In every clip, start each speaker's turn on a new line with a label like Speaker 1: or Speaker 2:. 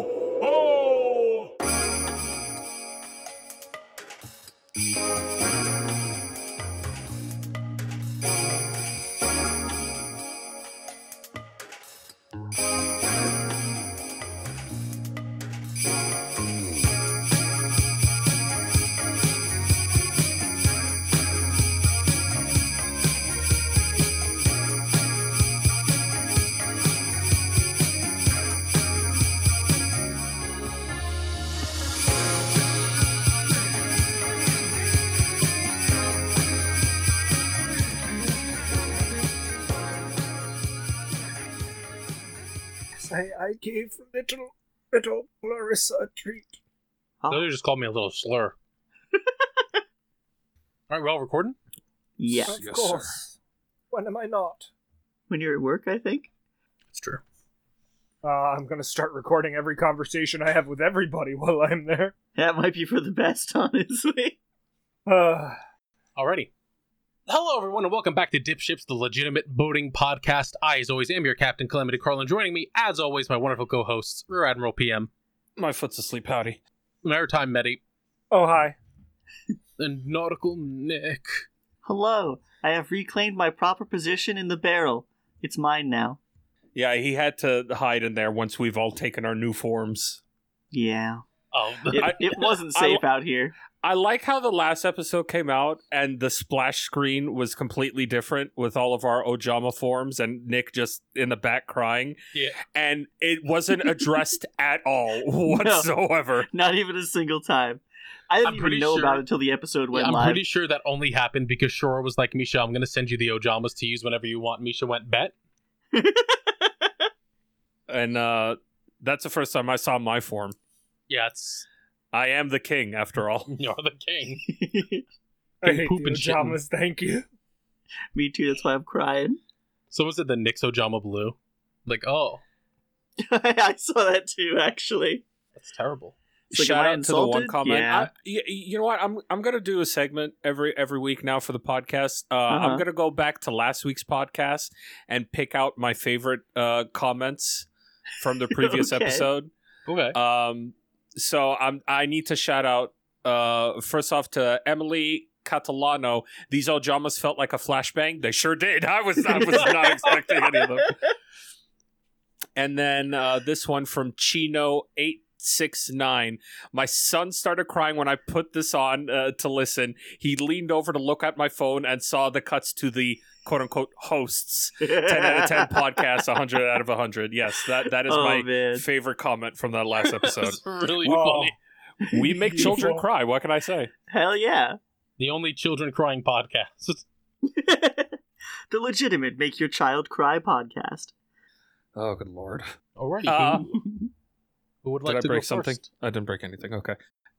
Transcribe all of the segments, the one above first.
Speaker 1: ho, ho!
Speaker 2: Say, I gave little, little Clarissa a treat.
Speaker 3: Huh?
Speaker 4: Those just called me a little slur. All right, we're all recording.
Speaker 3: Yeah.
Speaker 2: of
Speaker 1: yes,
Speaker 2: course. When am I not?
Speaker 3: When you're at work, I think.
Speaker 4: It's true.
Speaker 2: Uh, I'm gonna start recording every conversation I have with everybody while I'm there.
Speaker 3: That might be for the best, honestly.
Speaker 2: Uh,
Speaker 4: Alrighty. Hello, everyone, and welcome back to Dip Ships, the legitimate boating podcast. I, as always, am your captain, Calamity Carlin. Joining me, as always, my wonderful co-hosts, Rear Admiral PM,
Speaker 5: My foot's asleep, howdy.
Speaker 4: Maritime Medi,
Speaker 2: oh hi.
Speaker 4: and Nautical Nick.
Speaker 3: Hello. I have reclaimed my proper position in the barrel. It's mine now.
Speaker 5: Yeah, he had to hide in there once we've all taken our new forms.
Speaker 3: Yeah.
Speaker 4: Oh,
Speaker 3: It,
Speaker 5: I-
Speaker 3: it wasn't
Speaker 5: I-
Speaker 3: safe out here.
Speaker 5: I like how the last episode came out and the splash screen was completely different with all of our Ojama forms and Nick just in the back crying.
Speaker 4: Yeah.
Speaker 5: And it wasn't addressed at all whatsoever.
Speaker 3: Not even a single time. I didn't
Speaker 4: I'm
Speaker 3: even
Speaker 4: pretty
Speaker 3: know
Speaker 4: sure-
Speaker 3: about it until the episode went
Speaker 4: I'm
Speaker 3: live.
Speaker 4: pretty sure that only happened because Shora was like, Misha, I'm going to send you the Ojamas to use whenever you want. Misha went, bet.
Speaker 5: And uh, that's the first time I saw my form.
Speaker 4: Yeah, it's,
Speaker 5: I am the king, after all.
Speaker 4: you're the king.
Speaker 2: I
Speaker 4: Big
Speaker 2: hate
Speaker 4: poop
Speaker 2: the
Speaker 4: and shitting.
Speaker 2: pajamas. Thank you.
Speaker 3: Me too. That's why I'm crying.
Speaker 4: Someone said the Nick's Ojama blue. Like, oh,
Speaker 3: I saw that too, actually.
Speaker 4: that's terrible.
Speaker 3: It's like, am
Speaker 5: Shout
Speaker 3: I
Speaker 5: out to the one
Speaker 3: insulted?
Speaker 5: comment.
Speaker 3: Yeah.
Speaker 5: I- y- you know what? I'm I'm gonna do a segment every every week now for the podcast. Uh,
Speaker 3: Uh-huh.
Speaker 5: I'm gonna go back to last week's podcast and pick out my favorite uh, comments from the previous
Speaker 3: Okay.
Speaker 5: episode.
Speaker 4: Okay.
Speaker 5: Um, so I'm I need to shout out uh, first off to Emily Catalano. These old jamas felt like a flashbang. They sure did. I was I was not expecting any of them. And then uh, this one from Chino eight six nine. My son started crying when I put this on uh, to listen. He leaned over to look at my phone and saw the cuts to the quote unquote hosts. Ten out of ten podcasts. hundred out of hundred. Yes, that that is
Speaker 3: oh,
Speaker 5: my
Speaker 3: man.
Speaker 5: favorite comment from that last episode.
Speaker 4: That's really
Speaker 2: Wow.
Speaker 4: funny.
Speaker 5: we make children
Speaker 2: Beautiful.
Speaker 5: cry. What can I say?
Speaker 3: Hell yeah.
Speaker 4: The only children crying podcast.
Speaker 3: the legitimate Make Your Child Cry podcast.
Speaker 5: Oh, good lord!
Speaker 4: Alrighty.
Speaker 5: Uh,
Speaker 4: who, who would
Speaker 5: Did
Speaker 4: like
Speaker 5: I
Speaker 4: to
Speaker 5: break
Speaker 4: go
Speaker 5: something?
Speaker 4: first?
Speaker 5: I didn't break anything. Okay.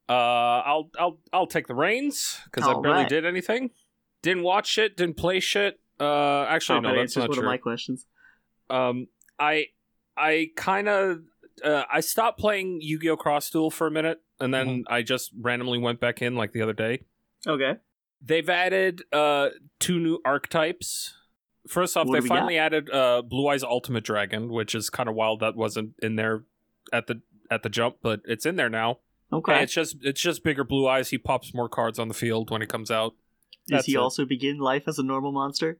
Speaker 5: Uh, I'll I'll I'll take the reins because I
Speaker 3: All
Speaker 5: barely
Speaker 3: right.
Speaker 5: did anything. Didn't watch shit. Didn't play shit. Uh, actually,
Speaker 3: Oh,
Speaker 5: no,
Speaker 3: that
Speaker 5: that's
Speaker 3: answers
Speaker 5: not
Speaker 3: one
Speaker 5: true.
Speaker 3: of my questions.
Speaker 5: um i i kind of uh, i stopped playing yu-gi-oh cross duel for a minute and then i just randomly went back in like the other day
Speaker 3: Okay.
Speaker 5: they've added uh two new archetypes first off
Speaker 3: What
Speaker 5: they
Speaker 3: do we
Speaker 5: finally added uh blue eyes ultimate dragon which is kind of wild that wasn't in there at the at the jump but it's in there now
Speaker 3: Okay.
Speaker 5: And it's just it's just bigger blue eyes he pops more cards on the field when he comes out
Speaker 3: Does
Speaker 5: That's
Speaker 3: he
Speaker 5: it.
Speaker 3: also begin life as a normal monster?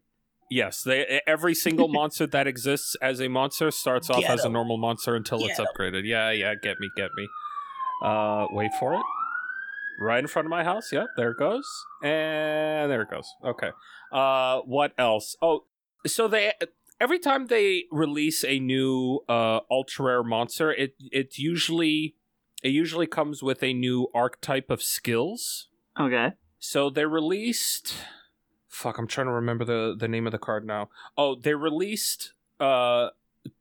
Speaker 5: yes they e, every single monster that exists as a monster starts off
Speaker 3: Get
Speaker 5: as a
Speaker 3: 'em.
Speaker 5: normal monster until it's upgraded yeah yeah get me get me uh wait for it right in front of my house yeah there it goes and there it goes okay uh what else oh so they every time they release a new uh ultra rare monster it it's usually it usually comes with a new archetype of skills
Speaker 3: Okay.
Speaker 5: so they released. Fuck, I'm trying to remember the the name of the card now. Oh, they released uh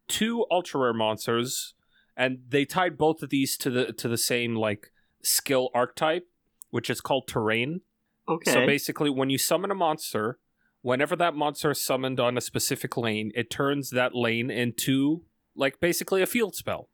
Speaker 5: two ultra rare monsters, and they tied both of these to the to the same like skill archetype, which is called terrain.
Speaker 3: Okay.
Speaker 5: So basically, when you summon a monster, whenever that monster is summoned on a specific lane, it turns that lane into like basically a field spell.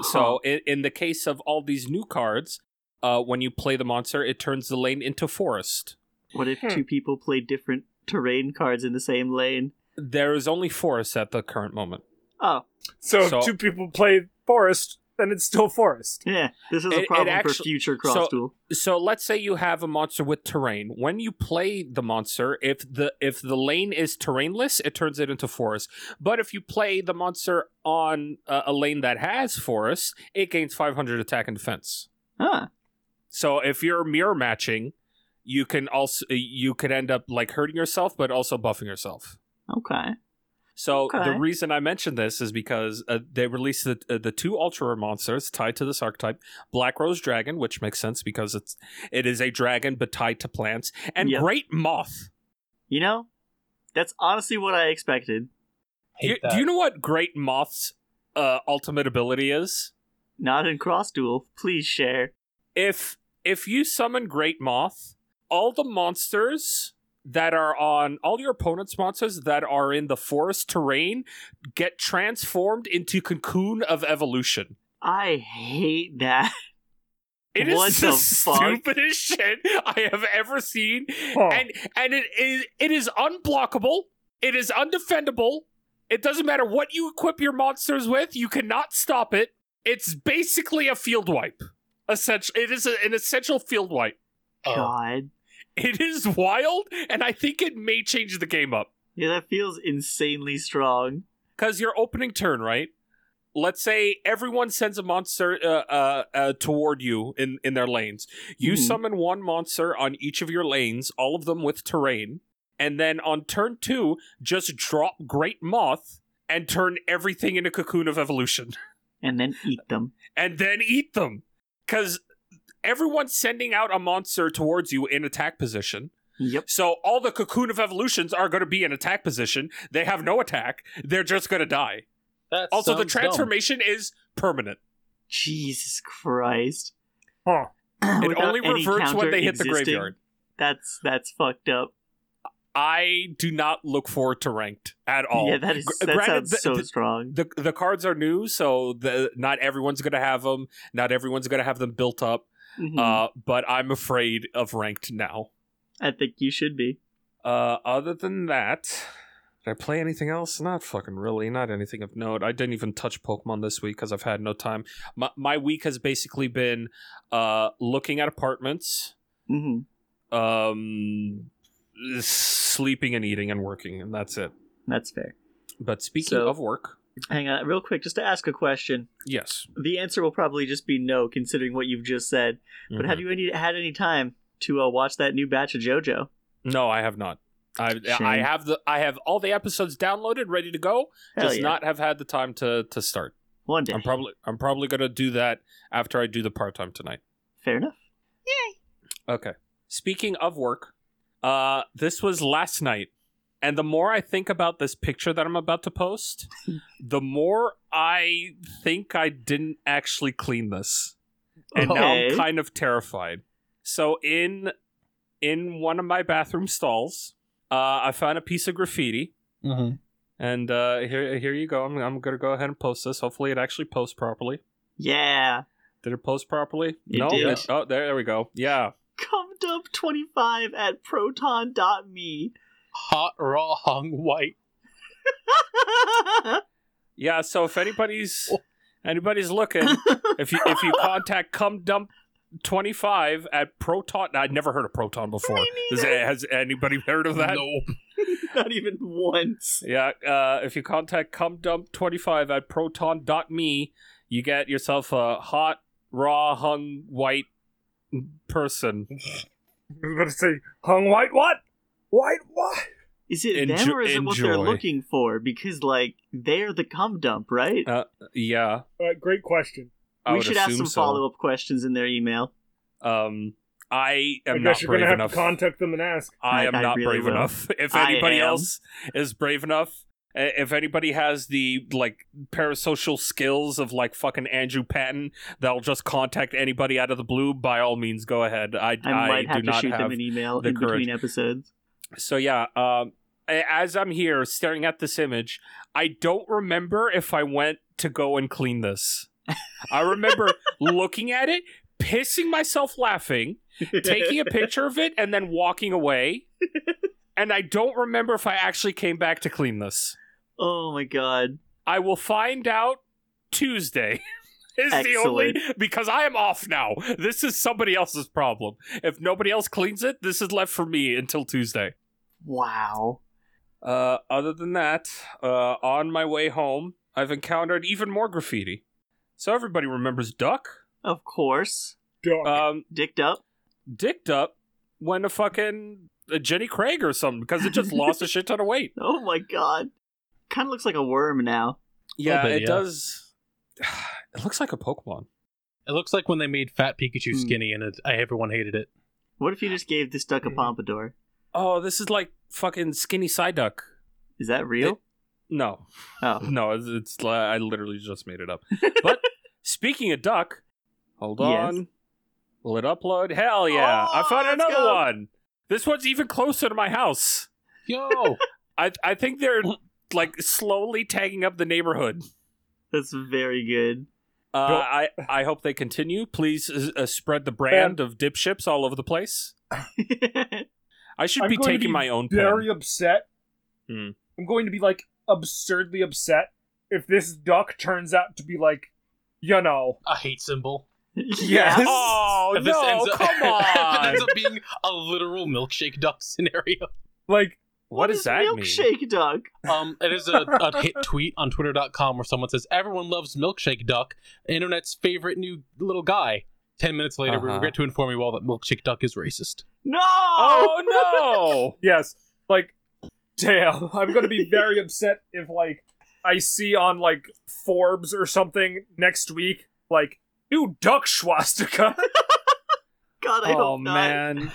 Speaker 5: So in, in the case of all these new cards, uh, when you play the monster, it turns the lane into forest.
Speaker 3: what if
Speaker 2: Hmm.
Speaker 3: two people play different terrain cards in the same lane?
Speaker 5: There is only forest at the current moment.
Speaker 3: Oh,
Speaker 2: So, if
Speaker 5: So-
Speaker 2: two people play forest. and it's still forest.
Speaker 3: Yeah, this is
Speaker 5: It-
Speaker 3: a
Speaker 5: it
Speaker 3: problem for
Speaker 5: actu-
Speaker 3: future
Speaker 5: so-
Speaker 3: cross duel.
Speaker 5: so let's say you have a monster with terrain when you play the monster if the if the lane is terrainless it turns it into forest but if you play the monster on uh, a lane that has forest it gains 500 attack and defense
Speaker 3: Huh.
Speaker 5: so if you're mirror matching you can also you could end up like hurting yourself but also buffing yourself
Speaker 3: Okay.
Speaker 5: so
Speaker 3: Okay.
Speaker 5: the reason I mentioned this is because uh, they released the uh, the two ultra rare monsters tied to this archetype: Black Rose Dragon, which makes sense because it's it is a dragon but tied to plants, and
Speaker 3: Yep.
Speaker 5: Great Moth.
Speaker 3: You know, that's honestly what I expected.
Speaker 5: Do you,
Speaker 4: Hate that.
Speaker 5: do you know what Great Moth's uh, ultimate ability is?
Speaker 3: Not in cross duel. Please share.
Speaker 5: If if you summon Great Moth, all the monsters that are on all your opponent's monsters that are in the forest terrain get transformed into cocoon of evolution.
Speaker 3: I hate that.
Speaker 5: It is
Speaker 3: What
Speaker 5: the,
Speaker 3: the fuck?
Speaker 5: stupidest shit I have ever seen,
Speaker 2: Huh.
Speaker 5: and and it is it is unblockable. It is undefendable. It doesn't matter what you equip your monsters with; you cannot stop it. It's basically a field wipe. Essential. It is a, an essential field wipe.
Speaker 4: Oh,
Speaker 3: God.
Speaker 5: It is wild, and I think it may change the game up.
Speaker 3: Yeah, that feels insanely strong.
Speaker 5: because your opening turn, right? Let's say everyone sends a monster uh, uh, uh, toward you in, in their lanes. You
Speaker 3: Mhm.
Speaker 5: summon one monster on each of your lanes, all of them with terrain, and then on turn two, just drop Great Moth and turn everything into Cocoon of Evolution,
Speaker 3: And then eat them.
Speaker 5: and then eat them. Because everyone's sending out a monster towards you in attack position.
Speaker 3: Yep.
Speaker 5: So all the Cocoon of Evolutions are going to be in attack position. They have no attack, they're just going to die.
Speaker 4: that
Speaker 5: Also, the
Speaker 4: sounds dumb.
Speaker 5: transformation is permanent.
Speaker 3: Jesus Christ.
Speaker 2: Huh.
Speaker 5: It
Speaker 3: Without
Speaker 5: only
Speaker 3: any
Speaker 5: reverts when
Speaker 3: counter
Speaker 5: they hit the
Speaker 3: existing,
Speaker 5: graveyard.
Speaker 3: That's that's fucked up.
Speaker 5: I do not look forward to ranked at all.
Speaker 3: Yeah, that is
Speaker 5: Gr-
Speaker 3: that
Speaker 5: granted,
Speaker 3: sounds
Speaker 5: Oh,
Speaker 3: so
Speaker 5: the- the-
Speaker 3: strong.
Speaker 5: the the cards are new, so the, not everyone's gonna have them. Not everyone's gonna have them built up.
Speaker 3: Mhm.
Speaker 5: Uh, but I'm afraid of ranked now.
Speaker 3: I think you should be.
Speaker 5: Uh, other than that, did I play anything else? Not fucking really. Not anything of note. I didn't even touch Pokemon this week because I've had no time. My my week has basically been uh looking at apartments.
Speaker 3: hmm
Speaker 5: um sleeping and eating and working and that's it
Speaker 3: That's fair.
Speaker 5: but speaking
Speaker 3: So-
Speaker 5: of work
Speaker 3: Hang on, real quick, just to ask a question.
Speaker 5: yes
Speaker 3: The answer will probably just be no, considering what you've just said. But
Speaker 5: Mm-hmm.
Speaker 3: have you any had any time to uh, watch that new batch of JoJo?
Speaker 5: no i have not I,
Speaker 3: Shame.
Speaker 5: I have the I have all the episodes downloaded, ready to go.
Speaker 3: Hell
Speaker 5: just
Speaker 3: yeah.
Speaker 5: not have had the time to to start.
Speaker 3: one day.
Speaker 5: I'm probably I'm probably gonna do that after I do the part time tonight.
Speaker 3: fair enough.
Speaker 5: Okay. Speaking of work, uh, this was last night, and the more I think about this picture that I'm about to post, the more I think I didn't actually clean this, and now I'm
Speaker 3: Okay.
Speaker 5: kind of terrified. So in in one of my bathroom stalls, uh, I found a piece of graffiti,
Speaker 4: Mhm.
Speaker 5: and uh, here here you go. I'm I'm gonna go ahead and post this. Hopefully, it actually posts properly.
Speaker 3: Yeah,
Speaker 5: Did it post properly?
Speaker 3: It
Speaker 5: no.
Speaker 3: did.
Speaker 5: Oh, there, there we go. Yeah.
Speaker 3: come dump twenty five at proton.me.
Speaker 4: hot raw hung white.
Speaker 5: Yeah, so if anybody's anybody's looking, if you if you contact come dump twenty five at Proton, I'd never heard of Proton before. Is-
Speaker 3: neither.
Speaker 5: has anybody heard of that?
Speaker 4: Nope.
Speaker 3: not even once.
Speaker 5: Yeah, uh, if you contact come dump twenty five at proton.me, you get yourself a hot, raw, hung white person.
Speaker 2: I was gonna say hung white what? White what?
Speaker 3: Is it them
Speaker 5: Enjo-
Speaker 3: or is it what they're
Speaker 5: enjoy.
Speaker 3: looking for? Because like they're the cum dump, right?
Speaker 5: Uh, Yeah,
Speaker 2: Uh, great question.
Speaker 5: I
Speaker 3: we
Speaker 5: would
Speaker 3: should ask
Speaker 5: assume
Speaker 3: some
Speaker 5: so.
Speaker 3: follow up questions in their email.
Speaker 5: Um, I
Speaker 2: I
Speaker 5: am
Speaker 2: guess
Speaker 5: not
Speaker 2: you're
Speaker 5: brave
Speaker 2: gonna have
Speaker 5: enough.
Speaker 2: to contact them and ask.
Speaker 5: I am
Speaker 3: I- I
Speaker 5: not
Speaker 3: really
Speaker 5: brave
Speaker 3: will.
Speaker 5: enough. If
Speaker 3: I
Speaker 5: anybody
Speaker 3: am.
Speaker 5: else is brave enough, i- if anybody has the like parasocial skills of like fucking Andrew Patton, that'll just contact anybody out of the blue. By all means, go ahead. I,
Speaker 3: I,
Speaker 5: I
Speaker 3: might have
Speaker 5: do
Speaker 3: to
Speaker 5: not
Speaker 3: shoot
Speaker 5: have.
Speaker 3: them an email
Speaker 5: the
Speaker 3: in
Speaker 5: courage.
Speaker 3: between episodes.
Speaker 5: so yeah, um, a- as I'm here staring at this image, I don't remember if I went to go and clean this. I remember looking at it, pissing myself laughing, taking a picture of it and then walking away. and I don't remember if I actually came back to clean this.
Speaker 3: Oh my god.
Speaker 5: I will find out Tuesday is the only because I am off now. This is somebody else's problem. If nobody else cleans it, this is left for me until Tuesday.
Speaker 3: Wow.
Speaker 5: Uh, other than that, uh, on my way home, I've encountered even more graffiti. So everybody remembers Duck.
Speaker 3: Of course.
Speaker 2: Duck.
Speaker 5: Um,
Speaker 3: Dicked up.
Speaker 5: dicked up when a fucking a Jenny Craig or something because it just lost a shit ton of weight.
Speaker 3: Oh my god. Kind of looks like a worm now.
Speaker 5: Yeah,
Speaker 4: bit,
Speaker 5: it
Speaker 4: yeah.
Speaker 5: does. It looks like a Pokemon.
Speaker 4: It looks like when they made Fat Pikachu
Speaker 3: Hmm.
Speaker 4: skinny, and it, I, everyone hated it.
Speaker 3: What if you just gave this duck a
Speaker 5: Mm-hmm.
Speaker 2: Mhm.
Speaker 3: pompadour?
Speaker 5: Oh, this is like fucking skinny Psyduck.
Speaker 3: Is that real?
Speaker 5: No,
Speaker 3: Oh.
Speaker 5: no, it's, it's li- I literally just made it up. But speaking of duck, hold
Speaker 3: Yes.
Speaker 5: on. Will it upload? Hell yeah! I
Speaker 3: Oh,
Speaker 5: found
Speaker 3: let's
Speaker 5: another
Speaker 3: go.
Speaker 5: one. This one's even closer to my house.
Speaker 4: Yo,
Speaker 5: I I think they're like slowly tagging up the neighborhood.
Speaker 3: That's very good.
Speaker 5: Uh, I I hope they continue. Please uh, uh, spread the brand of dip ships all over the place. I should
Speaker 2: I'm
Speaker 5: be
Speaker 2: going to
Speaker 5: taking
Speaker 2: be
Speaker 5: my own
Speaker 2: very
Speaker 5: pen.
Speaker 2: upset.
Speaker 5: Hmm.
Speaker 2: I'm going to be like absurdly upset if this duck turns out to be like, you know,
Speaker 4: a hate symbol.
Speaker 3: yeah.
Speaker 5: Oh
Speaker 4: If this
Speaker 5: no!
Speaker 4: ends up-
Speaker 5: Come
Speaker 4: if it
Speaker 5: on!
Speaker 4: ends up being a literal milkshake duck scenario.
Speaker 2: like
Speaker 5: what does that mean?
Speaker 3: milkshake duck?
Speaker 4: Um, it is a, a hit tweet on Twitter.com where someone says, "Everyone loves milkshake duck, internet's favorite new little guy." Ten minutes later, we
Speaker 5: Uh-huh.
Speaker 4: regret to inform you all that milkshake duck is racist.
Speaker 3: No.
Speaker 2: Oh,
Speaker 5: Oh
Speaker 2: yes, like damn. I'm going to be very upset if like I see on like Forbes or something next week like new duck swastika.
Speaker 3: God, I
Speaker 5: no! oh
Speaker 3: hope not.
Speaker 5: man!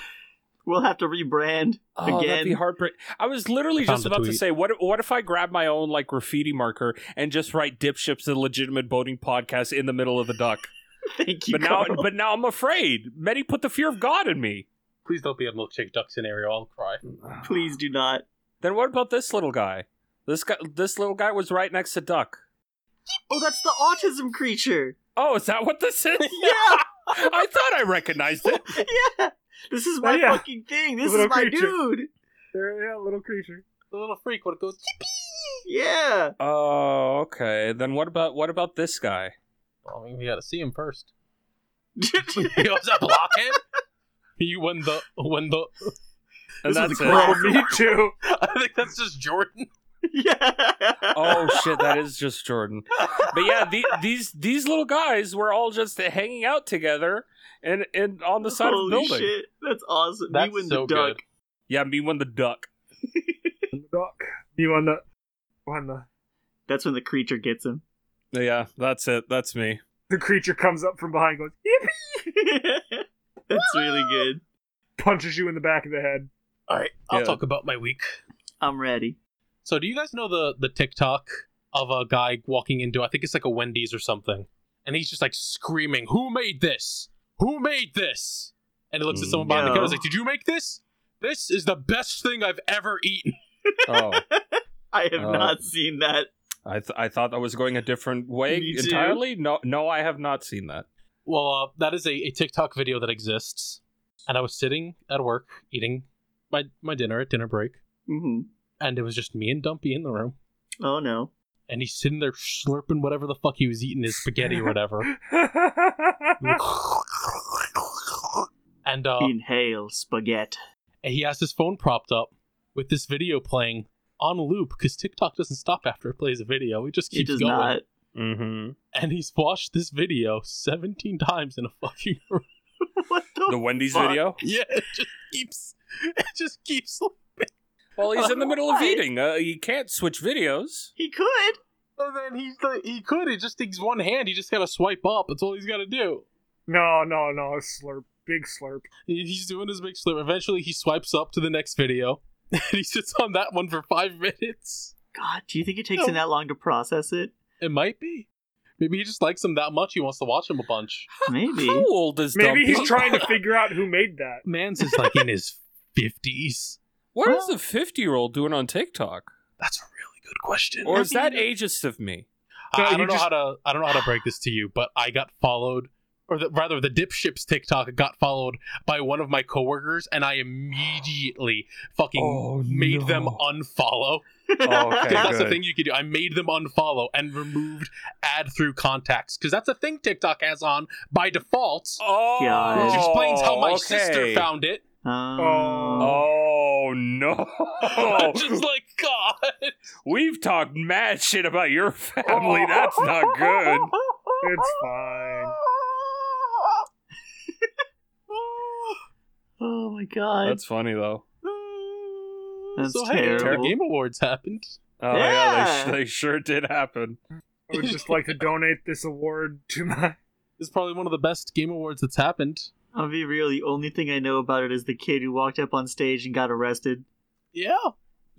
Speaker 3: We'll have to rebrand.
Speaker 5: Oh, that'd
Speaker 3: Again.
Speaker 5: be heartbreak. I was literally
Speaker 4: I found
Speaker 5: just
Speaker 4: the
Speaker 5: about to
Speaker 4: tweet.
Speaker 5: say, what if, what if I grab my own like graffiti marker and just write "Dip Ships the legitimate boating podcast" in the middle of the duck?
Speaker 3: Thank you.
Speaker 5: But now,
Speaker 3: Carl.
Speaker 5: but now I'm afraid. Many put the fear of God in me.
Speaker 4: Please don't be a milkshake duck scenario. I'll cry.
Speaker 3: please do not.
Speaker 5: Then what about this little guy? This guy, this little guy was right next to Duck.
Speaker 3: Oh, that's the autism creature.
Speaker 5: Oh, is that what this is?
Speaker 3: Yeah.
Speaker 5: I thought I recognized it.
Speaker 3: yeah. This is my
Speaker 2: Oh, yeah.
Speaker 3: fucking thing. This
Speaker 2: Little
Speaker 3: is my
Speaker 2: creature.
Speaker 3: dude.
Speaker 2: There, yeah, little creature.
Speaker 4: The little freak when it goes.
Speaker 3: Yeah.
Speaker 5: Oh, okay. Then what about what about this guy?
Speaker 4: I mean, we gotta see him first. Yo, is that blockhead? You when the when the
Speaker 5: And
Speaker 3: This is
Speaker 5: that's
Speaker 3: a
Speaker 5: it.
Speaker 3: crap.
Speaker 2: Oh, me too.
Speaker 4: I think that's just Jordan.
Speaker 3: yeah.
Speaker 5: Oh shit, that is just Jordan. But yeah, the, these these little guys were all just hanging out together and and on the side
Speaker 3: Holy
Speaker 5: of the building.
Speaker 3: shit. That's awesome.
Speaker 4: That's
Speaker 3: me win
Speaker 4: so
Speaker 3: the duck.
Speaker 4: good.
Speaker 5: Yeah, me when the duck.
Speaker 2: Duck. You want the on the
Speaker 3: That's when the creature gets him.
Speaker 5: Yeah, that's it. That's me.
Speaker 2: the creature comes up from behind, goes "Yippee,"
Speaker 3: that's really good.
Speaker 2: punches you in the back of the head.
Speaker 4: All right, I'll
Speaker 5: Yeah.
Speaker 4: talk about my week.
Speaker 3: I'm ready.
Speaker 4: So, do you guys know the the TikTok of a guy walking into I think it's like a Wendy's or something, and he's just like screaming, "Who made this? Who made this?" And he looks at someone behind the
Speaker 3: No.
Speaker 4: counter, he's like, "Did you make this? This is the best thing I've ever eaten."
Speaker 5: Oh,
Speaker 3: I have
Speaker 5: Oh.
Speaker 3: not seen that.
Speaker 5: I th- I thought that was going a different way
Speaker 3: Me too.
Speaker 5: entirely. No, no, I have not seen that.
Speaker 4: Well, uh, that is a, a TikTok video that exists, and I was sitting at work eating my my dinner at dinner break,
Speaker 3: hmm
Speaker 4: and it was just me and Dumpy in the room,
Speaker 3: Oh no.
Speaker 4: and he's sitting there slurping whatever the fuck he was eating, his spaghetti or whatever.
Speaker 5: Hmm.
Speaker 4: And uh,
Speaker 3: Inhale spaghetti.
Speaker 4: and he has his phone propped up with this video playing on loop because TikTok doesn't stop after it plays a video. It just
Speaker 3: It
Speaker 4: keeps
Speaker 3: does
Speaker 4: going.
Speaker 3: not.
Speaker 5: Mm-hmm.
Speaker 4: And he's watched this video 17 times in a fucking row.
Speaker 3: what the?
Speaker 5: The Wendy's
Speaker 3: Fuck.
Speaker 5: video.
Speaker 4: Yeah, it just keeps. It just keeps.
Speaker 5: Well, he's in the middle of
Speaker 3: Why?
Speaker 5: eating. Uh, he can't switch videos.
Speaker 3: he could.
Speaker 4: And then he's like, he could. It just takes one hand. He just got to swipe up. That's all he's got to do.
Speaker 2: no, no, no, slurp, big slurp.
Speaker 4: He- He's doing his big slip. Eventually, he swipes up to the next video. And he sits on that one for five minutes.
Speaker 3: God, do you think it takes
Speaker 4: No.
Speaker 3: him that long to process it?
Speaker 4: It might be. Maybe he just likes him that much. He wants to watch him a bunch.
Speaker 3: Maybe.
Speaker 5: How old is
Speaker 2: Maybe
Speaker 5: Dumpy?
Speaker 2: he's trying to figure out who made that.
Speaker 4: Mans is like in his 50s.
Speaker 5: What is the fifty-year-old doing on TikTok?
Speaker 4: That's a really good question.
Speaker 5: Or is that ageist of me?
Speaker 4: I,
Speaker 2: No,
Speaker 4: I
Speaker 2: you
Speaker 4: don't know
Speaker 2: just-
Speaker 4: how to I don't know how to break this to you, but I got followed or the, rather the dip ships TikTok got followed by one of my coworkers and I immediately fucking
Speaker 5: Oh,
Speaker 4: made them
Speaker 5: no.
Speaker 4: unfollow.
Speaker 5: Oh, okay,
Speaker 4: Because that's the
Speaker 5: good.
Speaker 4: thing you could do. I made them unfollow and removed add through contacts because that's a thing TikTok has on by default,
Speaker 5: Oh,
Speaker 3: God.
Speaker 4: which explains how my
Speaker 5: okay.
Speaker 4: sister found it.
Speaker 3: Oh.
Speaker 5: Oh no! Oh.
Speaker 4: I'm just like God.
Speaker 5: We've talked mad shit about your family. That's not good.
Speaker 2: It's fine.
Speaker 3: Oh my god.
Speaker 5: That's funny though.
Speaker 3: That's
Speaker 4: so hey, the
Speaker 3: terrible.
Speaker 4: Game Awards happened.
Speaker 5: Oh yeah,
Speaker 3: Yeah.
Speaker 5: they, sh- they sure did happen.
Speaker 2: I would just like to donate this award to my.
Speaker 4: It's probably one of the best Game Awards that's happened.
Speaker 3: I'll be real, the only thing I know about it is the kid who walked up on stage and got arrested.
Speaker 4: Yeah,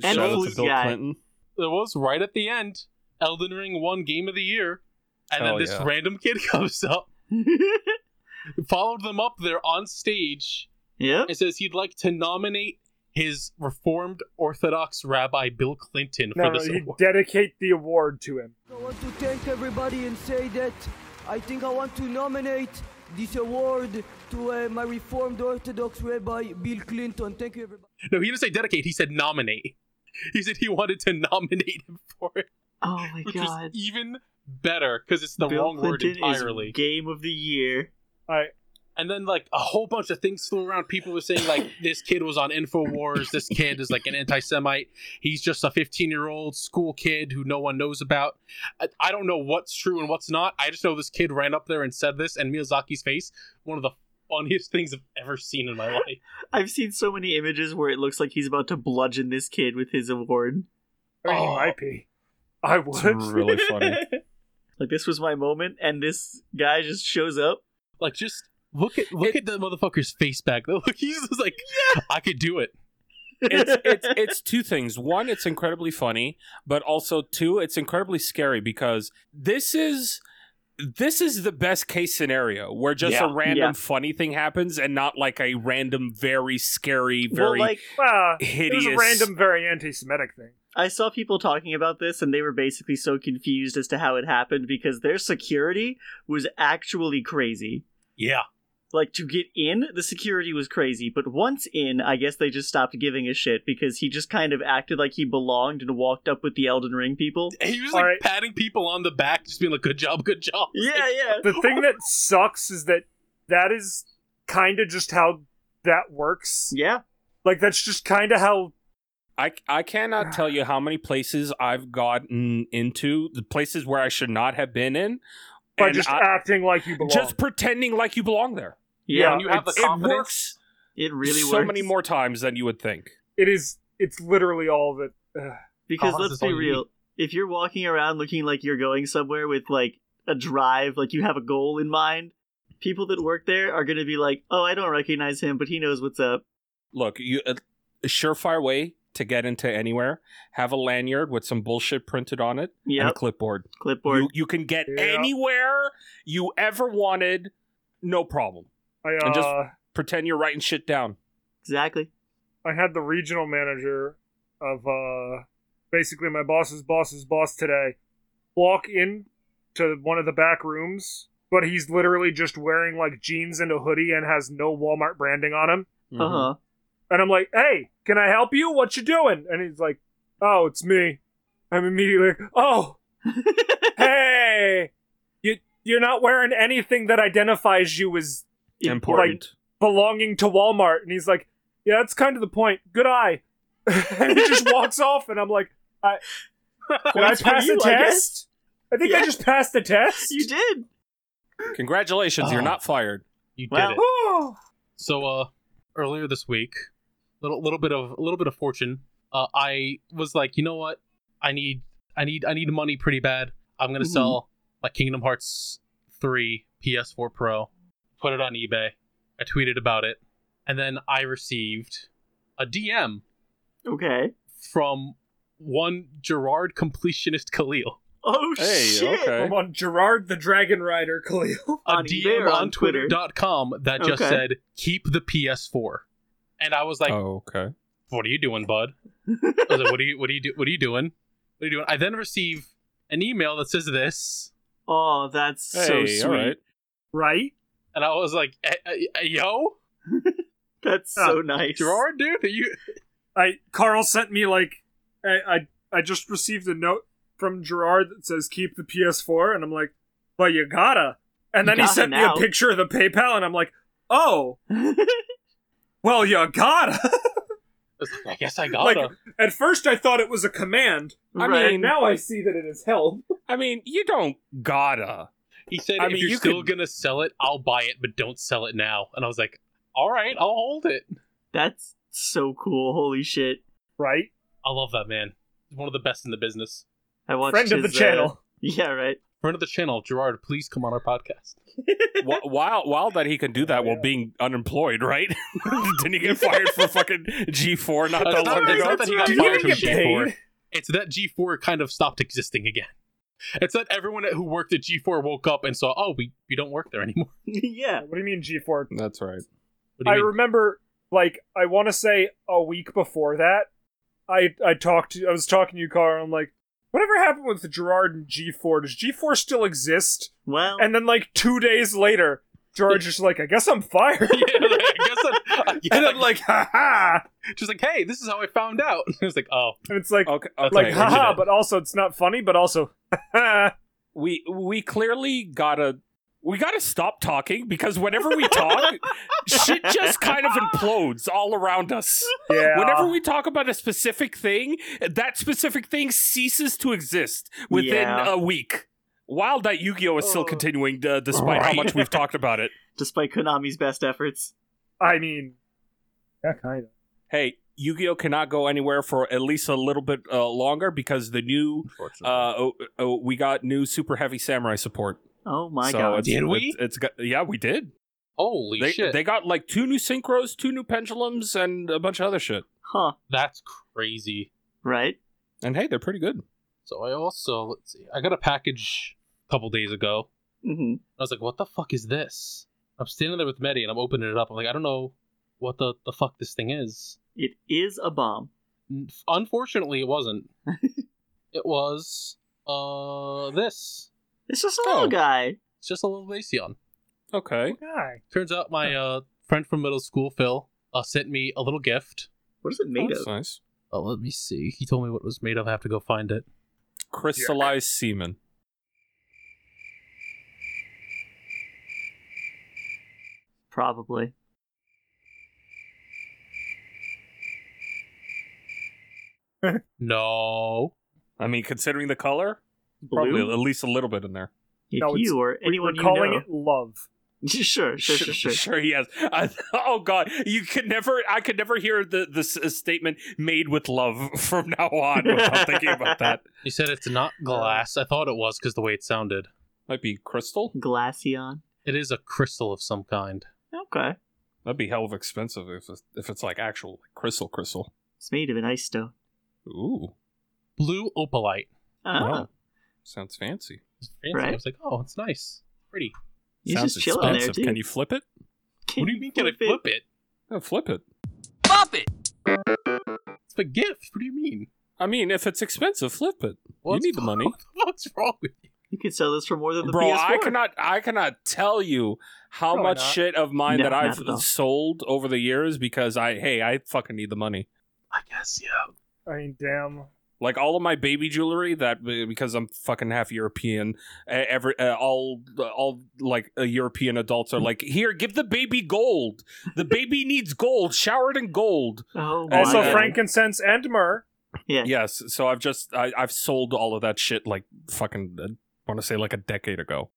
Speaker 3: And
Speaker 5: Shout out
Speaker 3: Flute
Speaker 5: to Bill
Speaker 3: guy.
Speaker 5: Clinton.
Speaker 4: it was right at the end. Elden Ring won Game of the Year, and
Speaker 5: Hell
Speaker 4: then this
Speaker 5: yeah.
Speaker 4: random kid comes up, followed them up there on stage,
Speaker 3: yep.
Speaker 4: It says he'd like to nominate his Reformed Orthodox Rabbi Bill Clinton for
Speaker 2: No, no,
Speaker 4: this
Speaker 2: you
Speaker 4: award.
Speaker 2: dedicate the award to him.
Speaker 6: I want to thank everybody and say that I think I want to nominate this award to uh, my Reformed Orthodox Rabbi Bill Clinton. Thank you, everybody.
Speaker 4: No, he didn't say dedicate. He said nominate. He said he wanted to nominate him for it,
Speaker 3: Oh my
Speaker 4: which
Speaker 3: god.
Speaker 4: was even better because it's the
Speaker 3: Bill
Speaker 4: wrong
Speaker 3: Clinton
Speaker 4: word entirely.
Speaker 3: Is game of the year.
Speaker 2: I
Speaker 4: and then like a whole bunch of things flew around. People were saying like this kid was on Infowars. This kid is like an anti-Semite. He's just a 15-year-old school kid who no one knows about. I, I don't know what's true and what's not. I just know this kid ran up there and said this, and Miyazaki's face, one of the funniest things I've ever seen in my life.
Speaker 3: I've seen so many images where it looks like he's about to bludgeon this kid with his award.
Speaker 2: I mean, he
Speaker 4: Oh.
Speaker 2: might be. I
Speaker 5: It's
Speaker 2: would.
Speaker 5: really funny.
Speaker 3: Like this was my moment, and this guy just shows up.
Speaker 4: Like just look at look at the motherfucker's face back. there. Look, he's just like, I could do it.
Speaker 5: it's, it's it's two things. One, it's incredibly funny, but also two, it's incredibly scary because this is this is the best case scenario where just
Speaker 4: Yeah.
Speaker 5: a random
Speaker 3: Yeah.
Speaker 5: funny thing happens and not like a random very scary,
Speaker 3: Well,
Speaker 5: very
Speaker 3: like
Speaker 2: Ah, it was
Speaker 5: hideous
Speaker 2: a random, very anti-Semitic thing.
Speaker 3: I saw people talking about this, and they were basically so confused as to how it happened because their security was actually crazy.
Speaker 4: Yeah.
Speaker 3: Like to get in, the security was crazy, but once in, I guess they just stopped giving a shit because he just kind of acted like he belonged and walked up with the Elden Ring people.
Speaker 4: He was like
Speaker 2: Alright.
Speaker 4: patting people on the back, just being like, good job, good job.
Speaker 3: Yeah, yeah.
Speaker 2: The thing that sucks is that that is kind of just how that works.
Speaker 3: Yeah.
Speaker 2: Like that's just kind of how
Speaker 5: I, I cannot tell you how many places I've gotten into, the places where I should not have been in,
Speaker 2: by
Speaker 5: and
Speaker 2: just
Speaker 5: I-
Speaker 2: acting like you belong.
Speaker 5: just pretending like you belong there.
Speaker 4: Yeah,
Speaker 3: Yeah.
Speaker 4: when you have the
Speaker 2: it's- it
Speaker 5: It
Speaker 4: confidence.
Speaker 5: works
Speaker 3: It really
Speaker 5: so
Speaker 3: works.
Speaker 5: many more times than you would think.
Speaker 2: it is. It's literally all of it. Ugh.
Speaker 3: Because
Speaker 4: Cause
Speaker 3: let's
Speaker 4: is
Speaker 3: be
Speaker 4: all you need.
Speaker 3: real, if you're walking around looking like you're going somewhere with like a drive, like you have a goal in mind, people that work there are going to be like, "Oh, I don't recognize him, but he knows what's up."
Speaker 5: look, you a, a surefire way to get into anywhere. Have a lanyard with some bullshit printed on it and
Speaker 3: Yeah,
Speaker 5: a clipboard.
Speaker 3: clipboard.
Speaker 5: You, you can get
Speaker 2: Yeah.
Speaker 5: anywhere you ever wanted, no problem.
Speaker 2: I uh,
Speaker 5: And just- Pretend you're writing shit down.
Speaker 3: Exactly.
Speaker 2: I had the regional manager of uh basically my boss's boss's boss today walk in to one of the back rooms, but he's literally just wearing like jeans and a hoodie and has no Walmart branding on him.
Speaker 5: Mm-hmm.
Speaker 3: Uh huh.
Speaker 2: And I'm like, "Hey, can I help you? What you doing?" And he's like, "Oh, it's me." I'm immediately like, "Oh, hey, you you're not wearing anything that identifies you as
Speaker 5: Important.
Speaker 2: belonging to Walmart." And he's like, "Yeah, that's kind of the point. Good eye." and he just walks off, and I'm like, "I did I
Speaker 3: Points for
Speaker 2: pass
Speaker 3: you,
Speaker 2: the
Speaker 3: I guess.
Speaker 2: test? I, think I
Speaker 3: Yeah.
Speaker 2: just passed the test."
Speaker 3: You did.
Speaker 5: Congratulations, you're
Speaker 4: Oh.
Speaker 5: not fired.
Speaker 4: You did
Speaker 3: Well-
Speaker 4: it.
Speaker 2: Oh,
Speaker 4: So uh earlier this week, little little bit of a little bit of fortune. Uh I was like, you know what? I need I need I need money pretty bad. I'm gonna
Speaker 3: Mhm.
Speaker 4: sell my Kingdom Hearts 3 PS4 Pro, put it on eBay. I tweeted about it, and then I received a DM
Speaker 3: Okay.
Speaker 4: from one Gerard completionist Khalil.
Speaker 3: Oh
Speaker 5: Hey,
Speaker 3: shit.
Speaker 5: okay.
Speaker 2: I'm on Gerard the Dragon Rider, Khalil.
Speaker 4: a
Speaker 3: On eBay
Speaker 4: DM
Speaker 3: or
Speaker 4: on
Speaker 3: on Twitter?
Speaker 4: Twitter.com that just
Speaker 3: Okay.
Speaker 4: said, keep the PS4. And I was like,
Speaker 5: oh, okay.
Speaker 4: what are you doing, bud? I was like, what are you what are you do, what are you doing? What are you doing? I then receive an email that says this,
Speaker 3: Oh, that's so
Speaker 5: Hey,
Speaker 3: sweet.
Speaker 5: all right.
Speaker 2: Right?
Speaker 4: and I was like, eh, eh, eh, yo,
Speaker 3: That's so nice.
Speaker 4: Gerard, dude, are you
Speaker 2: I Carl sent me like I I, I just received a note from Gerard that says keep the PS4, and I'm like, but you gotta. And
Speaker 3: You
Speaker 2: then he
Speaker 3: gotta
Speaker 2: sent me
Speaker 3: now.
Speaker 2: a picture of the PayPal, and I'm like, oh, well you gotta.
Speaker 4: It's like, I guess I got
Speaker 2: like
Speaker 4: to
Speaker 2: at first I thought it was a command,
Speaker 5: I
Speaker 3: Right.
Speaker 5: mean,
Speaker 2: now I see that it is help.
Speaker 5: I mean, you don't gotta.
Speaker 4: He said,
Speaker 5: I
Speaker 4: if
Speaker 5: mean,
Speaker 4: you're
Speaker 5: you
Speaker 4: still
Speaker 5: could-
Speaker 4: gonna sell it, I'll buy it, but don't sell it now. And I was like, all right, I'll hold it.
Speaker 3: That's so cool. Holy shit.
Speaker 2: Right,
Speaker 4: I love that man. He's one of the best in the business.
Speaker 3: I watched
Speaker 2: friend of the
Speaker 3: his, uh,
Speaker 2: channel.
Speaker 3: yeah, right.
Speaker 4: Friend of the channel, Gerard, please come on our podcast.
Speaker 5: Wh- While while that he can do that while being unemployed, right? Didn't he get fired for fucking G four not
Speaker 4: That's
Speaker 5: that
Speaker 4: not
Speaker 5: long
Speaker 4: right,
Speaker 5: ago?
Speaker 4: that's not
Speaker 2: Did
Speaker 4: right.
Speaker 2: you even get
Speaker 4: Fired from G4.
Speaker 2: paid?
Speaker 4: It's that G4 kind of stopped existing again. It's that everyone who worked at G4 woke up and saw, oh, we, we don't work there anymore.
Speaker 3: yeah.
Speaker 2: What do you mean G4?
Speaker 5: That's right.
Speaker 4: What do
Speaker 2: I
Speaker 4: you mean?
Speaker 2: remember, like, I want to say a week before that, I I talked to I was talking to you, Carl, and I'm like, whatever happened with Gerard and G4? Does G4 still exist?
Speaker 3: Well,
Speaker 2: And then like two days later, Gerard's just like, I guess I'm fired.
Speaker 4: yeah, like, I guess I'm, I- yeah,
Speaker 2: And I'm
Speaker 4: like,
Speaker 2: like, ha ha.
Speaker 4: just like, hey, this is how I found out. it's like, oh,
Speaker 2: And it's like,
Speaker 5: Okay. uh,
Speaker 2: like,
Speaker 4: right,
Speaker 5: okay.
Speaker 2: ha ha.
Speaker 4: internet.
Speaker 2: But also, it's not funny. But also, ha ha.
Speaker 5: we we clearly gotta we gotta stop talking because whenever we talk, shit just kind of implodes all around us.
Speaker 2: yeah.
Speaker 5: Whenever we talk about a specific thing, that specific thing ceases to exist within
Speaker 3: Yeah.
Speaker 5: a week. While that Yu-Gi-Oh is still
Speaker 3: Oh.
Speaker 5: continuing, uh, despite how
Speaker 4: Right.
Speaker 5: much we've talked about it.
Speaker 3: despite Konami's best efforts.
Speaker 2: I mean, yeah, kind of.
Speaker 5: Hey, Yu-Gi-Oh cannot go anywhere for at least a little bit uh, longer because the new uh,
Speaker 4: unfortunately.
Speaker 5: oh, oh, we got new super heavy samurai support.
Speaker 3: Oh my
Speaker 5: So
Speaker 3: god.
Speaker 5: it's-
Speaker 4: Did we?
Speaker 5: it's- it's got, yeah, we did.
Speaker 4: Holy
Speaker 5: they,
Speaker 4: shit.
Speaker 5: they got like two new synchros, two new pendulums, and a bunch of other shit.
Speaker 3: Huh.
Speaker 4: That's crazy.
Speaker 3: Right?
Speaker 5: And hey, they're pretty good.
Speaker 4: So I also let's see. I got a package a couple days ago.
Speaker 3: hmm
Speaker 4: I was like, "What the fuck is this?" I'm standing there with Medi, and I'm opening it up. I'm like, "I don't know what the the fuck this thing is."
Speaker 3: It is a bomb.
Speaker 4: N- Unfortunately, it wasn't. it was uh this.
Speaker 3: It's just a
Speaker 5: Oh.
Speaker 3: little guy.
Speaker 4: It's just a little Glaceon.
Speaker 5: Okay.
Speaker 2: Guy.
Speaker 4: Turns out
Speaker 5: Oh.
Speaker 4: my uh friend from middle school, Phil, uh, sent me a little gift.
Speaker 3: What is it made
Speaker 5: That's
Speaker 3: of?
Speaker 5: nice.
Speaker 4: Oh, let me see. He told me what it was made of. I have to go find it.
Speaker 5: Crystallized semen.
Speaker 3: Probably.
Speaker 4: No.
Speaker 5: I mean, considering the color, probably
Speaker 3: Blue.
Speaker 5: at least a little bit in there.
Speaker 3: If
Speaker 2: No, it's-
Speaker 3: you or
Speaker 2: We're
Speaker 3: anyone you
Speaker 2: calling
Speaker 3: know.
Speaker 2: it love.
Speaker 3: sure, sure, sure, sure.
Speaker 5: he has. I, oh God, you could never. I could never hear the this uh, statement made with love from now on without thinking about that.
Speaker 4: He said it's not glass. I thought it was because the way it sounded.
Speaker 5: Might be crystal.
Speaker 3: Glaceon.
Speaker 4: It is a crystal of some kind.
Speaker 3: Okay.
Speaker 5: That'd be hell of expensive if it's, if it's like actual crystal crystal.
Speaker 3: It's made of an ice stone.
Speaker 5: Ooh,
Speaker 4: Blue opalite.
Speaker 3: Ah,
Speaker 5: Wow. sounds fancy.
Speaker 4: It's fancy. I
Speaker 3: Right.
Speaker 4: was like, oh, it's nice. Pretty.
Speaker 3: He's
Speaker 5: sounds
Speaker 3: just chilling there
Speaker 5: expensive.
Speaker 3: too.
Speaker 5: Can you flip it?
Speaker 4: What do you mean can I flip it?
Speaker 5: Yeah, flip it.
Speaker 4: It's a gift. What do you mean?
Speaker 5: I mean, if it's expensive, flip it. you
Speaker 4: What's-
Speaker 5: need the money,
Speaker 4: What's wrong with you?
Speaker 3: You could sell this for more than the
Speaker 5: bro.
Speaker 3: PS4.
Speaker 5: I cannot. I cannot tell you how
Speaker 2: Probably
Speaker 5: much
Speaker 2: not.
Speaker 5: shit of mine
Speaker 3: No,
Speaker 5: that
Speaker 3: not
Speaker 5: I've
Speaker 3: at all.
Speaker 5: sold over the years because I. Hey, I fucking need the money.
Speaker 4: I guess, yeah.
Speaker 2: I mean, damn.
Speaker 5: Like all of my baby jewelry that because I'm fucking half European. eh, Every uh, all all like uh, European adults are like, here, give the baby gold. The baby needs gold. Shower it in gold.
Speaker 3: Oh, my
Speaker 5: Also,
Speaker 2: Also,
Speaker 5: yeah.
Speaker 3: God.
Speaker 2: frankincense and myrrh.
Speaker 3: Yeah.
Speaker 5: Yes. So I've just I, I've sold all of that shit like fucking. I want to say like a decade ago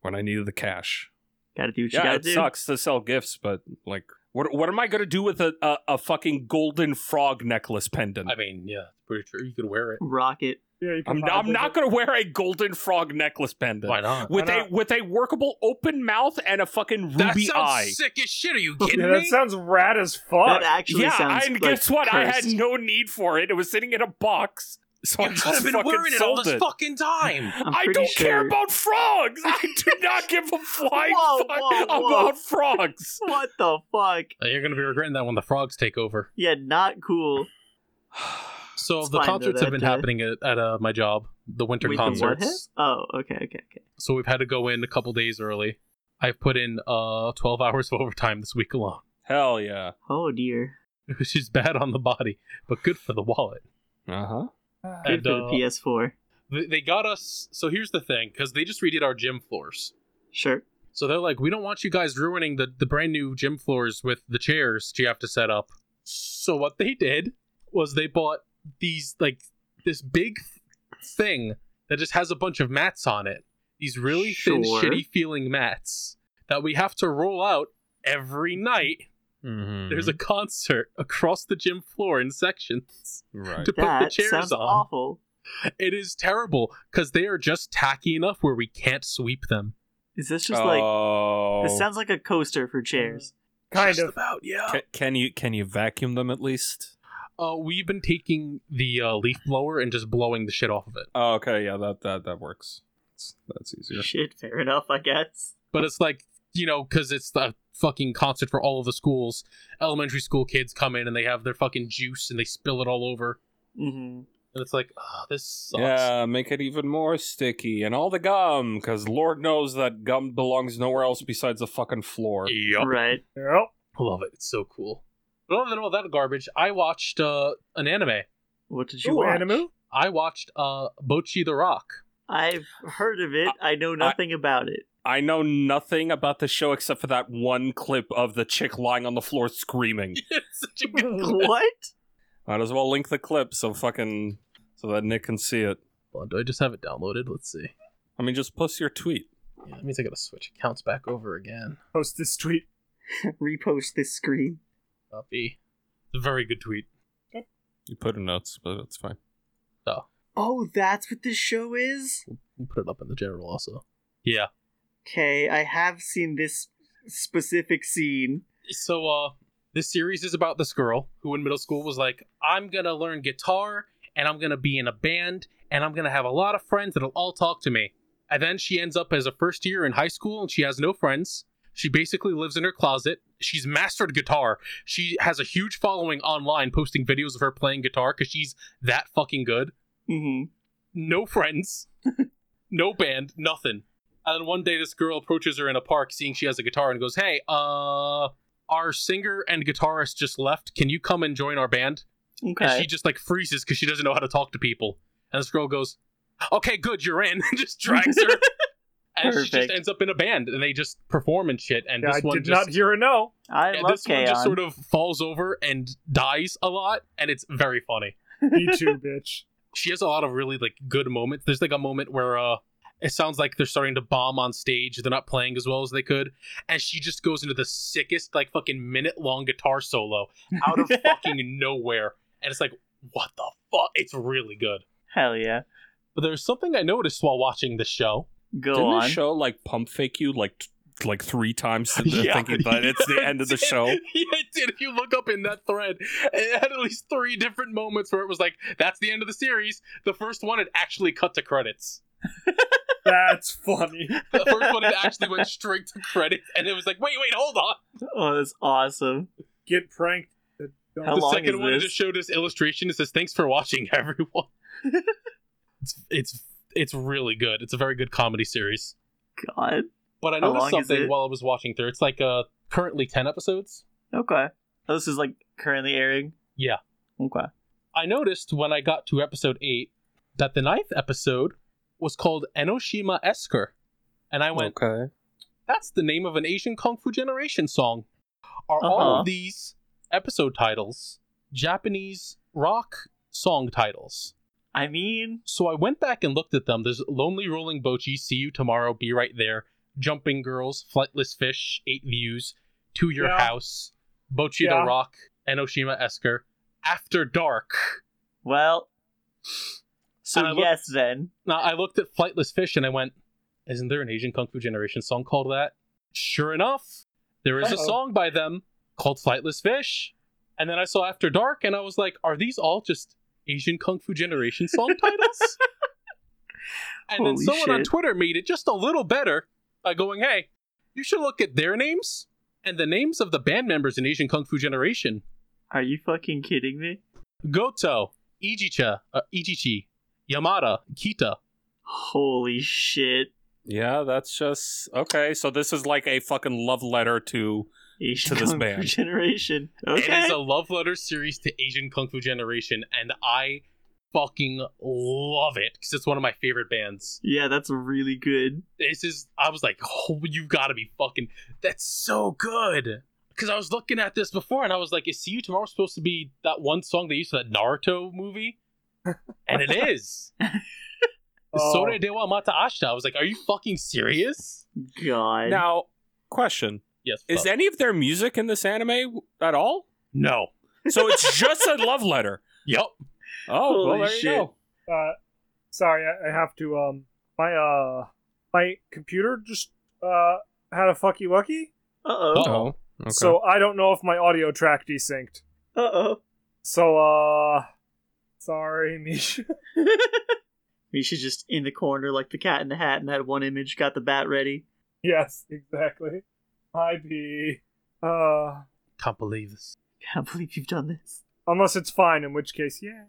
Speaker 5: when I needed the cash.
Speaker 3: Gotta do what you
Speaker 5: Yeah,
Speaker 3: gotta
Speaker 5: it
Speaker 3: do.
Speaker 5: sucks to sell gifts, but like, what what am I gonna do with a, a, a fucking golden frog necklace pendant?
Speaker 4: I mean, yeah, it's pretty true. You could wear it.
Speaker 3: Rocket.
Speaker 2: Yeah, you
Speaker 5: I'm,
Speaker 2: can
Speaker 5: I'm
Speaker 2: probably-
Speaker 5: not gonna wear a golden frog necklace pendant
Speaker 4: Why not?
Speaker 5: with
Speaker 2: Why
Speaker 5: a
Speaker 2: not?
Speaker 5: with a workable open mouth and a fucking
Speaker 4: That
Speaker 5: ruby
Speaker 4: sounds
Speaker 5: eye.
Speaker 4: sick as shit. Are you kidding
Speaker 2: Yeah,
Speaker 4: me?
Speaker 2: that sounds rad as fuck.
Speaker 3: That actually
Speaker 5: Oh, yeah,
Speaker 3: sounds
Speaker 5: and
Speaker 3: like,
Speaker 5: guess what? I had
Speaker 3: cursed.
Speaker 5: no need for it. It was sitting in a box, so I
Speaker 4: I've
Speaker 5: just
Speaker 4: been
Speaker 5: fucking
Speaker 4: wearing it all
Speaker 5: sold
Speaker 4: this fucking time.
Speaker 3: I'm
Speaker 5: I
Speaker 3: pretty
Speaker 5: don't care
Speaker 3: sure-
Speaker 5: about frogs. I do not give a flying
Speaker 3: Whoa,
Speaker 5: fuck
Speaker 3: whoa, whoa.
Speaker 5: about frogs.
Speaker 3: What the fuck?
Speaker 4: Uh, You're gonna be regretting that when the frogs take over.
Speaker 3: Yeah, not cool.
Speaker 4: So
Speaker 3: It's
Speaker 4: the
Speaker 3: fine, though,
Speaker 4: concerts have
Speaker 3: that,
Speaker 4: been
Speaker 3: uh,
Speaker 4: happening at, at uh, my job, the winter
Speaker 3: Wait, the what
Speaker 4: concerts.
Speaker 3: has- Oh, okay, okay, okay.
Speaker 4: so we've had to go in a couple days early. I've put in uh 12 hours of overtime this week alone,
Speaker 3: Uh-huh.
Speaker 5: Hell yeah.
Speaker 3: Oh dear.
Speaker 4: which is bad on the body, but good for the wallet.
Speaker 5: Uh huh.
Speaker 3: Good
Speaker 4: And,
Speaker 3: for the
Speaker 4: uh,
Speaker 3: PS4.
Speaker 4: They- They got us. So here's the thing, because they just redid our gym floors.
Speaker 3: Sure.
Speaker 4: So they're like, we don't want you guys ruining the, the brand new gym floors with the chairs you have to set up. So what they did was they bought these like this big thing that just has a bunch of mats on it. These really thin,
Speaker 3: Sure.
Speaker 4: shitty feeling mats that we have to roll out every night.
Speaker 5: Mm-hmm,
Speaker 4: There's a concert across the gym floor in sections
Speaker 5: right.
Speaker 4: to put the
Speaker 3: That
Speaker 4: chairs
Speaker 3: sounds
Speaker 4: on.
Speaker 3: awful.
Speaker 4: It is terrible because they are just tacky enough where we can't sweep them.
Speaker 3: Is this just like
Speaker 5: oh.
Speaker 3: this sounds like a coaster for chairs?
Speaker 2: Kind
Speaker 4: Just
Speaker 2: of.
Speaker 4: about, yeah.
Speaker 5: Ca- can you can you vacuum them at least?
Speaker 4: Uh, we've been taking the uh, leaf blower and just blowing the shit off of it.
Speaker 5: Oh, okay, yeah, that that that works. That's, that's easier.
Speaker 3: Shit, fair enough, I guess.
Speaker 4: But it's like, you know, because it's the fucking concert for all of the schools. Elementary school kids come in and they have their fucking juice and they spill it all over.
Speaker 3: hmm
Speaker 4: And it's like, oh, this sucks.
Speaker 5: Yeah, make it even more sticky and all the gum, because Lord knows that gum belongs nowhere else besides the fucking floor.
Speaker 4: Yup.
Speaker 3: Right.
Speaker 2: Yep.
Speaker 4: Love it. It's so cool. But other than all that garbage, I watched uh, an anime.
Speaker 3: What did you
Speaker 2: Ooh,
Speaker 3: watch?
Speaker 2: Animu.
Speaker 4: I watched uh, Bochi the Rock.
Speaker 3: I've heard of it. I know nothing about it.
Speaker 5: I know nothing about the show except for that one clip of the chick lying on the floor screaming.
Speaker 4: it's such a good
Speaker 3: what?
Speaker 5: Might as well link the clip so fucking so that Nick can see it.
Speaker 4: Hold on, do I just have it downloaded? Let's see.
Speaker 5: I mean, just post your tweet.
Speaker 4: Yeah, that means I gotta switch accounts back over again.
Speaker 2: Post this tweet.
Speaker 3: Repost this screen.
Speaker 4: Copy. It's a very good tweet.
Speaker 5: You put in notes, but it's fine.
Speaker 3: Oh, that's what this show is?
Speaker 4: We'll put it up in the general also. Yeah.
Speaker 3: Okay, I have seen this specific scene.
Speaker 4: So uh this series is about this girl who in middle school was like, I'm gonna learn guitar and I'm gonna be in a band and I'm gonna have a lot of friends that'll all talk to me. And then she ends up as a first year in high school and she has no friends. She basically lives in her closet. She's mastered guitar. She has a huge following online posting videos of her playing guitar because she's that fucking good.
Speaker 3: Mm-hmm.
Speaker 4: no friends, no band, nothing. And then one day, this girl approaches her in a park, seeing she has a guitar, and goes, "Hey, uh, our singer and guitarist just left. Can you come and join our band?" And
Speaker 3: Okay.
Speaker 4: she just like freezes because she doesn't know how to talk to people. And this girl goes, "Okay, good, you're in." and just drags her, and she just
Speaker 3: Perfect.
Speaker 4: ends up in a band, and they just perform and shit. And
Speaker 2: Yeah,
Speaker 4: this
Speaker 2: I
Speaker 4: one
Speaker 2: did
Speaker 4: just
Speaker 2: not hear a no.
Speaker 3: I
Speaker 4: yeah,
Speaker 3: love
Speaker 4: this one just
Speaker 3: K-On!
Speaker 4: sort of falls over and dies a lot, and it's very funny.
Speaker 2: Me too, bitch.
Speaker 4: she has a lot of really like good moments. There's like a moment where uh it sounds like they're starting to bomb on stage. They're not playing as well as they could, and she just goes into the sickest like fucking minute long guitar solo out of fucking nowhere, and it's like what the fuck? It's really good.
Speaker 3: Hell yeah.
Speaker 4: But there's something I noticed while watching the show.
Speaker 3: Go
Speaker 5: Didn't
Speaker 3: on.
Speaker 5: the show like pump fake you like t- like three times to
Speaker 4: Yeah.
Speaker 5: thinking that it's the end of the
Speaker 4: It did.
Speaker 5: show?
Speaker 4: Yeah, it did. If you look up in that thread, it had at least three different moments where it was like, "That's the end of the series." The first one, it actually cut to credits.
Speaker 2: That's funny.
Speaker 4: The first one it actually went straight to credit, and it was like, wait, wait, hold on.
Speaker 3: Oh, that's awesome.
Speaker 2: Get pranked. Don't-
Speaker 3: How
Speaker 4: the
Speaker 3: long
Speaker 4: second
Speaker 3: is
Speaker 4: one it
Speaker 3: this?
Speaker 4: just showed us illustration. It says, "Thanks for watching, everyone." it's it's it's really good. It's a very good comedy series.
Speaker 3: God.
Speaker 4: But I
Speaker 3: How
Speaker 4: noticed
Speaker 3: long is
Speaker 4: something
Speaker 3: it?
Speaker 4: while I was watching through. It's like uh currently ten episodes.
Speaker 3: Okay. Oh, this is like currently airing?
Speaker 4: Yeah.
Speaker 3: Okay.
Speaker 4: I noticed when I got to episode eight that the ninth episode was called Enoshima Esker, and
Speaker 3: Oh,
Speaker 4: I went,
Speaker 5: okay.
Speaker 4: That's the name of an Asian Kung Fu Generation song. Are all
Speaker 3: Uh-huh.
Speaker 4: of these episode titles Japanese rock song titles?
Speaker 3: I mean,
Speaker 4: So I went back and looked at them. There's Lonely Rolling Bochi, See You Tomorrow, Be Right There, Jumping Girls, Flightless Fish, Eight Views, To Your
Speaker 2: Yeah.
Speaker 4: House, Bochi
Speaker 2: Yeah.
Speaker 4: the Rock, Enoshima Esker, After Dark.
Speaker 3: well.
Speaker 4: And
Speaker 3: So,
Speaker 4: I looked-
Speaker 3: yes, then.
Speaker 4: Now I looked at Flightless Fish and I went, "Isn't there an Asian Kung Fu Generation song called that?" Sure enough, there is a
Speaker 2: Uh-oh.
Speaker 4: song by them called Flightless Fish. And then I saw After Dark and I was like, "Are these all just Asian Kung Fu Generation song titles?" and then
Speaker 3: Holy
Speaker 4: someone on
Speaker 3: shit.
Speaker 4: Twitter made it just a little better by going, "Hey, you should look at their names and the names of the band members in Asian Kung Fu Generation:
Speaker 3: Are you fucking kidding me?
Speaker 4: Goto, Ijicha, uh, Ijichi, Yamada, Kita."
Speaker 3: Holy shit.
Speaker 5: Yeah, that's just okay. So this is like a fucking love letter to
Speaker 3: Asian
Speaker 5: this
Speaker 3: Kung Fu
Speaker 5: band.
Speaker 3: Generation.
Speaker 4: It
Speaker 3: Okay.
Speaker 4: is a love letter series to Asian Kung Fu Generation, and I fucking love it because it's one of my favorite bands.
Speaker 3: Yeah, that's really good.
Speaker 4: This is I was like, oh, you've got to be fucking. That's so good. Because I was looking at this before and I was like, is See You Tomorrow supposed to be that one song they used for that Naruto movie? And it is. Sore Dewa Mata Ashita. I was like, are you fucking serious?
Speaker 3: God.
Speaker 5: Now, question:
Speaker 4: Yes.
Speaker 5: Is
Speaker 4: fuck.
Speaker 5: any of their music in this anime w- at all?
Speaker 4: no?
Speaker 5: So it's just a love letter.
Speaker 4: Yep.
Speaker 5: Oh, well,
Speaker 3: Holy
Speaker 5: there you
Speaker 3: shit.
Speaker 5: go.
Speaker 2: uh, sorry, I, I have to. Um, my uh, my computer just uh had a fucky wucky,
Speaker 3: Uh oh.
Speaker 5: Uh-oh.
Speaker 4: Okay.
Speaker 2: so I don't know if my audio track desynced.
Speaker 3: Uh oh.
Speaker 2: So uh, sorry, Misha.
Speaker 3: Misha's just in the corner like the cat in the hat and had one image, got the bat ready.
Speaker 2: yes, exactly. Hi, B. Uh,
Speaker 4: Can't believe this.
Speaker 3: Can't believe you've done this.
Speaker 2: unless it's fine, in which case, yeah,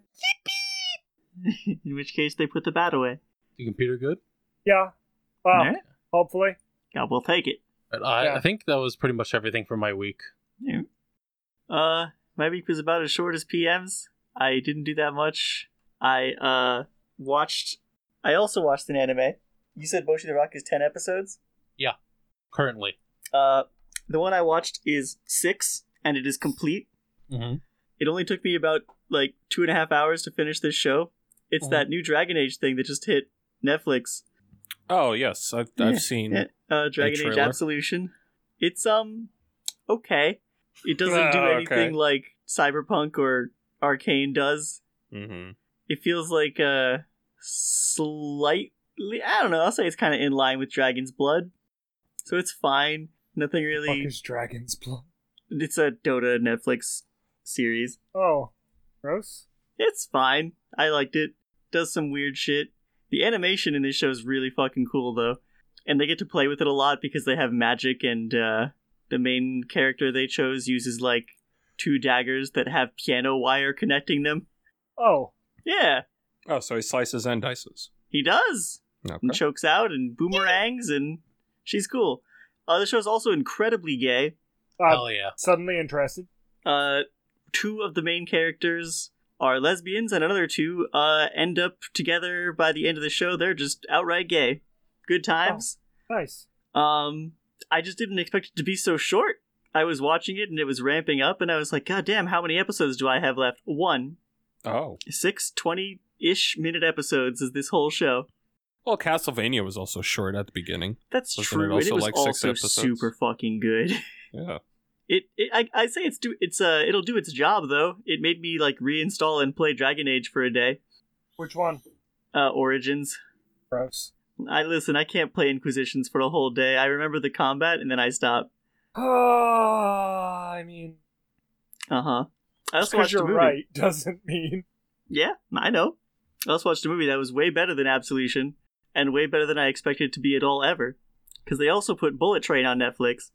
Speaker 3: in which case, they put the bat away.
Speaker 4: The computer good?
Speaker 2: yeah. Well,
Speaker 3: Alright.
Speaker 2: hopefully.
Speaker 3: God, we'll take it.
Speaker 4: But I,
Speaker 2: Yeah.
Speaker 4: I think that was pretty much everything for my week.
Speaker 3: Yeah. Uh, my week was about as short as PM's. I didn't do that much. I uh watched. I also watched an anime. You said Boshi the Rock is ten episodes.
Speaker 4: Currently.
Speaker 3: Uh, the one I watched is six, and it is complete.
Speaker 4: Mm-hmm.
Speaker 3: It only took me about like two and a half hours to finish this show. It's
Speaker 5: Mm-hmm.
Speaker 4: Mhm.
Speaker 3: that new Dragon Age thing that just hit Netflix.
Speaker 5: Oh yes, I've,
Speaker 3: Yeah.
Speaker 5: I've seen.
Speaker 3: Yeah, uh, Dragon Age
Speaker 5: trailer.
Speaker 3: Absolution. It's um okay. It doesn't do
Speaker 5: Oh, okay.
Speaker 3: anything like Cyberpunk or Arcane does.
Speaker 5: Mhm.
Speaker 3: It feels like uh slightly I don't know, I'll say it's kinda in line with Dragon's Blood. So it's fine. Nothing
Speaker 2: Fuck
Speaker 3: really
Speaker 2: is Dragon's Blood?
Speaker 3: it's a Dota Netflix series.
Speaker 2: Oh, gross.
Speaker 3: It's fine. I liked it. Does some weird shit. The animation in this show is really fucking cool though. And they get to play with it a lot because they have magic and uh the main character they chose uses like two daggers that have piano wire connecting them.
Speaker 2: Oh,
Speaker 3: Yeah,
Speaker 5: Oh, so he slices and dices.
Speaker 3: he does. And chokes out and boomerangs and she's cool. Uh the show's also incredibly gay.
Speaker 2: uh,
Speaker 4: Hell yeah.
Speaker 2: suddenly interested.
Speaker 3: Uh two of the main characters are lesbians and another two uh end up together by the end of the show. They're just outright gay. Good times.
Speaker 2: Nice.
Speaker 3: Um, I just didn't expect it to be so short. I was watching it and it was ramping up, and I was like, God damn, how many episodes do I have left? One.
Speaker 5: Oh,
Speaker 3: Six 20 ish minute episodes is this whole show.
Speaker 5: well, Castlevania was also short at the beginning.
Speaker 3: That's
Speaker 5: Wasn't it
Speaker 3: true. and
Speaker 5: also
Speaker 3: it was
Speaker 5: like six
Speaker 3: also
Speaker 5: episodes?
Speaker 3: super fucking good.
Speaker 5: Yeah.
Speaker 3: It, it I, I say it's do it's uh it'll do its job though. It made me like reinstall and play Dragon Age for a day.
Speaker 2: Which one?
Speaker 3: Uh, Origins.
Speaker 2: Gross.
Speaker 3: I listen. I can't play Inquisitions for a whole day. I remember the combat and then I stop.
Speaker 2: Ah, I mean,
Speaker 3: Uh huh. I
Speaker 2: just
Speaker 3: also
Speaker 2: 'cause
Speaker 3: watched
Speaker 2: you're
Speaker 3: a movie.
Speaker 2: right doesn't mean
Speaker 3: Yeah, I know. I also watched a movie that was way better than Absolution and way better than I expected it to be at all ever. Because they also put Bullet Train on Netflix.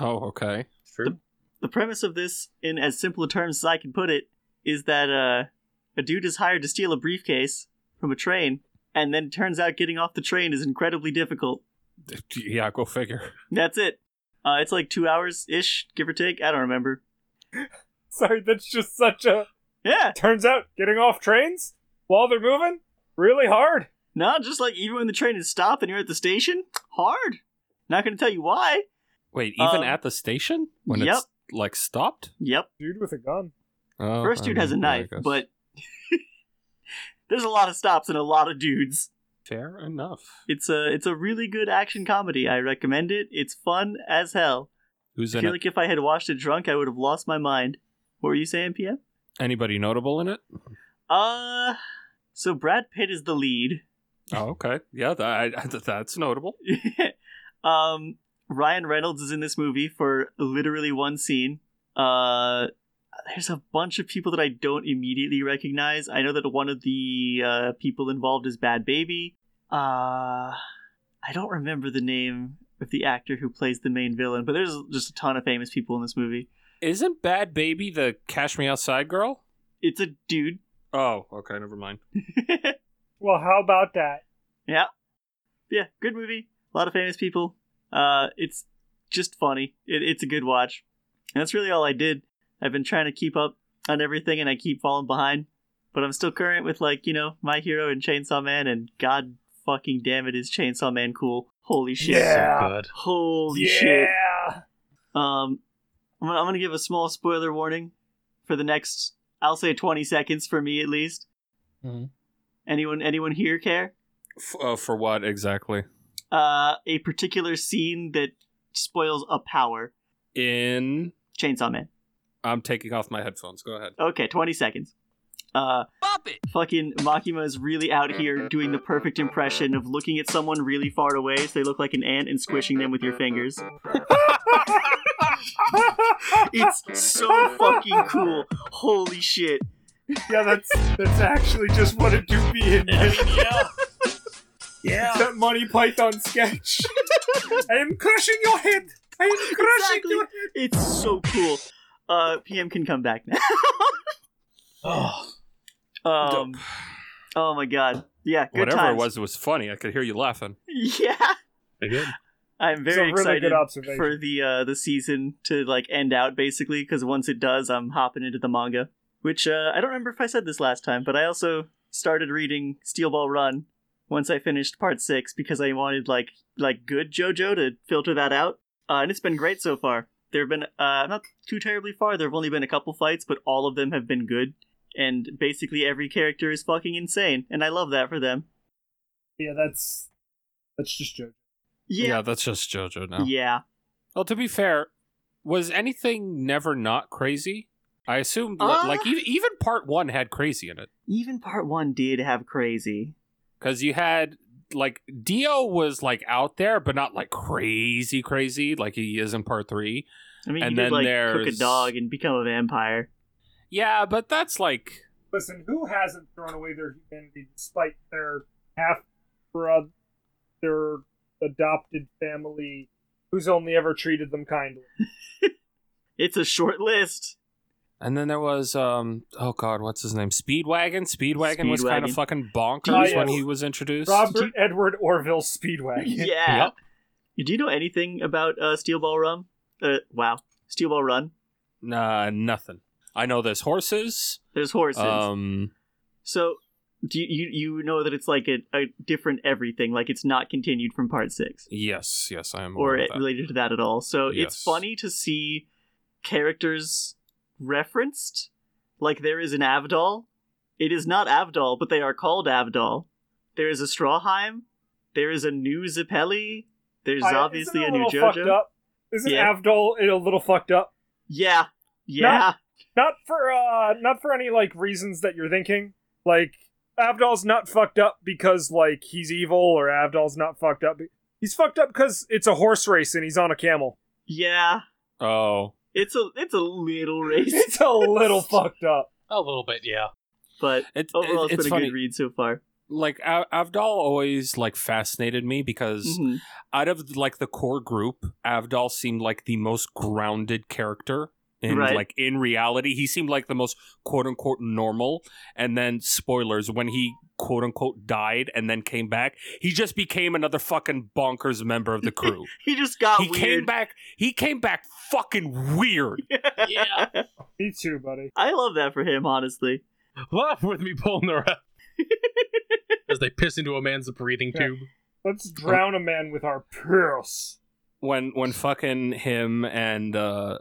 Speaker 5: Oh, okay.
Speaker 4: True.
Speaker 3: The premise of this, in as simple terms as I can put it, is that uh, a dude is hired to steal a briefcase from a train, and then it turns out getting off the train is incredibly difficult.
Speaker 5: Yeah, go figure.
Speaker 3: That's it. Uh, it's like two hours ish, give or take. I don't remember.
Speaker 2: Sorry, that's just such a.
Speaker 3: Yeah,
Speaker 2: Turns out getting off trains while they're moving really hard.
Speaker 3: no, just like even when the train is stopped and you're at the station, hard. Not going to tell you why.
Speaker 5: Wait, even
Speaker 3: Um,
Speaker 5: at the station when
Speaker 3: yep.
Speaker 5: it's like stopped.
Speaker 3: Yep.
Speaker 2: Dude with a gun.
Speaker 5: Oh,
Speaker 3: First
Speaker 5: I
Speaker 3: dude
Speaker 5: mean,
Speaker 3: has a
Speaker 5: yeah, I
Speaker 3: knife,
Speaker 5: guess.
Speaker 3: but there's a lot of stops and a lot of dudes.
Speaker 5: fair enough.
Speaker 3: It's a it's a really good action comedy. I recommend it. It's fun as hell.
Speaker 5: Who's
Speaker 3: I
Speaker 5: in
Speaker 3: feel
Speaker 5: it?
Speaker 3: like if I had watched it drunk, I would have lost my mind. What were you saying, PM?
Speaker 5: Anybody notable in it?
Speaker 3: Uh, so Brad Pitt is the lead.
Speaker 5: Oh, okay. Yeah, that, I, I- that's notable.
Speaker 3: um, Ryan Reynolds is in this movie for literally one scene. Uh, there's a bunch of people that I don't immediately recognize. I know that one of the uh, people involved is Bad Baby. Uh, I don't remember the name of the actor who plays the main villain, but there's just a ton of famous people in this movie.
Speaker 5: Isn't Bad Baby the Cash Me Outside girl?
Speaker 3: It's a dude.
Speaker 5: Oh, okay, never mind.
Speaker 2: Well, how about that?
Speaker 3: yeah, yeah, good movie. A lot of famous people. Uh, it's just funny. It, it's a good watch. And that's really all I did. I've been trying to keep up on everything, and I keep falling behind. but I'm still current with like you know My Hero and Chainsaw Man, and God fucking damn it, is Chainsaw Man cool? Holy shit!
Speaker 2: Yeah.
Speaker 4: Good.
Speaker 3: Holy
Speaker 2: yeah.
Speaker 3: shit! Um, I'm gonna, I'm gonna give a small spoiler warning for the next, I'll say 20 seconds for me at least.
Speaker 4: Mhm.
Speaker 3: Anyone, anyone here care?
Speaker 5: F- uh, for what exactly?
Speaker 3: Uh, a particular scene that spoils a power.
Speaker 5: In
Speaker 3: Chainsaw Man.
Speaker 5: I'm taking off my headphones. Go ahead.
Speaker 3: Okay, 20 seconds. Uh, Fucking Makima is really out here doing the perfect impression of looking at someone really far away so they look like an ant and squishing them with your fingers. it's so fucking cool. Holy shit.
Speaker 2: Yeah, that's that's actually just what it do be in
Speaker 1: Yeah.
Speaker 2: that Money Python sketch. I am crushing your head. I am crushing
Speaker 3: Exactly.
Speaker 2: your head.
Speaker 3: It's so cool. Uh, PM can come back now. um, oh my god. Yeah, good
Speaker 5: Whatever
Speaker 3: times.
Speaker 5: it was, it was funny. I could hear you laughing.
Speaker 3: Yeah,
Speaker 4: Again.
Speaker 3: I'm
Speaker 2: It's
Speaker 3: very
Speaker 2: a really
Speaker 3: excited
Speaker 2: good observation.
Speaker 3: for the uh, the season to like end out basically because once it does, I'm hopping into the manga. Which uh, I don't remember if I said this last time, but I also started reading Steel Ball Run once I finished part six because I wanted like like good JoJo to filter that out, uh, and it's been great so far. There have been uh, not too terribly far. There have only been a couple fights, but all of them have been good, and basically every character is fucking insane, and I love that for them.
Speaker 2: Yeah, that's that's just joke.
Speaker 3: Yeah,
Speaker 5: that's just JoJo
Speaker 3: yeah.
Speaker 5: now. Well, to be fair, was anything never not crazy? I assumed li-
Speaker 3: Uh.
Speaker 5: like e- even part one had crazy in it
Speaker 3: Even part one did have crazy.
Speaker 5: because you had like Dio was like out there, but not like crazy crazy like he is in part three.
Speaker 3: I mean,
Speaker 5: And
Speaker 3: you did
Speaker 5: then
Speaker 3: like cook a
Speaker 5: there's-
Speaker 3: dog and become a vampire.
Speaker 5: Yeah, but that's like
Speaker 2: Listen, who hasn't thrown away their humanity despite their half brother, their adopted family, who's only ever treated them kindly?
Speaker 3: It's a short list.
Speaker 5: And then there was um oh god, what's his name? Speedwagon. Speedwagon was kind of
Speaker 3: Speedwagon.
Speaker 5: fucking
Speaker 2: Oh,
Speaker 5: bonkers
Speaker 2: yes.
Speaker 5: when he was introduced.
Speaker 2: Robert Edward Orville Speedwagon.
Speaker 3: yeah. Do you know anything about uh, Steel Ball Run? Uh, wow, Steel Ball Run.
Speaker 5: Nah, nothing. I know there's horses.
Speaker 3: There's horses.
Speaker 5: Um
Speaker 3: so do you, you you know that it's like a, a different everything? Like it's not continued from part six.
Speaker 5: yes, yes, I am
Speaker 3: or it
Speaker 5: aware of that.
Speaker 3: related to that at all. So it's
Speaker 5: Yes.
Speaker 3: funny to see characters referenced. Like there is an Avdol. It is not Avdol, but they are called Avdol. There is a Strawheim. There is a new Zeppeli. There's
Speaker 2: I-
Speaker 3: obviously a
Speaker 2: isn't it
Speaker 3: new
Speaker 2: little fucked
Speaker 3: JoJo.
Speaker 2: up? Isn't
Speaker 3: Yeah.
Speaker 2: Avdol a little fucked up?
Speaker 3: Yeah, yeah,
Speaker 2: Not for uh, not for any like reasons that you're thinking. Like Avdol's not fucked up because like he's evil, or Avdol's not fucked up. be- He's fucked up because it's a horse race and he's on a camel.
Speaker 3: yeah.
Speaker 5: Oh.
Speaker 3: It's a it's a little race,
Speaker 2: It's a little fucked up.
Speaker 4: A little bit, yeah.
Speaker 3: but
Speaker 5: It's,
Speaker 3: overall
Speaker 5: it-
Speaker 3: it's
Speaker 5: it's
Speaker 3: been a
Speaker 5: funny.
Speaker 3: good read so far.
Speaker 5: Like A- Avdol always like fascinated me because
Speaker 3: Mhm.
Speaker 5: out of like the core group, Avdol seemed like the most grounded character. And
Speaker 3: Right.
Speaker 5: like in reality, he seemed like the most quote unquote normal. And then spoilers, when he quote unquote died and then came back, he just became another fucking bonkers member of the crew.
Speaker 3: He just got
Speaker 5: he came
Speaker 3: weird.
Speaker 5: back he came back fucking weird.
Speaker 4: Yeah.
Speaker 2: Me too, buddy.
Speaker 3: I love that for him, honestly.
Speaker 4: Love with me pulling the rep. As they piss into a man's breathing
Speaker 2: Yeah.
Speaker 4: tube.
Speaker 2: Let's drown a man with our piss.
Speaker 5: When when fucking him and uh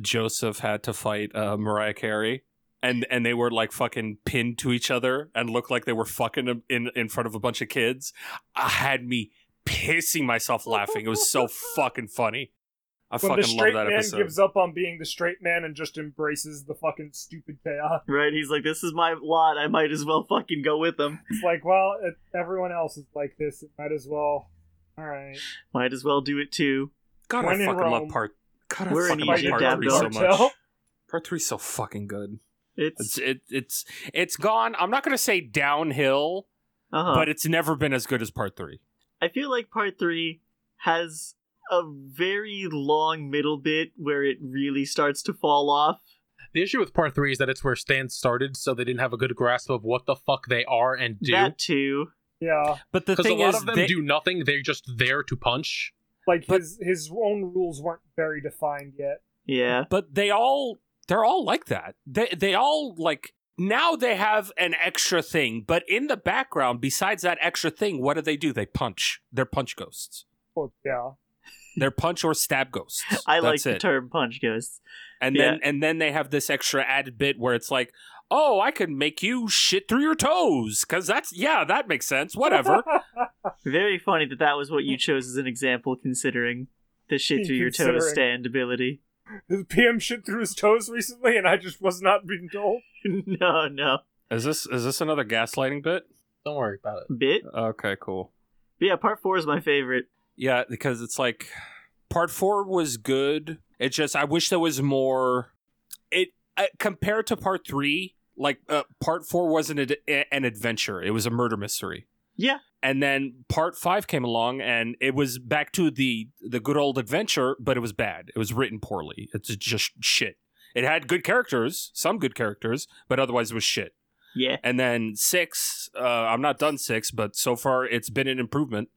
Speaker 5: Joseph had to fight uh Mariah Carey and and they were like fucking pinned to each other and looked like they were fucking in in front of a bunch of kids, I had me pissing myself laughing. It was so fucking funny. I
Speaker 2: When the
Speaker 5: fucking love
Speaker 2: straight
Speaker 5: that
Speaker 2: man
Speaker 5: episode.
Speaker 2: gives up on being the straight man and just embraces the fucking stupid chaos,
Speaker 3: Right? He's like, this is my lot. I might as well fucking go with them.
Speaker 2: it's like, well, if everyone else is like this. It might as well. All right.
Speaker 3: Might as well do it too.
Speaker 5: God,
Speaker 2: When
Speaker 5: I
Speaker 2: in
Speaker 5: fucking love
Speaker 2: Rome.
Speaker 5: part God, I
Speaker 3: We're in
Speaker 5: fucking love
Speaker 3: Egypt,
Speaker 5: part three so
Speaker 3: Avdol.
Speaker 5: much. Part three's so fucking good. It's
Speaker 3: It's
Speaker 5: it, it's it's gone. I'm not gonna say downhill,
Speaker 3: uh
Speaker 5: but it's never been as good as part three.
Speaker 3: I feel like part three has a very long middle bit where it really starts to fall off.
Speaker 4: The issue with part three is that it's where Stan started, so they didn't have a good grasp of what the fuck they are and do.
Speaker 3: That too.
Speaker 2: Yeah.
Speaker 5: But the
Speaker 4: Because a
Speaker 5: thing
Speaker 4: lot
Speaker 5: is,
Speaker 4: of them
Speaker 5: they-
Speaker 4: do nothing; they're just there to punch.
Speaker 2: Like
Speaker 5: But-
Speaker 2: his his own rules weren't very defined yet.
Speaker 3: Yeah.
Speaker 5: but they all they're all like that. They they all like now they have an extra thing, but in the background, besides that extra thing, what do they do? They punch. They're punch ghosts.
Speaker 2: Well, yeah.
Speaker 5: They're punch or stab ghosts.
Speaker 3: I like
Speaker 5: That's
Speaker 3: the
Speaker 5: it.
Speaker 3: term punch ghosts.
Speaker 5: And then and then they have this extra added bit where it's like, oh, I can make you shit through your toes because that's yeah, that makes sense. Whatever.
Speaker 3: Very funny that that was what you chose as an example, considering the
Speaker 5: Hmm,
Speaker 3: shit through your toes
Speaker 2: Considering.
Speaker 3: stand ability.
Speaker 2: His PM shit through his toes recently, and I just was not being told.
Speaker 3: no, no.
Speaker 5: is this is this another gaslighting bit?
Speaker 4: Don't worry about it.
Speaker 3: Bit.
Speaker 5: Okay, cool.
Speaker 3: But yeah, part four is my favorite.
Speaker 5: Yeah, because it's like part four was good. It's just I wish there was more. It uh, compared to part three, like uh, part four wasn't an, ad- an adventure; it was a murder mystery.
Speaker 3: Yeah.
Speaker 5: And then part five came along, and it was back to the the good old adventure, but it was bad. It was written poorly. It's just shit. It had good characters, some good characters, but otherwise it was shit.
Speaker 3: Yeah.
Speaker 5: And then six, uh, I'm not done six, but so far it's been an improvement,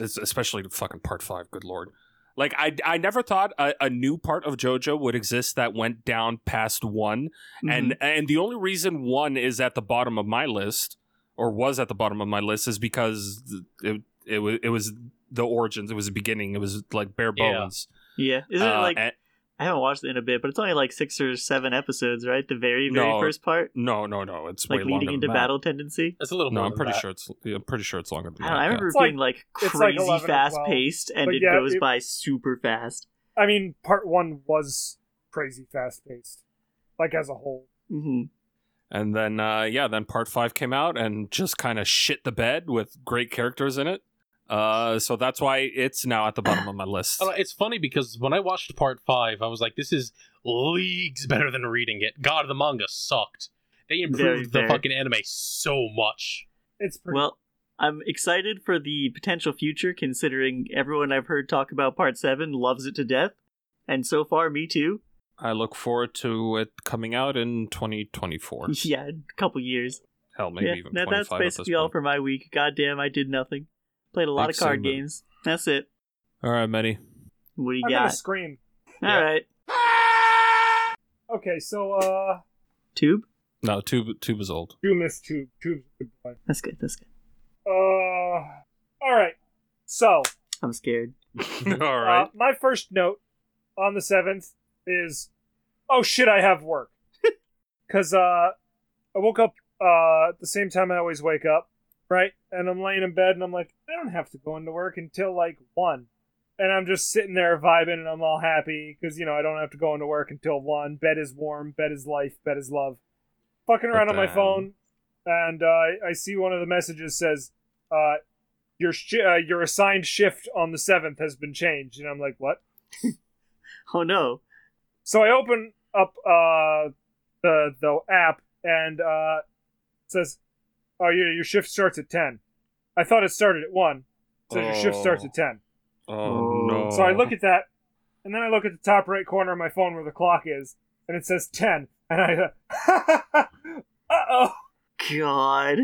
Speaker 5: it's especially to fucking part five. Good lord. Like I, I never thought a, a new part of JoJo would exist that went down past one,
Speaker 3: Mm-hmm.
Speaker 5: and and the only reason one is at the bottom of my list or was at the bottom of my list is because it it was it was the origins, it was the beginning, it was like bare
Speaker 4: Yeah.
Speaker 5: bones.
Speaker 3: yeah. Isn't it
Speaker 5: Uh,
Speaker 3: like
Speaker 5: and-
Speaker 3: I haven't watched it in a bit, but it's only like six or seven episodes, right? The very, very
Speaker 5: No.
Speaker 3: first part,
Speaker 5: no, no, no, it's
Speaker 3: like
Speaker 5: way
Speaker 3: leading
Speaker 5: longer
Speaker 3: into
Speaker 5: than that.
Speaker 3: battle tendency.
Speaker 4: It's a little.
Speaker 5: No,
Speaker 4: more
Speaker 5: I'm
Speaker 4: than
Speaker 5: pretty
Speaker 4: that.
Speaker 5: sure it's I'm pretty sure it's longer than
Speaker 3: I,
Speaker 5: that.
Speaker 3: don't know, I
Speaker 5: yeah.
Speaker 3: remember it
Speaker 2: It's
Speaker 3: being like
Speaker 2: it's like
Speaker 3: crazy
Speaker 2: 11 or
Speaker 3: fast
Speaker 2: 12.
Speaker 3: paced, and
Speaker 2: But
Speaker 3: it
Speaker 2: yeah,
Speaker 3: goes
Speaker 2: it-
Speaker 3: by super fast.
Speaker 2: I mean, part one was crazy fast paced, like as a whole.
Speaker 3: hmm
Speaker 5: And then, uh, yeah, then part five came out and just kind of shit the bed with great characters in it. Uh, so that's why it's now at the bottom of my list.
Speaker 4: I don't know, Uh, it's funny because when I watched part five, I was like, "This is leagues better than reading it." God, the manga sucked. They
Speaker 3: Very
Speaker 4: improved
Speaker 3: fair.
Speaker 4: the fucking anime so much.
Speaker 2: It's pretty.
Speaker 3: Well, I'm excited for the potential future, considering everyone I've heard talk about part seven loves it to death, and so far, me too.
Speaker 5: I look forward to it coming out in 2024.
Speaker 3: yeah, a couple years.
Speaker 5: Hell, maybe
Speaker 3: yeah,
Speaker 5: even
Speaker 3: that-
Speaker 5: 25
Speaker 3: that's
Speaker 5: at this
Speaker 3: basically all
Speaker 5: point.
Speaker 3: for my week. Goddamn, I did nothing. Played a lot
Speaker 5: Thanks,
Speaker 3: of card
Speaker 5: Sigmund.
Speaker 3: games. That's it.
Speaker 5: All right, Medi.
Speaker 3: What do you
Speaker 2: I'm
Speaker 3: got?
Speaker 2: gonna scream.
Speaker 3: All right,
Speaker 2: Okay, so uh,
Speaker 3: tube.
Speaker 5: No, Tube, Tube is old.
Speaker 2: do miss tube. Tube's a good boy.
Speaker 3: That's good. That's good.
Speaker 2: Uh, all right. So
Speaker 3: I'm scared.
Speaker 5: all
Speaker 2: uh,
Speaker 5: right.
Speaker 2: my first note on the seventh is, oh shit, I have work. Cause uh, I woke up uh at the same time I always wake up, right? And I'm laying in bed and I'm like, I don't have to go into work until like one. And I'm just sitting there vibing and I'm all happy because, you know, I don't have to go into work until one. Bed is warm, bed is life, bed is love. Fucking around on my
Speaker 5: Ba-dam.
Speaker 2: phone, and uh, I- I see one of the messages says, uh, your sh- uh, your assigned shift on the seventh has been changed, and I'm like, what?
Speaker 3: Oh no.
Speaker 2: So I open up uh, the the app and uh, it says, oh, your your shift starts at ten. I thought it started at one. It says your shift starts
Speaker 5: Oh.
Speaker 2: at ten.
Speaker 5: Oh, no.
Speaker 2: So I look at that, and then I look at the top right corner of my phone where the clock is, and it says ten, and I, uh oh.
Speaker 3: God.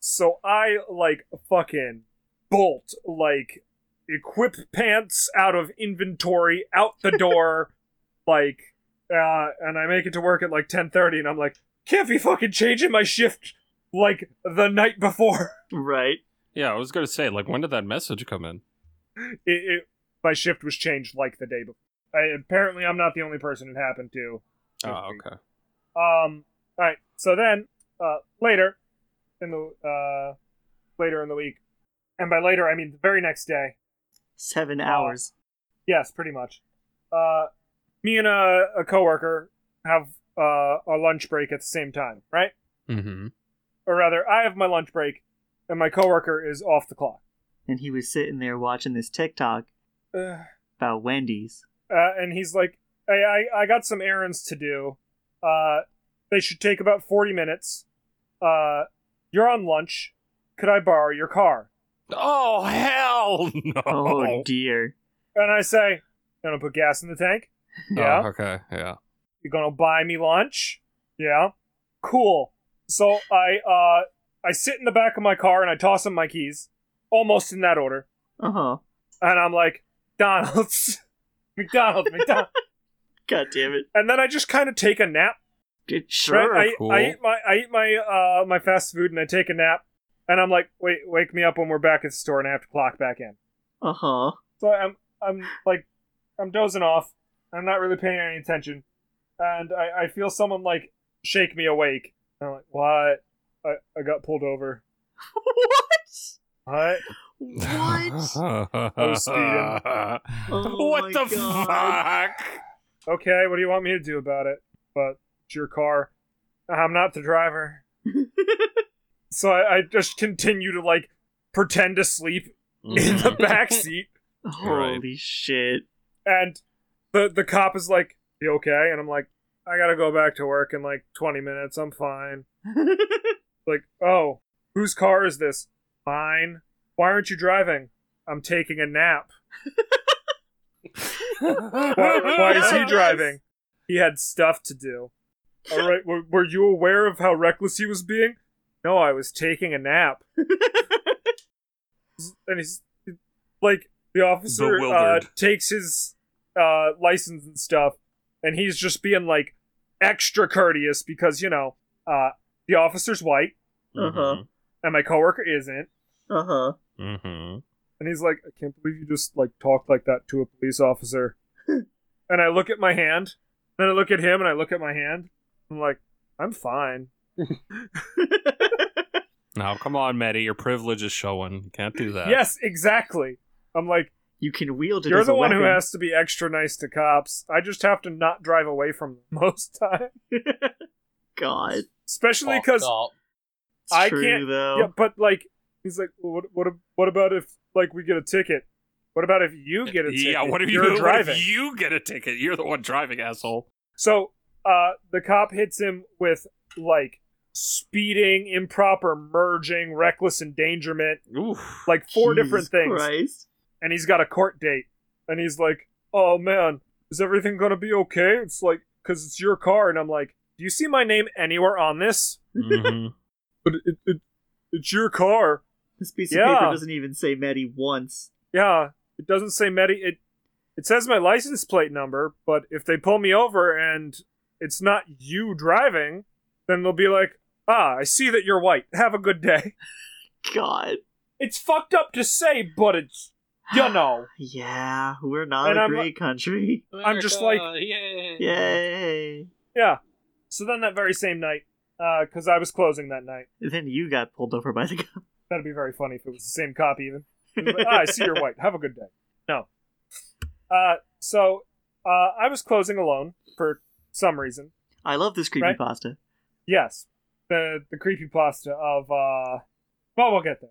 Speaker 2: So I like fucking bolt like equip pants out of inventory out the door like uh and I make it to work at like 10:30 and I'm like can't be fucking changing my shift like the night before
Speaker 3: Right.
Speaker 5: Yeah, I was going to say, like, when did that message come in?
Speaker 2: it, it my shift was changed like the day before I, apparently I'm not the only person it happened to
Speaker 5: Oh, okay.
Speaker 2: Um. All right. So then, uh, later in the uh, later in the week, and by later I mean the very next day.
Speaker 3: Seven hours.
Speaker 2: Yes, pretty much. Uh, me and a, a coworker have uh, our lunch break at the same time, right?
Speaker 5: Mm-hmm.
Speaker 2: Or rather, I have my lunch break, and my coworker is off the clock.
Speaker 3: And he was sitting there watching this TikTok
Speaker 2: Uh,
Speaker 3: about Wendy's.
Speaker 2: uh, and he's like, I, I, I got some errands to do. Uh, they should take about 40 minutes. Uh, you're on lunch. Could I borrow your car?
Speaker 5: Oh, hell no.
Speaker 3: Oh, dear.
Speaker 2: And I say, You gonna put gas in the tank? Yeah.
Speaker 5: Oh, okay, yeah.
Speaker 2: You gonna buy me lunch? Yeah. Cool. So I uh I sit in the back of my car and I toss him my keys. Almost in that order.
Speaker 3: Uh huh.
Speaker 2: And I'm like, Donald's McDonald's, McDonald's.
Speaker 3: God damn it.
Speaker 2: and then I just kind of take a nap
Speaker 3: It-
Speaker 2: Right?
Speaker 3: sure.
Speaker 2: I,
Speaker 5: cool.
Speaker 2: I eat my I eat my uh my fast food and I take a nap, and I'm like, wait, wake me up when we're back at the store, and I have to clock back in.
Speaker 3: Uh huh.
Speaker 2: So I'm I'm like I'm dozing off. I'm not really paying any attention, and I, I feel someone like shake me awake. And I'm like, what? I, I got pulled over.
Speaker 3: what?
Speaker 2: What?
Speaker 3: What? Oh
Speaker 5: what
Speaker 3: my
Speaker 5: the
Speaker 3: God.
Speaker 5: fuck?
Speaker 2: Okay, what do you want me to do about it? But it's your car. I'm not the driver. so I, I just continue to like pretend to sleep
Speaker 5: Mm-hmm.
Speaker 2: in the back seat,
Speaker 3: Holy shit.
Speaker 2: and the the cop is like, "You okay?" And I'm like, "I gotta go back to work in like 20 minutes. I'm fine." like, oh, whose car is this? Mine. Why aren't you driving? I'm taking a nap. Why, why is he driving? He had stuff to do. All right, were, were you aware of how reckless he was being? No, I was taking a nap. and he's like, the officer uh,
Speaker 5: Bewildered.
Speaker 2: takes his uh, license and stuff, and he's just being like extra courteous because, you know, uh, the officer's white
Speaker 3: Uh-huh.
Speaker 2: and my coworker isn't.
Speaker 3: Uh huh.
Speaker 5: Mm-hmm.
Speaker 2: And he's like, I can't believe you just like talked like that to a police officer. and I look at my hand, then I look at him, and I look at my hand. I'm like, I'm fine.
Speaker 5: Now, come on, Maddie. Your privilege is showing. You can't do that.
Speaker 2: Yes, exactly. I'm like,
Speaker 3: You can wield it
Speaker 2: you're
Speaker 3: as
Speaker 2: the
Speaker 3: a
Speaker 2: one who
Speaker 3: weapon.
Speaker 2: has to be extra nice to cops. I just have to not drive away from them most time,
Speaker 3: God.
Speaker 5: Oh,
Speaker 2: especially because
Speaker 3: It's
Speaker 2: I
Speaker 3: true,
Speaker 2: can't-
Speaker 3: though.
Speaker 2: yeah. But like, he's like, well, what what what about if like we get a ticket? What about if you get a ticket?
Speaker 5: Yeah, what are you
Speaker 2: You're
Speaker 5: what if
Speaker 2: driving?
Speaker 5: you get a ticket. You're the one driving, asshole.
Speaker 2: So uh, the cop hits him with like speeding, improper merging, reckless endangerment,
Speaker 5: Oof.
Speaker 2: like four
Speaker 3: Jesus
Speaker 2: different things.
Speaker 3: Christ.
Speaker 2: And he's got a court date. And he's like, oh man, is everything going to be okay? It's like, because it's your car. And I'm like, do you see my name anywhere on this?
Speaker 5: Mhm.
Speaker 2: But it, it, it's your car.
Speaker 3: This piece of
Speaker 2: Yeah.
Speaker 3: paper doesn't even say Maddie once.
Speaker 2: Yeah, it doesn't say Medi. It, it says my license plate number, but if they pull me over and it's not you driving, then they'll be like, ah, I see that you're white. Have a good day.
Speaker 3: God.
Speaker 2: It's fucked up to say, but it's, you know.
Speaker 3: Yeah, we're not
Speaker 2: And
Speaker 3: a
Speaker 2: I'm
Speaker 3: great
Speaker 2: like-
Speaker 3: country.
Speaker 2: I'm just like-
Speaker 4: yeah.
Speaker 3: Yay.
Speaker 2: Yeah. So then that very same night, because I was closing that night,
Speaker 3: Then you got pulled over by the cop.
Speaker 2: that'd be very funny if it was the same cop even. He's like, ah, I see you're white. Have a good day. No. Uh, so uh, I was closing alone for some reason.
Speaker 3: I love this creepy
Speaker 2: Right?
Speaker 3: pasta.
Speaker 2: Yes, the the creepy pasta of uh, well, we'll get there.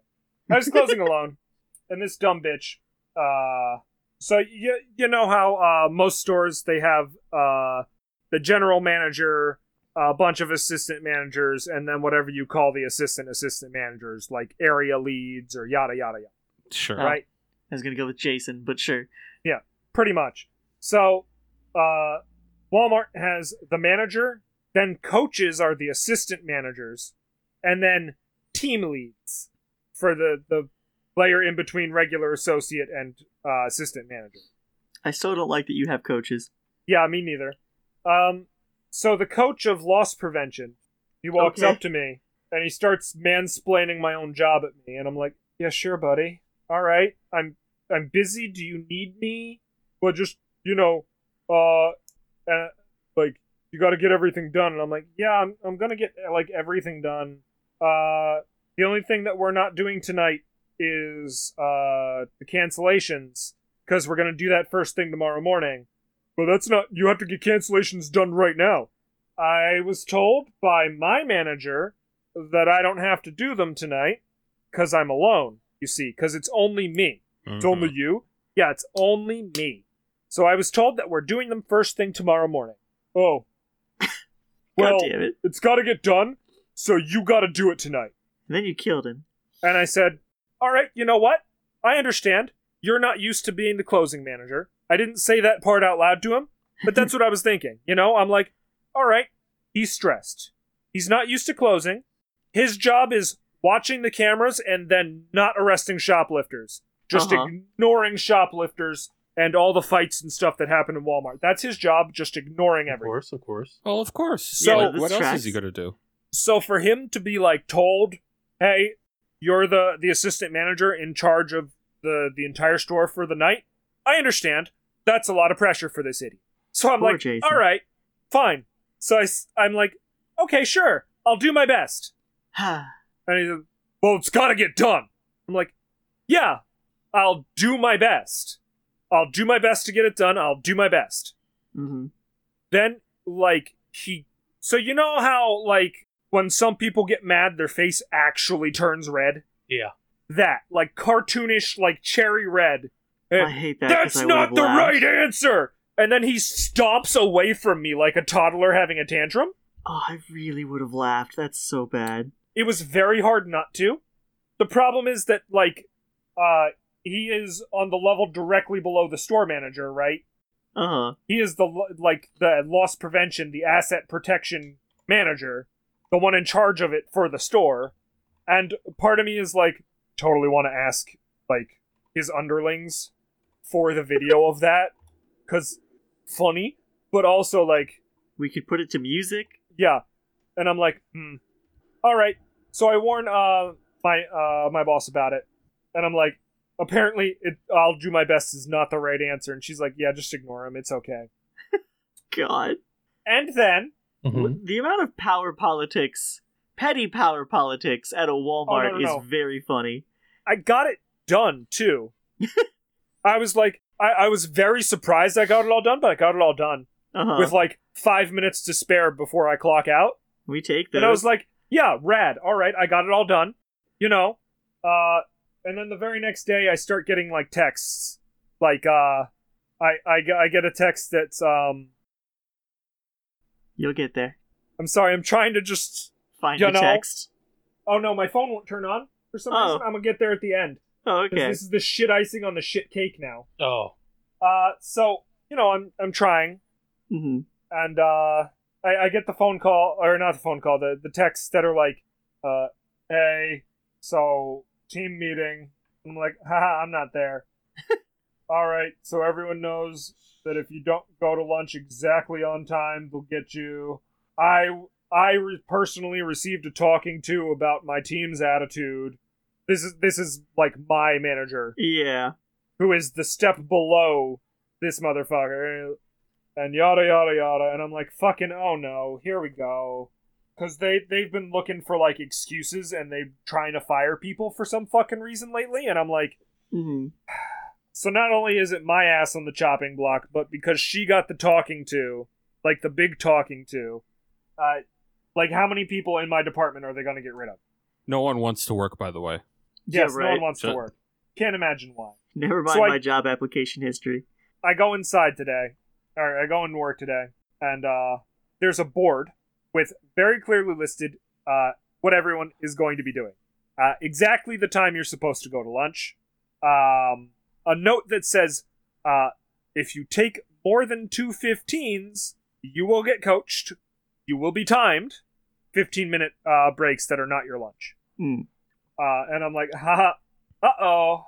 Speaker 2: I was closing alone, and this dumb bitch. Uh, so you you know how uh most stores they have uh the general manager, a bunch of assistant managers, and then whatever you call the assistant assistant managers, like area leads or yada yada yada,
Speaker 5: Sure.
Speaker 3: Oh.
Speaker 2: right?
Speaker 3: I was gonna go with Jason, but sure.
Speaker 2: pretty much. So, uh, Walmart has the manager, then coaches are the assistant managers, and then team leads for the the player in between regular associate and uh, assistant manager.
Speaker 3: I still don't like that you have coaches.
Speaker 2: Yeah, me neither. Um, so the coach of loss prevention, he walks
Speaker 3: Okay.
Speaker 2: up to me and he starts mansplaining my own job at me, and I'm like, "Yeah, sure, buddy. All right, I'm I'm busy. Do you need me? But just you know, uh, uh like you got to get everything done." And I'm like, "Yeah, I'm I'm gonna get like everything done. Uh, the only thing that we're not doing tonight is uh the cancellations because we're gonna do that first thing tomorrow morning." Well, that's not. You have to get cancellations done right now. I was told by my manager that I don't have to do them tonight because I'm alone, you see, because it's only me.
Speaker 5: Mm-hmm.
Speaker 2: It's only you? Yeah, it's only me. So I was told that we're doing them first thing tomorrow morning. Oh. well,
Speaker 3: God damn it.
Speaker 2: it's got to get done, so you got to do it tonight.
Speaker 3: And then you killed him.
Speaker 2: And I said, All right, you know what? I understand. You're not used to being the closing manager. I didn't say that part out loud to him, but that's what I was thinking. You know, I'm like, All right, he's stressed. He's not used to closing. His job is watching the cameras and then not arresting shoplifters, just
Speaker 3: Uh-huh.
Speaker 2: ignoring shoplifters and all the fights and stuff that happened in Walmart. That's his job, just ignoring
Speaker 4: Of
Speaker 2: everything.
Speaker 4: course, of course.
Speaker 5: Well, of course.
Speaker 2: Yeah,
Speaker 5: So
Speaker 2: but
Speaker 3: this
Speaker 5: what else
Speaker 3: tracks.
Speaker 5: is he gonna do?
Speaker 2: So for him to be like told, "Hey, you're the the assistant manager in charge of the the entire store for the night," I understand. That's a lot of pressure for this idiot. So I'm
Speaker 3: Poor
Speaker 2: like,
Speaker 3: Jason.
Speaker 2: "All right, fine." So I, am like, "Okay, sure, I'll do my best." And he's like, well, it's got to get done. I'm like, yeah, I'll do my best. I'll do my best to get it done. I'll do my best.
Speaker 3: hmm
Speaker 2: Then, like, he. So, you know how, like, when some people get mad, their face actually turns red?
Speaker 4: Yeah.
Speaker 2: That, like, cartoonish, like, cherry red.
Speaker 3: I hate that. 'cause
Speaker 2: That's
Speaker 3: I
Speaker 2: not
Speaker 3: would've
Speaker 2: the
Speaker 3: laughed.
Speaker 2: right answer! And then he stomps away from me like a toddler having a tantrum.
Speaker 3: Oh, I really would have laughed. That's so bad.
Speaker 2: it was very hard not to. The problem is that like uh he is on the level directly below the store manager, right?
Speaker 3: Uh huh.
Speaker 2: He is the lo- like the loss prevention, the asset protection manager, the one in charge of it for the store. And part of me is like totally want to ask like his underlings for the video of that cuz funny, but also like
Speaker 3: We could put it to music.
Speaker 2: yeah and i'm like hmm all right so i warn uh my uh my boss about it and i'm like apparently it i'll do my best is not the right answer and she's like yeah just ignore him it's okay
Speaker 3: God,
Speaker 2: and then
Speaker 4: Mm-hmm.
Speaker 3: the amount of power politics, petty power politics at a Walmart
Speaker 2: Oh, no, no.
Speaker 3: is very funny.
Speaker 2: i got it done too i was like I, I was very surprised i got it all done but i got it all done
Speaker 3: Uh huh.
Speaker 2: with like five minutes to spare before i clock out
Speaker 3: we take those.
Speaker 2: And I was like, yeah, rad. All right, I got it all done. You know, uh, and then the very next day, I start getting like texts. Like, uh, I, I, g- I get a text that's, um,
Speaker 3: You'll get there.
Speaker 2: I'm sorry, I'm trying to just.
Speaker 3: Find
Speaker 2: You
Speaker 3: the
Speaker 2: know.
Speaker 3: text.
Speaker 2: Oh no, my phone won't turn on for some
Speaker 3: Oh.
Speaker 2: reason. I'm gonna get there at the end.
Speaker 3: Oh,
Speaker 2: 'Cause
Speaker 3: okay.
Speaker 2: This is the shit icing on the shit cake now.
Speaker 4: Oh,
Speaker 2: Uh, so you know, I'm I'm trying,
Speaker 3: hmm
Speaker 2: and uh, I, I get the phone call or not the phone call, the the texts that are like, uh, hey, so team meeting. I'm like, haha, I'm not there. All right, so everyone knows that if you don't go to lunch exactly on time, they'll get you. I I re- personally received a talking to about my team's attitude. This is this is like my manager
Speaker 3: Yeah.
Speaker 2: who is the step below this motherfucker, and yada yada yada. And I'm like, fucking, oh no, here we go, because they they've been looking for like excuses and they trying to fire people for some fucking reason lately. And I'm like,
Speaker 3: hmm
Speaker 2: so not only is it my ass on the chopping block, but because she got the talking to, like the big talking to, uh, like how many people in my department are they going to get rid of?
Speaker 5: No one wants to work, by the way.
Speaker 2: Yes,
Speaker 3: yeah,
Speaker 2: no
Speaker 3: right.
Speaker 2: one wants to
Speaker 5: Sure.
Speaker 2: work. Can't imagine why.
Speaker 3: Never mind
Speaker 2: So I-
Speaker 3: my job application history.
Speaker 2: I go inside today, or I go in work today, and uh, there's a board with very clearly listed uh, what everyone is going to be doing. Uh, exactly the time you're supposed to go to lunch. Um, a note that says, uh, if you take more than two 15s, you will get coached. You will be timed. 15 minute uh, breaks that are not your lunch.
Speaker 3: Mm.
Speaker 2: Uh, and I'm like, haha, uh oh.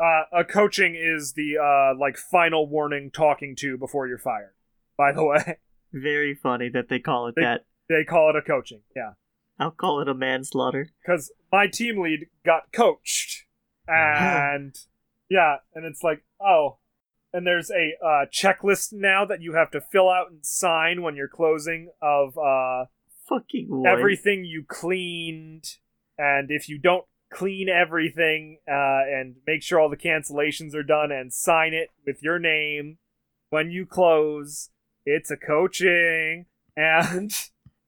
Speaker 2: Uh, a coaching is the uh, like final warning talking to before you're fired. By the way,
Speaker 3: Very funny that they call it
Speaker 2: They-
Speaker 3: that.
Speaker 2: they call it a coaching, yeah,
Speaker 3: I'll call it a manslaughter.
Speaker 2: because my team lead got coached, and yeah, and it's like oh, and there's a uh, checklist now that you have to fill out and sign when you're closing of uh,
Speaker 3: Fucking what?
Speaker 2: everything you cleaned and if you don't clean everything uh, and make sure all the cancellations are done and sign it with your name when you close it's a coaching and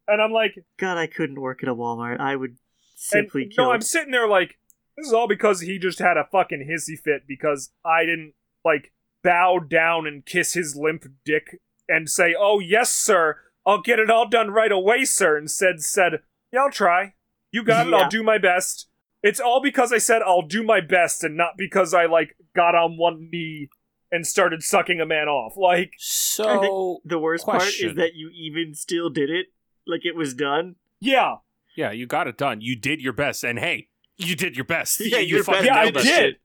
Speaker 2: and i'm like
Speaker 3: God, I couldn't work at a Walmart. I would
Speaker 2: and,
Speaker 3: simply kill.
Speaker 2: no i'm sitting there like this is all because he just had a fucking hissy fit because i didn't like bow down and kiss his limp dick and say oh yes sir i'll get it all done right away sir and said said yeah i'll try you got it
Speaker 3: Yeah.
Speaker 2: i'll do my best it's all because i said i'll do my best and not because i like got on one knee and started sucking a man off like
Speaker 5: So
Speaker 3: the worst part is
Speaker 5: Question.
Speaker 3: that you even still did it. Like it was done.
Speaker 2: yeah
Speaker 5: yeah, you got it done. You did your best, and hey, you did your best.
Speaker 3: Yeah,
Speaker 5: you
Speaker 3: your
Speaker 5: fucking
Speaker 3: best.
Speaker 2: yeah i
Speaker 5: nailed that shit.
Speaker 2: did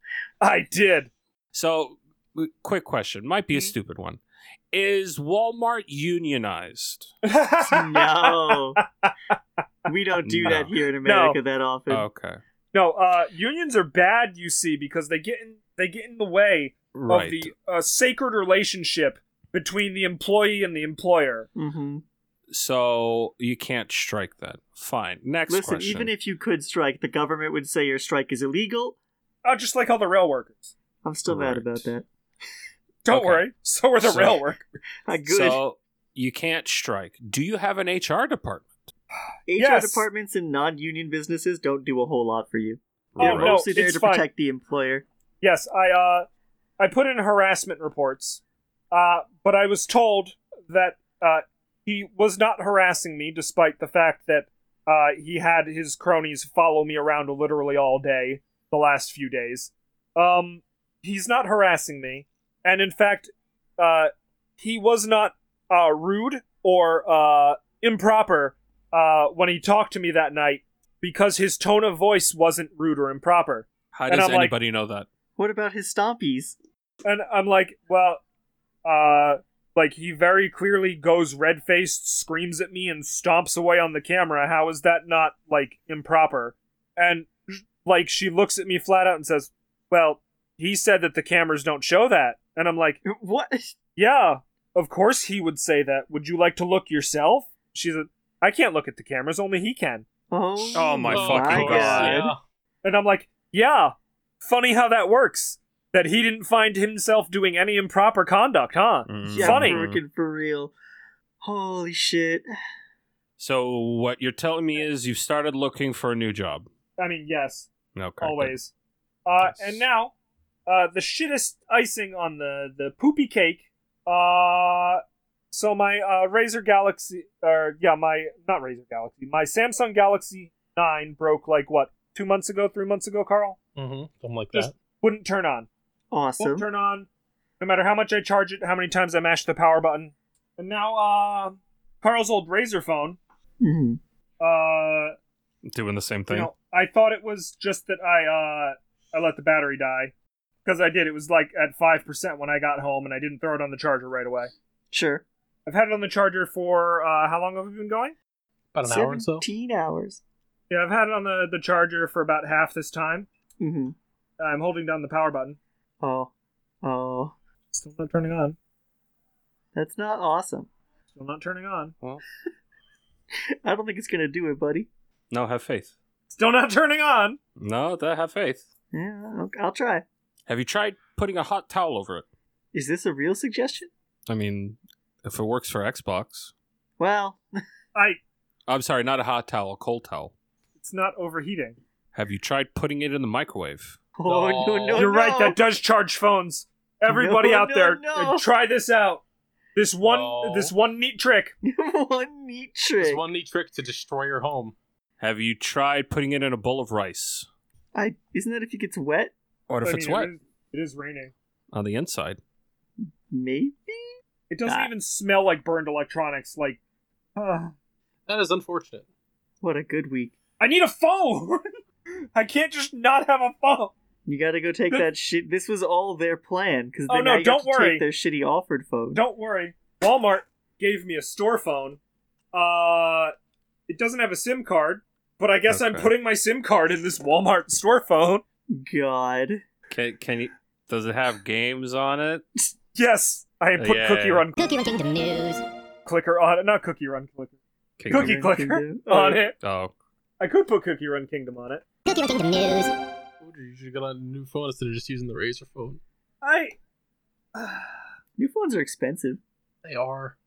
Speaker 2: i did
Speaker 5: So quick question. Might
Speaker 2: Mm-hmm.
Speaker 5: be a stupid one. Is Walmart unionized?
Speaker 3: no, we don't do that
Speaker 5: No. Oh,
Speaker 3: here in America that often.
Speaker 5: Okay.
Speaker 2: No, uh, unions are bad. You see, because they get in they get in the way
Speaker 5: Right.
Speaker 2: of the uh, sacred relationship between the employee and the employer.
Speaker 3: hmm
Speaker 5: so you can't strike that. Fine. Next
Speaker 3: Listen,
Speaker 5: question.
Speaker 3: even if you could strike, the government would say your strike is illegal.
Speaker 2: Uh, just like all the rail workers.
Speaker 3: I'm still mad
Speaker 5: Right.
Speaker 3: about that.
Speaker 2: Don't
Speaker 5: Okay.
Speaker 2: worry. So are the
Speaker 5: So-
Speaker 2: rail workers.
Speaker 3: I good.
Speaker 5: So you can't strike. Do you have an HR department?
Speaker 3: HR
Speaker 2: Yes.
Speaker 3: departments and non-union businesses don't do a whole lot for you.
Speaker 2: Oh,
Speaker 3: They're
Speaker 2: no,
Speaker 3: mostly there
Speaker 2: it's
Speaker 3: to
Speaker 2: fine.
Speaker 3: protect the employer.
Speaker 2: Yes, I uh, I put in harassment reports, uh, but I was told that uh, he was not harassing me, despite the fact that uh, he had his cronies follow me around literally all day the last few days. Um, he's not harassing me, and in fact, uh, he was not uh, rude or uh, improper uh, when he talked to me that night because his tone of voice wasn't rude or improper.
Speaker 5: How
Speaker 2: And
Speaker 5: does
Speaker 2: I'm like-
Speaker 5: anybody know that?
Speaker 3: What about his stompies?
Speaker 2: and I'm like, well, uh, like he very clearly goes red faced, screams at me, and stomps away on the camera. How is that not like improper? And like she looks at me flat out and says, well, he said that the cameras don't show that, and I'm like,
Speaker 3: What?
Speaker 2: yeah, of course he would say that. Would you like to look yourself? She's like, I can't look at the cameras, only he can.
Speaker 3: Oh,
Speaker 5: Oh my fucking
Speaker 4: course,
Speaker 5: God.
Speaker 4: yeah.
Speaker 2: And I'm like, yeah, funny how that works. That he didn't find himself doing any improper conduct, huh?
Speaker 5: Mm.
Speaker 3: Yeah,
Speaker 2: Funny.
Speaker 3: Working for real. Holy shit.
Speaker 5: So what you're telling me is you've started looking for a new job.
Speaker 2: I mean, yes,
Speaker 5: Okay. good.
Speaker 2: always. Uh,
Speaker 5: Yes.
Speaker 2: And now, uh, the shittest icing on the the poopy cake. Uh, so my uh, Razor Galaxy, or yeah, my not Razor Galaxy, my Samsung Galaxy Nine broke like what two months ago, three months ago, Carl.
Speaker 4: Mhm, Something like
Speaker 2: Just
Speaker 4: that.
Speaker 2: wouldn't turn on.
Speaker 3: Awesome.
Speaker 2: Won't turn on, no matter how much I charge it, how many times I mash the power button. And now, uh, Carl's old Razor phone.
Speaker 3: Mhm.
Speaker 2: Uh,
Speaker 5: Doing the same
Speaker 2: You
Speaker 5: thing.
Speaker 2: know, I thought it was just that I uh I let the battery die because I did. It was like at five percent when I got home, and I didn't throw it on the charger right away.
Speaker 3: Sure.
Speaker 2: I've had it on the charger for uh, how long have we been going?
Speaker 4: About an hour or so.
Speaker 3: 17 hours.
Speaker 2: Yeah, I've had it on the the charger for about half this time.
Speaker 3: hmm
Speaker 2: I'm holding down the power button.
Speaker 3: Oh. Oh.
Speaker 2: Still not turning on.
Speaker 3: That's not awesome.
Speaker 2: Still not turning on.
Speaker 5: Well,
Speaker 3: I don't think it's going to do it, buddy.
Speaker 5: no, have faith.
Speaker 2: Still not turning on.
Speaker 5: No, that have faith.
Speaker 3: Yeah, I'll, I'll try.
Speaker 5: Have you tried putting a hot towel over it?
Speaker 3: Is this a real suggestion?
Speaker 5: I mean, if it works for Xbox.
Speaker 3: Well,
Speaker 2: I.
Speaker 5: I'm sorry, not a hot towel, a cold towel.
Speaker 2: It's not overheating.
Speaker 5: Have you tried putting it in the microwave?
Speaker 3: oh, no,
Speaker 4: No.
Speaker 3: no,
Speaker 2: You're right.
Speaker 3: no.
Speaker 2: That does charge phones. Everybody
Speaker 3: No,
Speaker 2: out
Speaker 3: no,
Speaker 2: there,
Speaker 3: no.
Speaker 2: uh, try this out. This one,
Speaker 4: No.
Speaker 2: this one neat trick.
Speaker 3: one neat trick.
Speaker 4: It's one neat trick to destroy your home.
Speaker 5: Have you tried putting it in a bowl of rice?
Speaker 3: I isn't that if it gets wet?
Speaker 5: What if
Speaker 2: I
Speaker 5: it's
Speaker 2: mean,
Speaker 5: wet
Speaker 2: it is- it is raining.
Speaker 5: on the inside?
Speaker 3: Maybe.
Speaker 2: It doesn't
Speaker 3: Ah.
Speaker 2: even smell like burned electronics. Like, uh,
Speaker 4: That is unfortunate.
Speaker 3: What a good week.
Speaker 2: I need a phone. I can't just not have a phone.
Speaker 3: You got to go take that shit. This was all their plan because
Speaker 2: Oh,
Speaker 3: then
Speaker 2: no,
Speaker 3: I got
Speaker 2: don't
Speaker 3: to
Speaker 2: worry.
Speaker 3: take their shitty Alford phone.
Speaker 2: Don't worry. Walmart gave me a store phone. Uh, it doesn't have a SIM card, but I guess I'm
Speaker 5: Okay.
Speaker 2: putting my SIM card in this Walmart store phone.
Speaker 3: God.
Speaker 5: Can can you? Does it have games on it?
Speaker 2: Yes, I put
Speaker 5: Yeah.
Speaker 2: Cookie Run
Speaker 7: Cookie Run Kingdom News.
Speaker 2: Clicker on it. Not Cookie Run Clicker.
Speaker 5: Can-
Speaker 2: Cookie
Speaker 3: Run
Speaker 2: Clicker
Speaker 3: Kingdom.
Speaker 2: on it.
Speaker 5: Oh,
Speaker 2: I could put Cookie Run Kingdom on it.
Speaker 7: Cookie Run Kingdom News.
Speaker 4: You should get a new phone instead of just using the razor phone.
Speaker 2: I. uh,
Speaker 3: New phones are expensive.
Speaker 4: They are.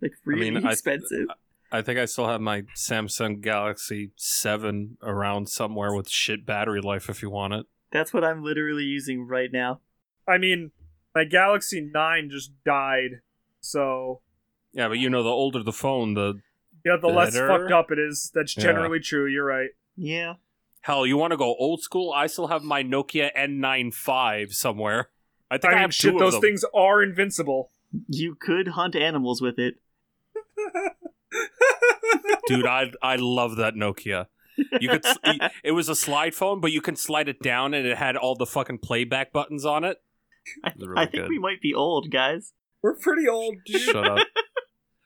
Speaker 3: Like really
Speaker 5: mean, I-
Speaker 3: expensive.
Speaker 5: I think I still have my Samsung Galaxy Seven around somewhere with shit battery life. If you want it,
Speaker 3: That's what I'm literally using right now.
Speaker 2: I mean, my Galaxy Nine just died, so
Speaker 5: yeah, but you know, the older the phone, the
Speaker 2: Yeah, the less
Speaker 5: Better?
Speaker 2: fucked up it is. That's
Speaker 5: Yeah.
Speaker 2: generally true. You're right.
Speaker 3: Yeah.
Speaker 5: hell. You want to go old school? I still have my Nokia N95 somewhere. I
Speaker 2: I,
Speaker 5: think I,
Speaker 2: mean,
Speaker 5: have
Speaker 2: shit,
Speaker 5: two of
Speaker 2: those
Speaker 5: them.
Speaker 2: things are invincible.
Speaker 3: You could hunt animals with it.
Speaker 5: dude. I I love that Nokia. You could. s- it was a slide phone, but you can slide it down, and it had all the fucking playback buttons on it.
Speaker 3: I,
Speaker 5: They're
Speaker 3: I
Speaker 5: really
Speaker 3: think
Speaker 5: good.
Speaker 3: we might be old, guys.
Speaker 1: We're pretty old, dude.
Speaker 5: Shut up.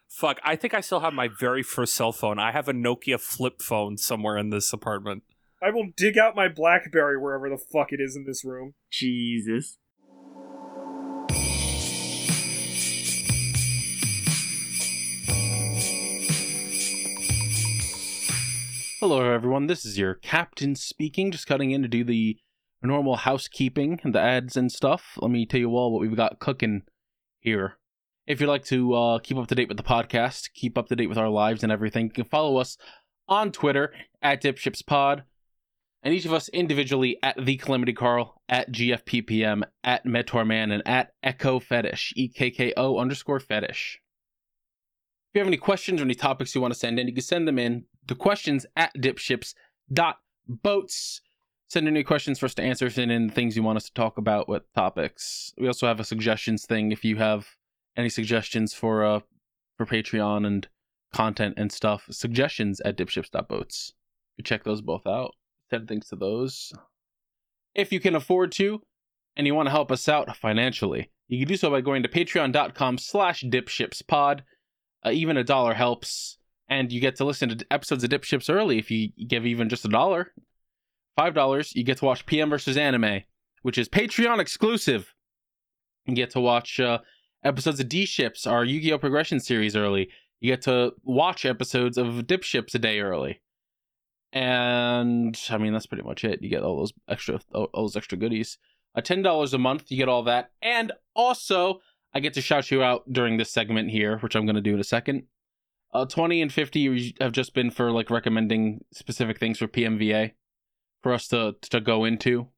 Speaker 5: Fuck, I think I still have my very first cell phone. I have a Nokia flip phone somewhere in this apartment.
Speaker 2: I will dig out my Blackberry wherever the fuck it is in this room.
Speaker 3: Jesus.
Speaker 4: Hello, everyone. This is your captain speaking. Just cutting in to do the normal housekeeping and the ads and stuff. Let me tell you all what we've got cooking here. If you'd like to uh, keep up to date with the podcast, keep up to date with our lives and everything, you can follow us on Twitter at DipshipsPod, and each of us individually at the Calamity Carl, at GFPPM, at MetorMan, and at Echo Fetish, E K K O underscore Fetish. If you have any questions or any topics you want to send in, you can send them in to questions at dipships.boats. Send in any questions for us to answer, send in things you want us to talk about with topics. We also have a suggestions thing if you have any suggestions for uh for Patreon and content and stuff. Suggestions at dipships.boats. You check those both out. Send things to those. If you can afford to, and you want to help us out financially, you can do so by going to patreon.com slash dipshipspod uh, even a dollar helps and you get to listen to episodes of dip ships early if you give even just a dollar five dollars you get to watch pm versus anime which is patreon exclusive you get to watch uh, episodes of d ships our yu-gi-oh progression series early you get to watch episodes of dip ships a day early and i mean that's pretty much it you get all those extra all all those extra goodies uh, $10 a month you get all that and also I get to shout you out during this segment here, which I'm going to do in a second. Uh, 20 and 50 have just been for like recommending specific things for PMVA for us to to go into.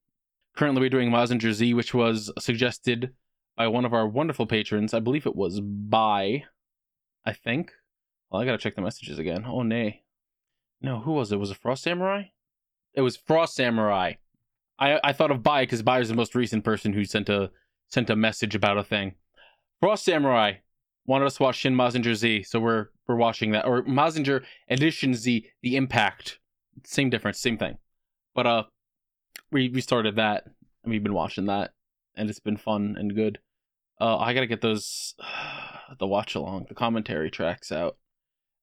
Speaker 4: Currently, we're doing Mazinger Z, which was suggested by one of our wonderful patrons. I believe it was by, I think. Well, I got to check the messages again. Oh, nay. No, who was it? Was it Frost Samurai? It was Frost Samurai. I, I thought of Bai because Bai is the most recent person who sent a sent a message about a thing. Frost Samurai wanted us to watch Shin Mazinger Z, so we're we're watching that. Or Mazinger Edition Z, The Impact. Same difference, same thing. But uh we we started that and we've been watching that and it's been fun and good. Uh I gotta get those the watch along, the commentary tracks out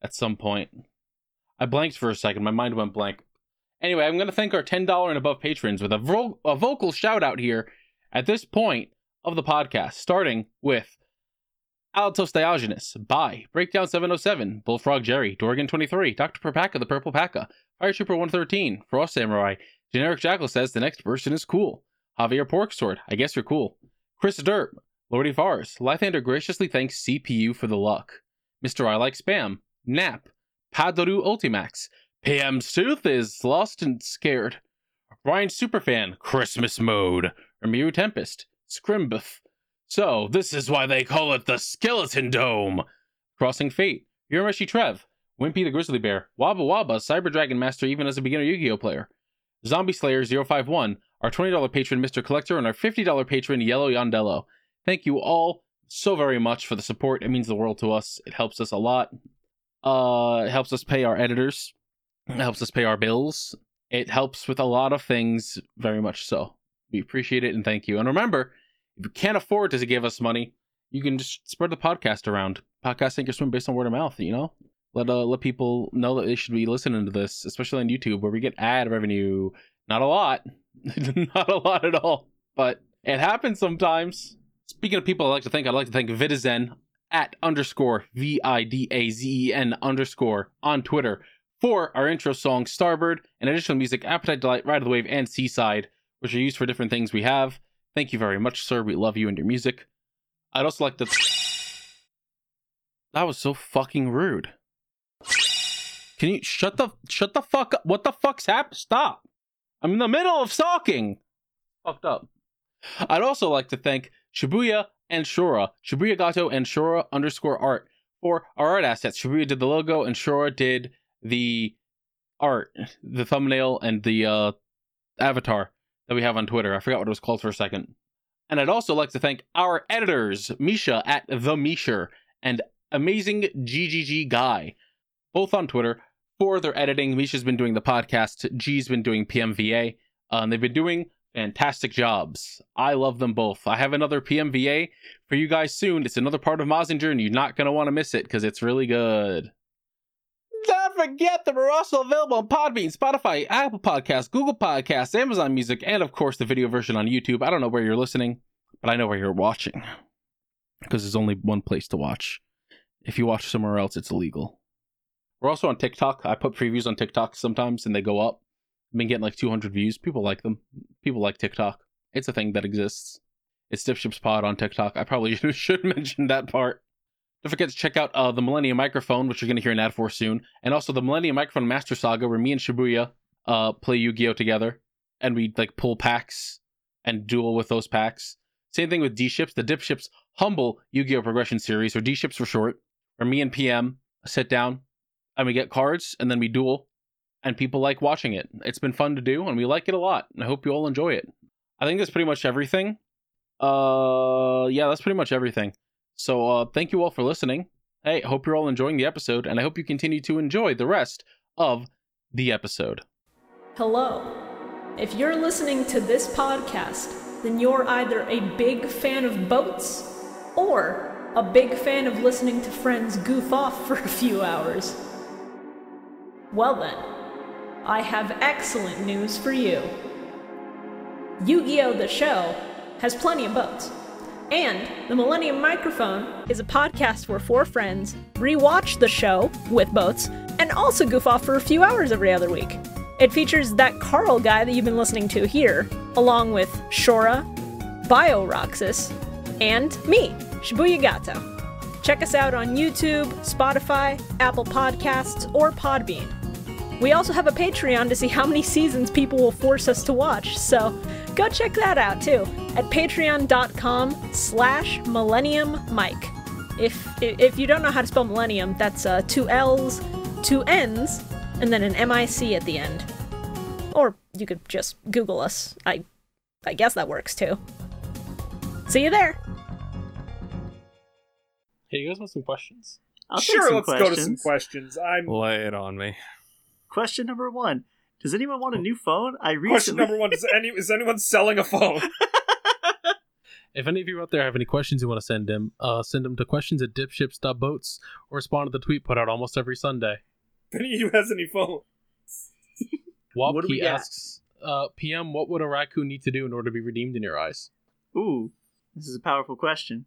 Speaker 4: at some point. I blanked for a second, my mind went blank. Anyway, I'm gonna thank our ten dollar and above patrons with a, vo- a vocal shout out here at this point of the podcast, starting with Altos Diogenes, by Breakdown 707, Bullfrog Jerry, Dorgan 23, Dr. Perpaka, the Purple Paka, Fire Trooper 113, Frost Samurai, Generic Jackal says the next person is cool, Javier Porksword, I guess you're cool, Chris Derp, Lordy Vars, Lythander graciously thanks CPU for the luck, Mr. I Like Spam, Nap, Padoru Ultimax, PM's Tooth is lost and scared, Ryan Superfan, Christmas Mode, Ramiru Tempest, Scrimbuff. So, this is why they call it the Skeleton Dome. Crossing Fate, Yurameshi Trev, Wimpy the Grizzly Bear, Wabba Wabba, Cyber Dragon Master even as a beginner Yu-Gi-Oh player, Zombie Slayer 051, our $20 patron Mr. Collector, and our $50 patron Yellow Yondello. Thank you all so very much for the support. It means the world to us. It helps us a lot. Uh, it helps us pay our editors. It helps us pay our bills. It helps with a lot of things, very much so. We appreciate it and thank you. And remember, if you can't afford to give us money, you can just spread the podcast around. Podcast sink or swim based on word of mouth, you know? Let uh, let people know that they should be listening to this, especially on YouTube where we get ad revenue. Not a lot. Not a lot at all. But it happens sometimes. Speaking of people I like to thank, I'd like to thank Vidazen at underscore V I D A Z E N underscore on Twitter for our intro song Starboard and additional music Appetite Delight, Ride of the Wave, and Seaside, which are used for different things we have. Thank you very much, sir. We love you and your music. I'd also like to. That was so fucking rude. Can you shut the shut the fuck up? What the fuck's happened? Stop! I'm in the middle of talking. Fucked up. I'd also like to thank Shibuya and Shura, Shibuya Gato and Shura underscore art for our art assets. Shibuya did the logo and Shura did the art, the thumbnail, and the uh, avatar that we have on Twitter. I forgot what it was called for a second. And I'd also like to thank our editors, Misha at The Misher and Amazing GGG Guy, both on Twitter, for their editing. Misha's been doing the podcast, G's been doing PMVA, uh, and they've been doing Fantastic jobs. I love them both. I have another PMVA for you guys soon. It's another part of Mazinger, and you're not going to want to miss it because it's really good. Don't forget that we're also available on Podbean, Spotify, Apple Podcasts, Google Podcasts, Amazon Music, and of course the video version on YouTube. I don't know where you're listening, but I know where you're watching because there's only one place to watch. If you watch somewhere else, it's illegal. We're also on TikTok. I put previews on TikTok sometimes and they go up. I've been getting like 200 views. People like them. People like TikTok. It's a thing that exists. It's Dipships Pod on TikTok. I probably should mention that part. Don't forget to check out uh, the Millennium Microphone, which you're going to hear an ad for soon, and also the Millennium Microphone Master Saga, where me and Shibuya uh, play Yu-Gi-Oh together, and we like pull packs and duel with those packs. Same thing with D-Ships, the Dipships Humble Yu-Gi-Oh Progression Series, or D-Ships for short, where me and PM sit down and we get cards and then we duel and people like watching it. It's been fun to do, and we like it a lot. and I hope you all enjoy it. I think that's pretty much everything. Uh, yeah, that's pretty much everything. So, uh, thank you all for listening. Hey, hope you're all enjoying the episode, and I hope you continue to enjoy the rest of the episode.
Speaker 7: Hello. If you're listening to this podcast, then you're either a big fan of boats or a big fan of listening to friends goof off for a few hours. Well, then, I have excellent news for you Yu Gi Oh! The Show has plenty of boats. And the Millennium Microphone is a podcast where four friends rewatch the show with boats and also goof off for a few hours every other week. It features that Carl guy that you've been listening to here, along with Shora, BioRoxus, and me, Shibuya Gato. Check us out on YouTube, Spotify, Apple Podcasts, or Podbean. We also have a Patreon to see how many seasons people will force us to watch, so go check that out too at patreon.com slash millennium mike. If, if you don't know how to spell millennium, that's uh, two L's, two N's, and then an MIC at the end. Or you could just Google us. I, I guess that works too. See you there.
Speaker 4: Hey, you guys want some questions?
Speaker 3: I'll take
Speaker 2: sure,
Speaker 3: some
Speaker 2: let's go to some questions. I'm
Speaker 5: Lay it on me.
Speaker 3: Question number one: Does anyone want a new phone? I
Speaker 2: Oh. question
Speaker 3: recently
Speaker 2: number one. Is any is anyone selling a phone?
Speaker 4: If any of you out there have any questions you want to send him, uh, send them to questions at dipships.boats or respond to the tweet put out almost every Sunday.
Speaker 2: if any of you has any phone,
Speaker 4: Wop
Speaker 3: What do
Speaker 4: he
Speaker 3: we got?
Speaker 4: asks, uh, PM, what would a raccoon need to do in order to be redeemed in your eyes?
Speaker 3: Ooh, this is a powerful question.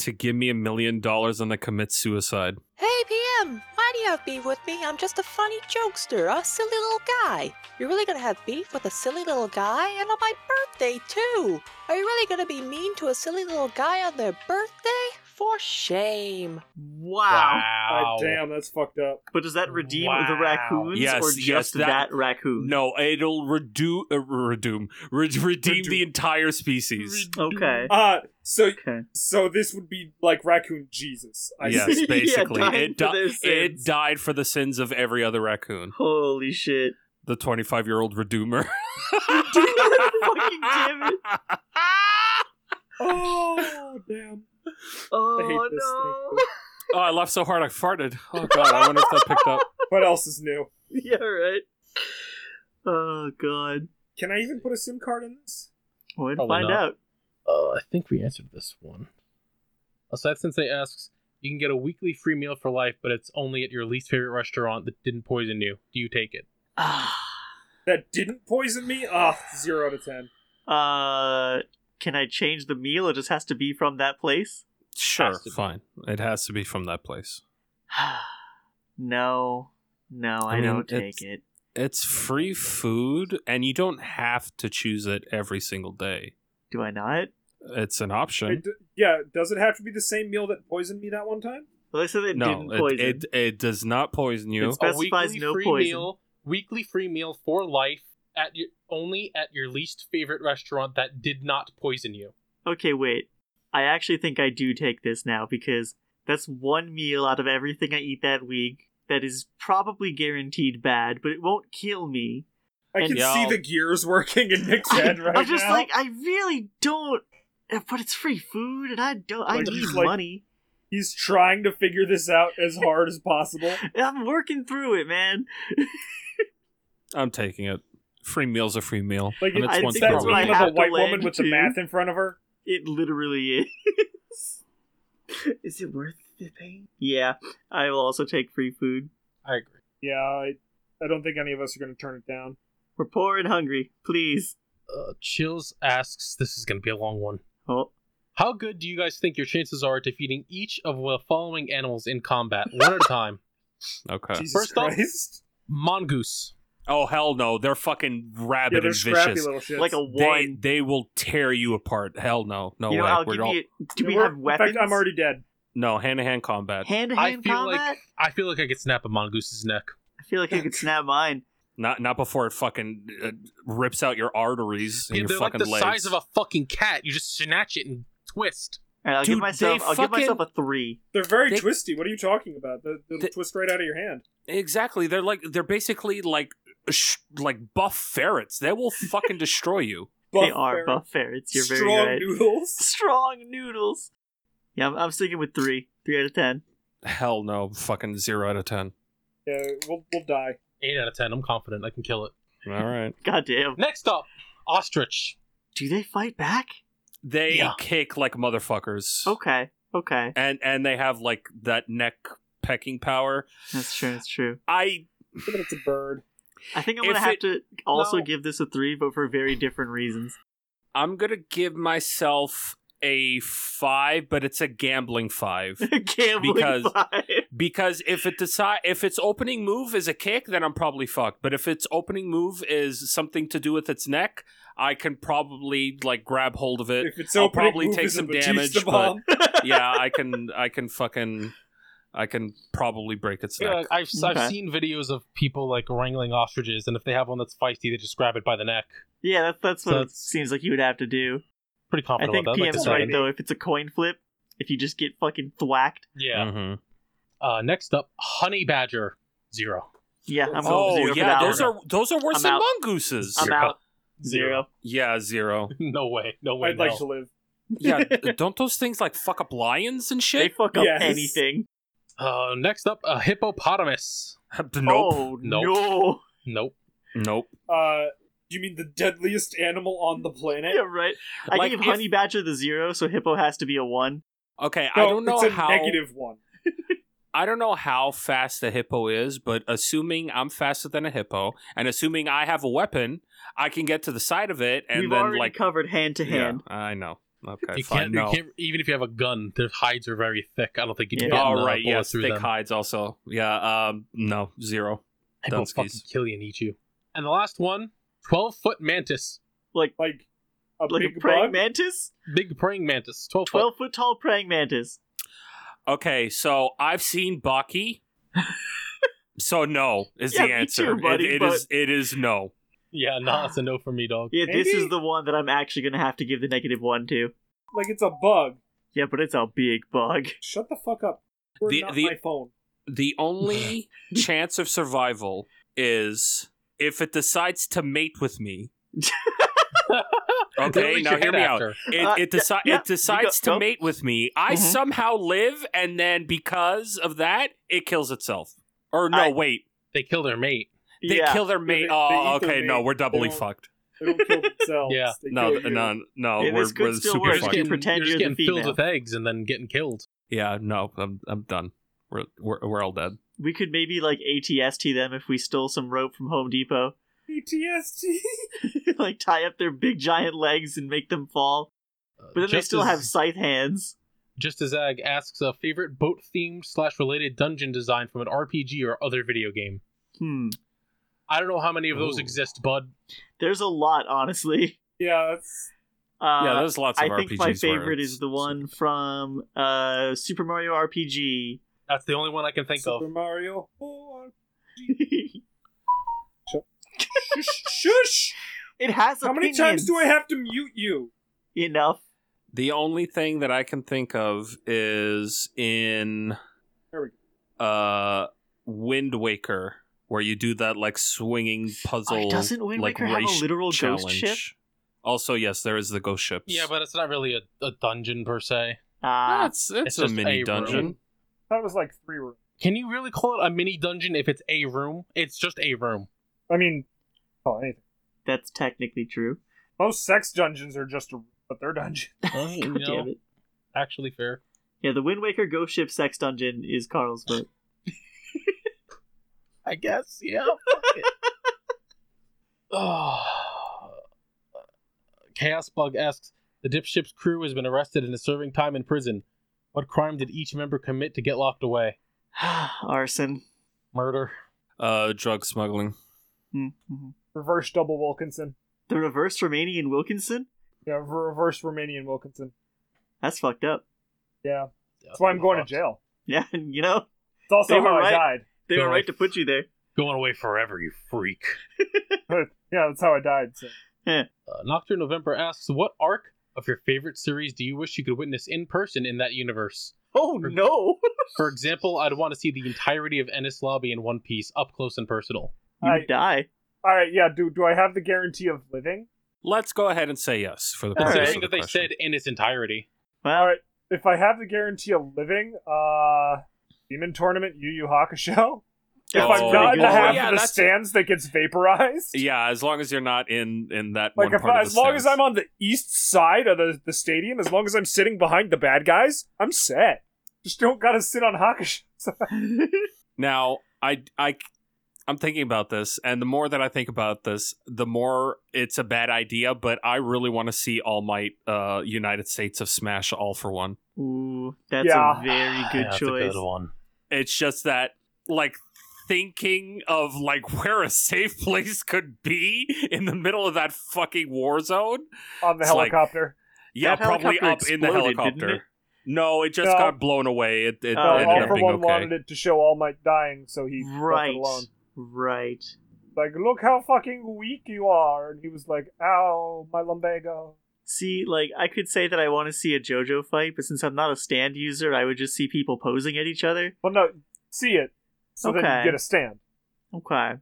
Speaker 5: To give me a million dollars and I commit suicide.
Speaker 8: Hey PM, why do you have beef with me? I'm just a funny jokester, a silly little guy. You're really gonna have beef with a silly little guy? And on my birthday, too! Are you really gonna be mean to a silly little guy on their birthday? For shame.
Speaker 3: Wow.
Speaker 2: Ah, damn, that's fucked up.
Speaker 3: But does that redeem the
Speaker 4: Wow.
Speaker 3: raccoons
Speaker 5: Yes,
Speaker 3: or
Speaker 5: yes,
Speaker 3: just
Speaker 5: that-
Speaker 3: that, raccoon?
Speaker 5: No, it'll redo, uh, redoom, re- redeem the entire species.
Speaker 3: Okay.
Speaker 2: Uh so
Speaker 3: Okay.
Speaker 2: so this would be like raccoon Jesus. I
Speaker 5: yes,
Speaker 2: see.
Speaker 3: Yeah,
Speaker 5: basically,
Speaker 3: dying
Speaker 5: it
Speaker 3: for
Speaker 5: di-
Speaker 3: their
Speaker 5: it
Speaker 3: sins.
Speaker 5: died for the sins of every other raccoon.
Speaker 3: Holy shit.
Speaker 5: The twenty-five-year-old redoomer.
Speaker 3: Fucking damn it.
Speaker 2: Oh damn.
Speaker 3: Oh
Speaker 2: hate this
Speaker 3: no.
Speaker 5: Oh, I laughed so hard I farted. Oh god, I wonder if that picked up.
Speaker 2: What else is new?
Speaker 3: yeah, right. Oh god.
Speaker 2: Can I even put a SIM card in this?
Speaker 3: We'll
Speaker 4: Probably
Speaker 3: find
Speaker 4: not.
Speaker 3: out.
Speaker 4: Uh, I think we answered this one. Aside Sensei asks, you can get a weekly free meal for life, but it's only at your least favorite restaurant that didn't poison you. Do you take it?
Speaker 3: Ah.
Speaker 2: That didn't poison me? Ah, zero to ten.
Speaker 3: Uh, can I change the meal? It just has to be from that place.
Speaker 5: Sure,
Speaker 4: to be.
Speaker 5: fine. It has to be from that place.
Speaker 3: no, no, I,
Speaker 5: I mean,
Speaker 3: don't take
Speaker 5: it's-
Speaker 3: it.
Speaker 5: It's free food, and you don't have to choose it every single day.
Speaker 3: Do I not?
Speaker 5: It's an option.
Speaker 2: It d- yeah, does it have to be the same meal that poisoned me that one time?
Speaker 3: Well, they said it
Speaker 5: no,
Speaker 3: didn't poison.
Speaker 5: It, it it does not poison you.
Speaker 3: It's bad. Specifies no
Speaker 4: free
Speaker 3: poison.
Speaker 4: meal. Weekly free meal for life at your only at your least favorite restaurant that did not poison you.
Speaker 3: Okay, wait. I actually think I do take this now because that's one meal out of everything I eat that week that is probably guaranteed bad, but it won't kill me.
Speaker 2: I
Speaker 3: And
Speaker 2: can
Speaker 5: y'all-
Speaker 2: see the gears working in Nick's head right
Speaker 3: I'm just
Speaker 2: now.
Speaker 3: like I really don't. eh, But it's free food, and I don't. I
Speaker 2: Like,
Speaker 3: need
Speaker 2: he's like-
Speaker 3: money.
Speaker 2: He's trying to figure this out as hard as possible.
Speaker 3: I'm working through it, man.
Speaker 5: I'm taking it. free meal's a free meal.
Speaker 2: Like,
Speaker 5: and it's
Speaker 3: I
Speaker 5: one
Speaker 3: think
Speaker 2: That's
Speaker 3: what
Speaker 5: throw.
Speaker 3: I
Speaker 2: the name
Speaker 3: have
Speaker 2: of a
Speaker 3: to
Speaker 2: white
Speaker 3: land
Speaker 2: woman with
Speaker 3: to.
Speaker 2: the math in front of her.
Speaker 3: It literally is. is it worth the pain? Yeah, I will also take free food.
Speaker 4: I agree.
Speaker 2: Yeah, I, I don't think any of us are going to turn it down.
Speaker 3: We're poor and hungry. Please.
Speaker 4: Uh, Chills asks, "This is going to be a long one.
Speaker 3: Oh,
Speaker 4: How good do you guys think your chances are at defeating each of the following animals in combat, one at a time?
Speaker 5: Okay.
Speaker 2: Jesus
Speaker 4: First off-
Speaker 2: Christ.
Speaker 4: Mongoose,
Speaker 5: Oh hell no! They're fucking rabid
Speaker 2: yeah, they're
Speaker 5: and
Speaker 2: scrappy
Speaker 5: vicious.
Speaker 2: little shits.
Speaker 3: like a
Speaker 5: They,
Speaker 3: one.
Speaker 5: they will tear you apart. Hell no, no
Speaker 3: you know,
Speaker 5: way.
Speaker 3: I'll
Speaker 5: We're
Speaker 3: give
Speaker 5: all,
Speaker 3: you. Do we
Speaker 2: We're-
Speaker 3: have weapons?
Speaker 2: In fact, I'm already dead.
Speaker 5: No hand to hand combat.
Speaker 3: hand to
Speaker 4: I
Speaker 3: hand
Speaker 4: feel
Speaker 3: combat.
Speaker 4: like I feel like I could snap a mongoose's neck.
Speaker 3: I feel like I could snap mine.
Speaker 5: Not not before it fucking uh, rips out your arteries and
Speaker 4: Yeah,
Speaker 5: your
Speaker 4: they're like
Speaker 5: fucking
Speaker 4: the
Speaker 5: legs.
Speaker 4: size of a fucking cat. You just snatch it and twist.
Speaker 3: And I'll give
Speaker 5: Dude,
Speaker 3: myself.
Speaker 5: they
Speaker 3: I'll give myself a
Speaker 5: fucking-
Speaker 3: three.
Speaker 2: They're very
Speaker 5: They-
Speaker 2: twisty. What are you talking about? They, will
Speaker 5: They-
Speaker 2: twist right out of your hand.
Speaker 5: exactly. They're like they're basically like sh- like buff ferrets. They will fucking destroy you.
Speaker 3: they are
Speaker 2: ferret.
Speaker 3: buff ferrets. You're
Speaker 2: Strong
Speaker 3: very right.
Speaker 2: noodles.
Speaker 3: Strong noodles. Yeah, I'm, I'm sticking with three. Three out of ten.
Speaker 5: Hell no! Fucking zero out of ten.
Speaker 2: Yeah, we'll, we'll die.
Speaker 4: Eight out of ten. I'm confident I can kill it.
Speaker 5: All right.
Speaker 3: Goddamn.
Speaker 4: Next up, ostrich.
Speaker 3: Do they fight back?
Speaker 5: They
Speaker 3: Yeah.
Speaker 5: kick like motherfuckers.
Speaker 3: Okay. Okay.
Speaker 5: And and they have like that neck pecking power.
Speaker 3: That's true. That's true.
Speaker 5: I
Speaker 2: But it's a bird.
Speaker 3: I think I'm
Speaker 5: If
Speaker 3: gonna have
Speaker 5: it-
Speaker 3: to also
Speaker 5: No.
Speaker 3: give this a three, but for very different reasons.
Speaker 5: I'm gonna give myself a five, but it's a gambling five.
Speaker 3: Gambling
Speaker 5: Because-
Speaker 3: five.
Speaker 5: because if it decide if its opening move is a kick, then I'm probably fucked. But if its opening move is something to do with its neck, I can probably like grab hold of it.
Speaker 2: If it's
Speaker 5: I'll
Speaker 2: so
Speaker 5: probably take some damage, but-
Speaker 2: bomb.
Speaker 5: yeah, I can I can fucking I can probably break its
Speaker 4: Yeah,
Speaker 5: neck.
Speaker 4: Uh, I've,
Speaker 3: Okay.
Speaker 4: I've seen videos of people like wrangling ostriches, and if they have one that's feisty, they just grab it by the neck.
Speaker 3: yeah, that's that's what
Speaker 4: So
Speaker 3: it
Speaker 4: it's-
Speaker 3: seems like you would have to do.
Speaker 4: Pretty
Speaker 3: I
Speaker 4: confident
Speaker 3: think
Speaker 4: about that. I'd like to
Speaker 3: PM's
Speaker 4: try
Speaker 3: right
Speaker 4: that.
Speaker 3: though. If it's a coin flip, if you just get fucking thwacked,
Speaker 4: Yeah.
Speaker 5: Mhm.
Speaker 4: Uh, next up, honey badger. Zero.
Speaker 3: yeah, I'm
Speaker 5: oh
Speaker 3: going zero
Speaker 5: yeah,
Speaker 3: for that
Speaker 5: those
Speaker 3: one.
Speaker 5: are those are worse
Speaker 3: I'm
Speaker 5: than
Speaker 3: out.
Speaker 5: mongooses.
Speaker 3: I'm out. Zero.
Speaker 5: yeah, zero.
Speaker 4: no way. No way.
Speaker 2: I'd
Speaker 4: no.
Speaker 2: like to live.
Speaker 5: Yeah, don't those things like fuck up lions and
Speaker 3: They
Speaker 5: shit?
Speaker 3: fuck up
Speaker 2: Yes.
Speaker 3: anything.
Speaker 4: Uh, next up, a hippopotamus.
Speaker 5: nope,
Speaker 3: Oh
Speaker 4: Nope.
Speaker 3: no.
Speaker 4: Nope.
Speaker 5: nope.
Speaker 2: Uh, do you mean the deadliest animal on the planet?
Speaker 3: Yeah, right. I
Speaker 5: Like,
Speaker 3: gave
Speaker 5: if-
Speaker 3: Honey Badger the zero, so Hippo has to be a one.
Speaker 5: Okay,
Speaker 2: No,
Speaker 5: I don't know
Speaker 2: it's a
Speaker 5: how
Speaker 2: negative one.
Speaker 5: I don't know how fast a hippo is, but assuming I'm faster than a hippo and assuming I have a weapon, I can get to the side of it and
Speaker 3: We've
Speaker 5: then
Speaker 3: already
Speaker 5: like
Speaker 3: covered hand to
Speaker 5: Yeah,
Speaker 3: hand.
Speaker 5: I know. Okay,
Speaker 4: you
Speaker 5: fine.
Speaker 4: can't,
Speaker 5: No.
Speaker 4: you can't. Even if you have a gun, their hides are very thick. I don't think you can
Speaker 3: Yeah.
Speaker 4: get
Speaker 5: All
Speaker 4: uh,
Speaker 5: right,
Speaker 4: bullets
Speaker 5: yes,
Speaker 4: through
Speaker 5: thick
Speaker 4: them.
Speaker 5: hides also. Yeah, um no, zero.
Speaker 4: Hippo
Speaker 5: Dunskies.
Speaker 4: fucking kill you and eat you. And the last one, 12 foot mantis.
Speaker 2: Like a
Speaker 3: Like
Speaker 2: big
Speaker 3: a praying
Speaker 2: bug.
Speaker 3: mantis?
Speaker 4: Big praying mantis. 12 foot.
Speaker 3: Twelve foot tall praying mantis.
Speaker 5: Okay, so I've seen Baki. so no is
Speaker 3: Yeah,
Speaker 5: the
Speaker 3: me
Speaker 5: answer.
Speaker 3: too, buddy,
Speaker 5: it, it
Speaker 3: but-
Speaker 5: is- it is no.
Speaker 4: Yeah, nah, it's a no for me, dog.
Speaker 3: Yeah, this
Speaker 2: Maybe-
Speaker 3: is the one that I'm actually gonna have to give the negative one to.
Speaker 2: Like it's a bug.
Speaker 3: Yeah, but it's a big bug.
Speaker 2: Shut the fuck up. We're
Speaker 5: The-
Speaker 2: not
Speaker 5: the-
Speaker 2: my phone.
Speaker 5: The only chance of survival is if it decides to mate with me.
Speaker 4: They'll
Speaker 5: okay,
Speaker 4: eat
Speaker 5: now
Speaker 4: your
Speaker 5: hear
Speaker 4: head
Speaker 5: me out.
Speaker 4: after.
Speaker 5: It,
Speaker 3: Uh,
Speaker 5: it, deci-
Speaker 3: yeah,
Speaker 5: it decides
Speaker 3: you go-
Speaker 5: to
Speaker 3: go.
Speaker 5: mate with me. I
Speaker 3: Mhm.
Speaker 5: somehow live, and then because of that, it kills itself. Or no,
Speaker 3: I-
Speaker 5: wait,
Speaker 4: They kill their mate.
Speaker 5: they
Speaker 3: yeah.
Speaker 5: kill their mate.
Speaker 2: they- they
Speaker 5: oh,
Speaker 2: eat their
Speaker 5: okay, no,
Speaker 2: mate.
Speaker 5: we're
Speaker 2: They
Speaker 5: doubly
Speaker 2: don't-
Speaker 5: fucked.
Speaker 2: They don't kill themselves.
Speaker 4: Yeah.
Speaker 2: They
Speaker 5: No,
Speaker 2: kill
Speaker 5: th-
Speaker 2: you.
Speaker 5: no, no,
Speaker 3: Yeah,
Speaker 5: we're,
Speaker 3: this could
Speaker 5: we're
Speaker 3: still
Speaker 5: super
Speaker 3: work.
Speaker 4: You're just
Speaker 5: fucked.
Speaker 3: You
Speaker 4: getting,
Speaker 3: pretend
Speaker 4: you're just
Speaker 3: you're the
Speaker 4: getting filled
Speaker 3: female.
Speaker 4: with eggs and then getting killed.
Speaker 5: Yeah, no, I'm I'm done. We're we're, we're all dead.
Speaker 3: We could maybe like ATST them if we stole some rope from Home Depot.
Speaker 2: PTSD.
Speaker 3: like tie up their big giant legs and make them fall.
Speaker 4: Uh,
Speaker 3: But then they
Speaker 4: just
Speaker 3: still
Speaker 4: as-
Speaker 3: have scythe hands.
Speaker 4: Just as Ag asks a favorite boat themed slash related dungeon design from an RPG or other video game.
Speaker 3: Hmm.
Speaker 4: I don't know how many of those
Speaker 5: Ooh.
Speaker 4: exist, bud.
Speaker 3: There's a lot, honestly.
Speaker 2: yeah, that's
Speaker 3: Uh,
Speaker 5: yeah, there's lots
Speaker 3: I
Speaker 5: of RPGs.
Speaker 3: think my
Speaker 5: where
Speaker 3: favorite
Speaker 5: it's-
Speaker 3: is the one from uh, Super Mario RPG.
Speaker 4: That's the only one I can think
Speaker 2: Super
Speaker 4: of.
Speaker 2: Mario. Oh, shush, shush.
Speaker 3: it has
Speaker 2: How many times do I have to mute you?
Speaker 3: enough?
Speaker 5: The only thing that I can think of is in
Speaker 2: There we go.
Speaker 5: uh Wind Waker, where you do that like swinging puzzle.
Speaker 3: Oh, doesn't Wind
Speaker 5: like
Speaker 3: Waker have a
Speaker 5: race
Speaker 3: literal ghost
Speaker 5: challenge.
Speaker 3: ship?
Speaker 5: Also, yes, there is the ghost ships.
Speaker 4: Yeah, but it's not really a, a dungeon per se.
Speaker 3: Uh,
Speaker 5: that's it's,
Speaker 4: It's
Speaker 5: a
Speaker 4: just a
Speaker 5: mini
Speaker 4: room.
Speaker 5: dungeon.
Speaker 2: That was like three rooms.
Speaker 4: Can you really call it a mini dungeon if it's a room? It's just a room.
Speaker 2: I mean, oh, anything.
Speaker 3: That's technically true.
Speaker 2: Most sex dungeons are just a but they're dungeon.
Speaker 4: Well, you
Speaker 3: God
Speaker 4: know,
Speaker 3: damn it.
Speaker 4: actually fair.
Speaker 3: Yeah, the Wind Waker Ghost Ship Sex Dungeon is Carl's vote.
Speaker 4: I guess. Yeah. fuck it. oh. Chaos Bug asks The dip ship's crew has been arrested and is serving time in prison. What crime did each member commit to get locked away?
Speaker 3: Arson.
Speaker 4: Murder.
Speaker 5: Uh, drug smuggling.
Speaker 3: Mhm.
Speaker 2: Reverse double Wilkinson.
Speaker 3: The reverse Romanian Wilkinson?
Speaker 2: Yeah, re- reverse Romanian Wilkinson.
Speaker 3: That's fucked up.
Speaker 2: Yeah, that's why I'm going to jail.
Speaker 3: Yeah, and you know,
Speaker 2: It's also
Speaker 3: They were
Speaker 2: how
Speaker 3: right.
Speaker 2: I died.
Speaker 3: they were
Speaker 4: Go
Speaker 3: right
Speaker 4: with-
Speaker 3: to put you there.
Speaker 4: Going away forever, you freak.
Speaker 2: But, yeah, that's how I died. So.
Speaker 4: Uh, Nocturne November asks, What arc of your favorite series do you wish you could witness in person in that universe?
Speaker 3: Oh no!
Speaker 4: For example, I'd want to see the entirety of Ennis Lobby in one piece, up close and personal.
Speaker 3: you
Speaker 2: I-
Speaker 3: die.
Speaker 2: All right, yeah. Do do I have the guarantee of living?
Speaker 5: Let's go ahead and say yes for the
Speaker 3: All right.
Speaker 5: purpose
Speaker 4: Considering
Speaker 5: of
Speaker 4: that
Speaker 5: the
Speaker 4: they
Speaker 5: question.
Speaker 4: said in its entirety.
Speaker 2: All
Speaker 3: Well,
Speaker 2: right. If I have the guarantee of living, uh, demon tournament, Yu Yu Hakusho. If
Speaker 5: That's
Speaker 2: I'm
Speaker 5: pretty
Speaker 2: not in
Speaker 5: good.
Speaker 2: the half
Speaker 5: Oh, yeah,
Speaker 2: of the
Speaker 5: that's-
Speaker 2: stands that gets vaporized,
Speaker 5: Yeah, as long as you're not in in that
Speaker 2: like
Speaker 5: one
Speaker 2: if
Speaker 5: part
Speaker 2: I,
Speaker 5: of
Speaker 2: as
Speaker 5: the
Speaker 2: long as
Speaker 5: stands.
Speaker 2: I'm on the east side of the, the stadium, as long as I'm sitting behind the bad guys, I'm set. Just don't gotta sit on Hakusho.
Speaker 5: Now, I, I, I'm thinking about this, and the more that I think about this, the more it's a bad idea. But I really want to see All Might, uh, United States of Smash, all for one.
Speaker 3: ooh, that's
Speaker 2: Yeah.
Speaker 3: a very good choice.
Speaker 4: one.
Speaker 5: It's just that, like, thinking of like where a safe place could be in the middle of that fucking war zone.
Speaker 2: on the
Speaker 5: It's like-
Speaker 2: helicopter.
Speaker 5: Yeah,
Speaker 3: That
Speaker 5: probably
Speaker 3: helicopter
Speaker 5: up in the
Speaker 3: exploded, didn't
Speaker 5: helicopter.
Speaker 3: it? Oh,
Speaker 5: No, it just
Speaker 2: No.
Speaker 5: got blown away. It, it
Speaker 3: No,
Speaker 2: No,
Speaker 5: ended
Speaker 2: All
Speaker 5: up
Speaker 2: for
Speaker 5: being
Speaker 2: One
Speaker 5: uh, okay.
Speaker 2: wanted it to show All Might dying, so he left
Speaker 3: Right,
Speaker 2: it alone.
Speaker 3: right.
Speaker 2: Like, look how fucking weak you are, and he was like, "Ow, my lumbago."
Speaker 3: See, like I could say that I want to see a JoJo fight, but since I'm not a stand user, I would just see people posing at each other.
Speaker 2: Well, no, see it, so then
Speaker 3: Okay.
Speaker 2: you get a stand.
Speaker 3: Okay,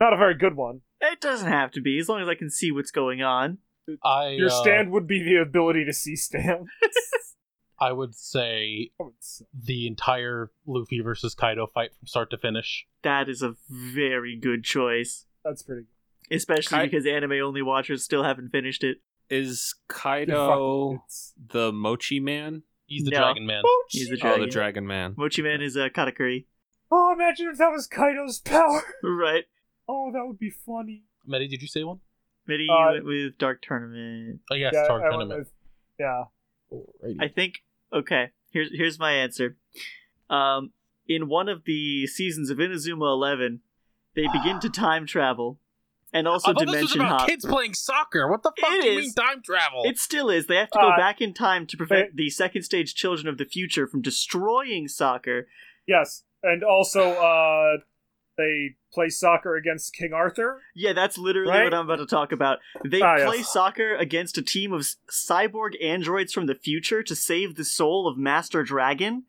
Speaker 2: Not a very good one.
Speaker 3: it doesn't have to be as long as I can see what's going on.
Speaker 4: I,
Speaker 2: Your
Speaker 4: uh,
Speaker 2: stand would be the ability to see stand. Oh,
Speaker 4: I would say the entire Luffy versus Kaido fight from start to finish.
Speaker 3: That is a very good choice,
Speaker 2: That's pretty. good.
Speaker 3: especially
Speaker 5: Ki-
Speaker 3: because anime only watchers still haven't finished it.
Speaker 5: Is
Speaker 2: Dude,
Speaker 5: Kaido
Speaker 2: fuck, it's-
Speaker 5: the Mochi Man?
Speaker 4: He's the
Speaker 3: No.
Speaker 4: Dragon Man.
Speaker 3: He's the
Speaker 5: Oh,
Speaker 3: dragon.
Speaker 5: the Dragon Man.
Speaker 3: Mochi Man is a uh, Katakuri,
Speaker 2: Oh, imagine if that was Kaido's power.
Speaker 3: right?
Speaker 2: Oh, that would be funny.
Speaker 4: Medi, did you say one?
Speaker 3: Maybe you
Speaker 2: Uh,
Speaker 3: went with Dark Tournament.
Speaker 4: Oh, yes,
Speaker 2: yeah,
Speaker 4: Targ
Speaker 2: I went
Speaker 4: Tournament.
Speaker 2: with- yeah.
Speaker 4: Alrighty.
Speaker 3: I think okay. Here's here's my answer. Um, in one of the seasons of Inazuma Eleven, they begin to time travel, and also
Speaker 4: I thought this was
Speaker 3: dimension
Speaker 4: about
Speaker 3: hop.
Speaker 4: kids playing soccer. What the fuck
Speaker 3: It
Speaker 4: do you
Speaker 3: is.
Speaker 4: mean time travel?
Speaker 3: It still is. They have to go
Speaker 2: Uh,
Speaker 3: back in time to prevent the second stage children of the future from destroying soccer.
Speaker 2: Yes, and also uh, they play soccer against King Arthur.
Speaker 3: Yeah, that's literally
Speaker 2: Right?
Speaker 3: what I'm about to talk about. They
Speaker 2: Ah, yes.
Speaker 3: play soccer against a team of s- cyborg androids from the future to save the soul of Master Dragon.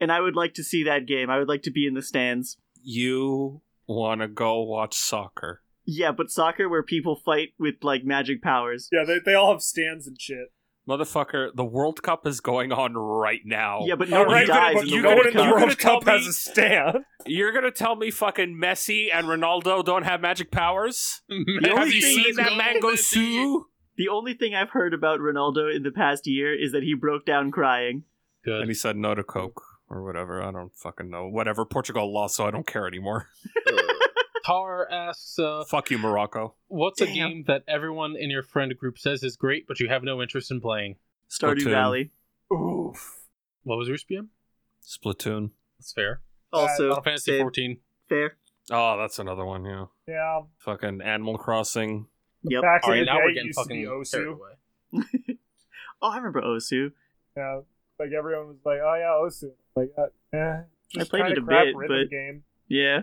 Speaker 3: And I would like to see that game. I would like to be in the stands.
Speaker 5: You want to go watch soccer?
Speaker 3: Yeah, but soccer where people fight with like magic powers.
Speaker 2: Yeah, they, they all have stands and shit.
Speaker 5: Motherfucker, the World Cup is going on right now.
Speaker 3: Yeah, but no one
Speaker 2: Alright,
Speaker 3: dies
Speaker 5: but
Speaker 3: in the
Speaker 5: Oh, you
Speaker 3: World
Speaker 5: could've-
Speaker 3: Cup.
Speaker 5: you could've-
Speaker 2: World Cup
Speaker 5: tell me-
Speaker 2: has a stand.
Speaker 5: You're going to tell me fucking Messi and Ronaldo don't have magic powers? Have you seen that man go sue?
Speaker 3: The only thing I've heard about Ronaldo in the past year is that he broke down crying.
Speaker 4: Good.
Speaker 5: And he said no to Coke or whatever. I don't fucking know. Whatever. Portugal lost, so I don't care anymore.
Speaker 4: Tar asks, uh,
Speaker 5: Fuck you, Morocco.
Speaker 4: "What's a
Speaker 3: Damn.
Speaker 4: game that everyone in your friend group says is great, but you have no interest in playing?"
Speaker 3: Stardew
Speaker 5: Splatoon.
Speaker 3: Valley.
Speaker 2: Oof.
Speaker 4: What was yours, BM?
Speaker 5: Splatoon.
Speaker 4: That's fair.
Speaker 3: Also,
Speaker 4: Final Fantasy
Speaker 3: same.
Speaker 4: 14.
Speaker 3: fair.
Speaker 5: Oh, that's another one, yeah.
Speaker 2: Yeah.
Speaker 5: Fucking Animal Crossing.
Speaker 3: Yep.
Speaker 2: Back
Speaker 4: All
Speaker 2: in
Speaker 4: right,
Speaker 2: the
Speaker 4: now
Speaker 2: day,
Speaker 4: we're
Speaker 2: it
Speaker 4: getting
Speaker 2: used to be
Speaker 4: fucking carried
Speaker 2: Osu.
Speaker 4: away.
Speaker 3: Oh, I remember Osu.
Speaker 2: Yeah, like everyone was like, "Oh yeah, Osu." Like, uh, eh. Just
Speaker 3: played
Speaker 2: kinda
Speaker 3: it a
Speaker 2: crap
Speaker 3: bit,
Speaker 2: rhythm
Speaker 3: but-
Speaker 2: game.
Speaker 3: Yeah,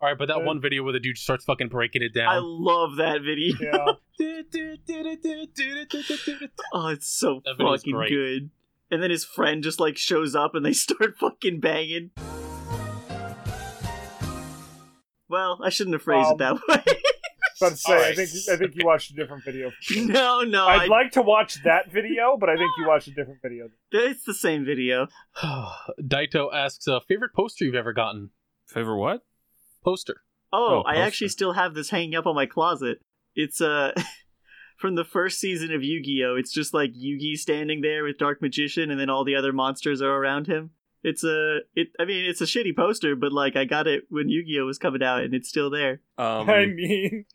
Speaker 4: All right, but that
Speaker 2: Uh,
Speaker 4: one video where the dude just starts fucking breaking it
Speaker 3: I
Speaker 4: down.
Speaker 3: love that video.
Speaker 2: Yeah.
Speaker 3: Oh, it's so
Speaker 4: That video's
Speaker 3: fucking
Speaker 4: great.
Speaker 3: good. And then his friend just like shows up and they start fucking banging. Well, I shouldn't have phrased it
Speaker 2: Um,
Speaker 3: that
Speaker 2: But say, I
Speaker 4: Alright.
Speaker 2: think I think you watched a different video.
Speaker 3: way. no, no,
Speaker 2: I'd
Speaker 3: I-
Speaker 2: like to watch that video, but I think you watched a different video.
Speaker 3: it's the same video.
Speaker 4: Daito asks, uh, "Favorite poster you've ever gotten?"
Speaker 5: Favorite what?
Speaker 4: Poster.
Speaker 3: Oh,
Speaker 5: Oh,
Speaker 3: I actually
Speaker 5: poster.
Speaker 3: still have this hanging up on my closet. It's uh from the first season of Yu-Gi-Oh. It's just like Yu-Gi standing there with Dark Magician and then all the other monsters are around him. It's a it I mean it's a shitty poster, but like I got it when Yu-Gi-Oh was coming out and it's still there.
Speaker 5: Um,
Speaker 2: I mean,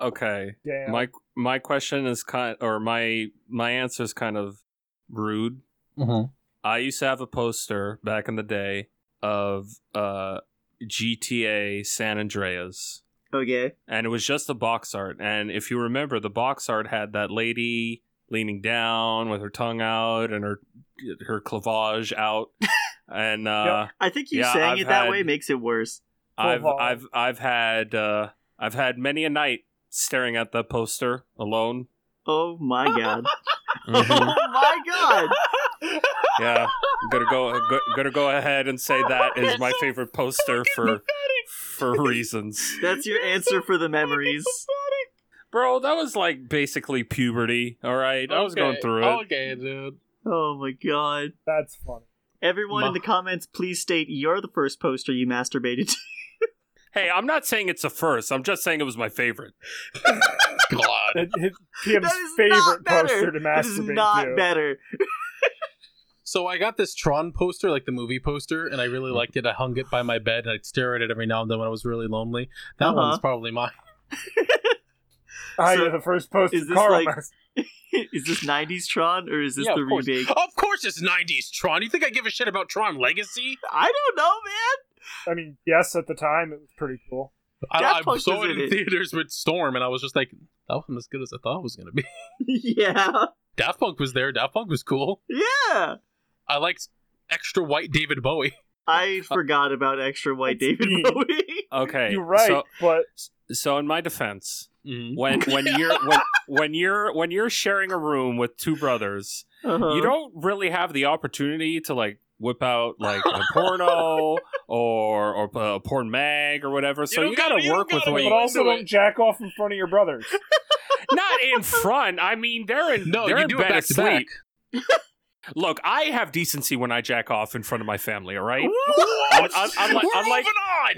Speaker 5: okay.
Speaker 2: damn.
Speaker 5: My my question is kind, or my my answer is kind of rude. I used to have a poster back in the day of uh, GTA San Andreas.
Speaker 3: okay.
Speaker 5: and it was just the box art. And if you remember, the box art had that lady leaning down with her tongue out and her her clavage out. and uh,
Speaker 3: I think you
Speaker 5: Yeah,
Speaker 3: saying
Speaker 5: I've
Speaker 3: it that
Speaker 5: had-
Speaker 3: way makes it worse.
Speaker 5: I've
Speaker 2: Clavage.
Speaker 5: I've I've had uh, I've had many a night staring at that poster alone.
Speaker 3: Oh my god.
Speaker 5: Mhm.
Speaker 3: oh my god.
Speaker 5: yeah, I'm gonna go uh, go- gonna go ahead and say that is my favorite poster for for reasons.
Speaker 3: That's your answer for the memories.
Speaker 5: Bro, that was like basically puberty. All right, I was going
Speaker 4: Okay,
Speaker 5: through it.
Speaker 4: Okay, dude.
Speaker 3: Oh my god.
Speaker 2: That's funny.
Speaker 3: Everyone in
Speaker 4: Ma-
Speaker 3: the comments, please state you're the first poster you masturbated to.
Speaker 5: Hey, I'm not saying it's a first. I'm just saying it was my favorite.
Speaker 4: God.
Speaker 2: That, his, Tim's
Speaker 3: That is
Speaker 2: favorite
Speaker 3: not better.
Speaker 2: poster to
Speaker 3: That is
Speaker 2: masturbate
Speaker 3: not
Speaker 2: to.
Speaker 3: better.
Speaker 4: So I got this Tron poster, like the movie poster, and I really liked it. I hung it by my bed, and I'd stare at it every now and then when I was really lonely. That
Speaker 3: Uh-huh.
Speaker 4: one's probably mine.
Speaker 2: I
Speaker 3: So,
Speaker 2: am Ah, the first poster
Speaker 3: is this
Speaker 2: Carl
Speaker 3: like-
Speaker 2: mas-
Speaker 3: is this 90s Tron or is this the
Speaker 4: of course.
Speaker 3: remake?
Speaker 4: Of course, it's '90s Tron. You think I give a shit about Tron Legacy?
Speaker 3: I don't know, man.
Speaker 2: I mean, yes, at the time it was pretty cool.
Speaker 4: I,
Speaker 3: That
Speaker 4: I saw
Speaker 3: poster's in
Speaker 4: it in
Speaker 3: it.
Speaker 4: theaters with Storm, and I was just like, that wasn't as good as I thought it was gonna be.
Speaker 3: yeah.
Speaker 4: Daft Punk was there. Daft Punk was cool.
Speaker 3: Yeah.
Speaker 4: I liked extra white David Bowie.
Speaker 3: I forgot about extra white
Speaker 2: That's
Speaker 3: David
Speaker 2: mean.
Speaker 3: Bowie.
Speaker 5: Okay,
Speaker 2: You're right,
Speaker 5: So,
Speaker 2: but
Speaker 5: so in my defense,
Speaker 4: Mm-hmm.
Speaker 5: when when you're when, when you're when you're sharing a room with two brothers,
Speaker 3: Uh-huh.
Speaker 5: you don't really have the opportunity to like whip out like a porno or or a porn mag or whatever. So
Speaker 4: don't
Speaker 5: you, gotta
Speaker 4: gotta- you
Speaker 5: work
Speaker 4: don't
Speaker 5: with
Speaker 4: gotta
Speaker 5: what
Speaker 4: be-
Speaker 5: you
Speaker 2: but also
Speaker 4: into
Speaker 2: don't
Speaker 4: it.
Speaker 2: jack off in front of your brothers.
Speaker 5: not in front. I mean, they're in
Speaker 4: No,
Speaker 5: they're
Speaker 4: you
Speaker 5: in
Speaker 4: do
Speaker 5: bed
Speaker 4: it back to
Speaker 5: asleep.
Speaker 4: back.
Speaker 5: Look, I have decency when I jack off in front of my family. All right.
Speaker 4: What?
Speaker 5: I'm- I'm like-
Speaker 4: We're
Speaker 5: I'm like-
Speaker 4: moving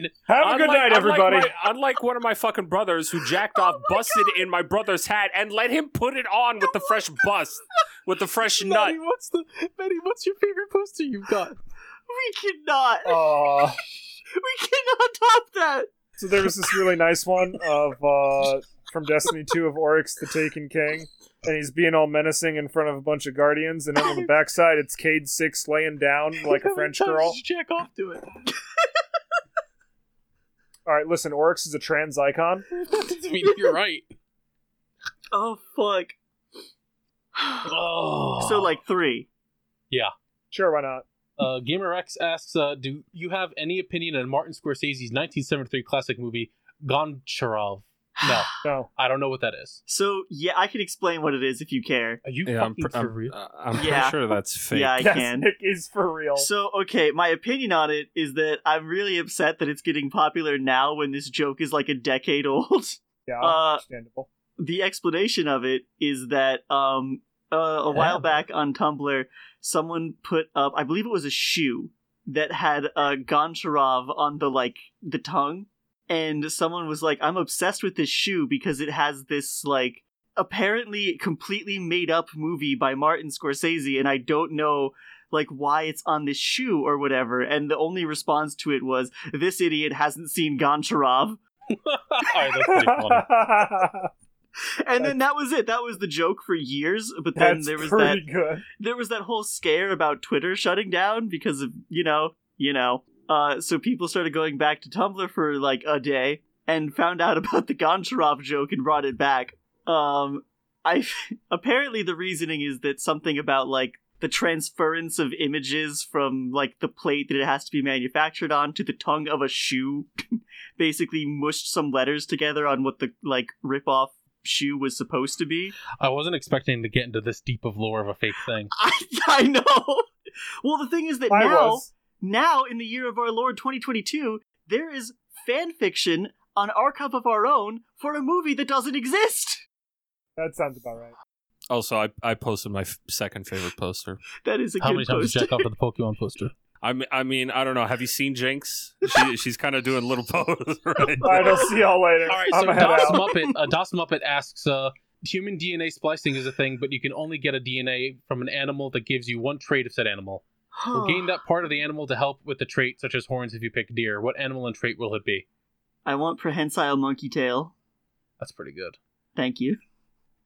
Speaker 4: on.
Speaker 2: Have a good night, everybody. Oh
Speaker 5: Unlike, my- unlike one of my fucking brothers who jacked off, busted in my brother's hat, and let him put it on with the fresh bust, with the fresh nut.
Speaker 4: Maddie, what's the Maddie? What's your favorite poster you've got?
Speaker 3: We cannot.
Speaker 2: Aw.
Speaker 3: We cannot top that.
Speaker 2: So there was this really nice one of uh, from Destiny 2 of Oryx the Taken King, and he's being all menacing in front of a bunch of guardians, and then on the backside it's Cade Six laying down like a
Speaker 4: How many
Speaker 2: French
Speaker 4: times
Speaker 2: girl.
Speaker 4: did you jack off to it.
Speaker 2: All right, listen, Oryx is a trans icon.
Speaker 4: I mean, you're right.
Speaker 3: Oh fuck.
Speaker 4: Oh.
Speaker 2: Ah.
Speaker 3: So like three.
Speaker 2: Sure, why not?
Speaker 4: uh, Gamer X asks, uh, do you have any opinion on Martin Scorsese's 1973 classic movie Goncharov? No,
Speaker 2: No,
Speaker 4: I don't know what that is.
Speaker 3: So yeah, I can explain what it is if you care.
Speaker 4: Are you
Speaker 5: Yeah, I'm,
Speaker 4: fucking
Speaker 5: pr-
Speaker 4: for
Speaker 5: I'm,
Speaker 4: real?
Speaker 5: uh, I'm
Speaker 3: Yeah.
Speaker 5: pretty sure that's fake.
Speaker 3: Yeah, I
Speaker 2: yes,
Speaker 3: can.
Speaker 2: Nick is for real.
Speaker 3: So, okay, my opinion on it is that I'm really upset that it's getting popular now when this joke is like a decade old.
Speaker 2: yeah,
Speaker 3: uh,
Speaker 2: understandable.
Speaker 3: The explanation of it is that um, uh, a while back on Tumblr, someone put up, I believe it was a shoe that had uh, Goncharov on the like the tongue, and someone was like, "I'm obsessed with this shoe because it has this like." apparently completely made up movie by Martin Scorsese and I don't know like why it's on this shoe or whatever and the only response to it was this idiot hasn't seen Goncharov
Speaker 4: All right, that's pretty funny.
Speaker 3: and then that was it that was the joke for years but then
Speaker 2: That's
Speaker 3: there was that
Speaker 2: pretty good.
Speaker 3: there was that whole scare about Twitter shutting down because of you know, you know. Uh, so people started going back to Tumblr for like a day and found out about the Goncharov joke and brought it back. Um, I apparently the reasoning is that something about like the transference of images from like the plate that it has to be manufactured on to the tongue of a shoe basically mushed some letters together on what the like rip-off shoe was supposed to be
Speaker 4: I wasn't expecting to get into this deep of lore of a fake thing.
Speaker 3: I, I know. Well, the thing is that
Speaker 2: I
Speaker 3: now,
Speaker 2: was.
Speaker 3: now in the year of our Lord 2022, there is fan fiction on archive of our own for a movie that doesn't exist.
Speaker 2: That sounds about right.
Speaker 5: Also, I, I posted my f- second favorite poster.
Speaker 3: That is a
Speaker 4: How
Speaker 3: good
Speaker 4: many times
Speaker 3: post.
Speaker 4: did you jack off to the Pokemon poster?
Speaker 5: I mean, I mean, I don't know. Have you seen Jinx? She, she's kind of doing little pose, right?
Speaker 2: All right, I'll see y'all later.
Speaker 4: All right,
Speaker 2: I'm
Speaker 4: so
Speaker 2: gonna head
Speaker 4: Das
Speaker 2: out.
Speaker 4: Muppet, uh, Das Muppet asks, uh, human DNA splicing is a thing, but you can only get a DNA from an animal that gives you one trait of said animal. We'll gain that part of the animal to help with the trait, such as horns if you pick deer. What animal and trait will it be?
Speaker 3: I want prehensile monkey tail.
Speaker 4: That's pretty good.
Speaker 3: Thank you.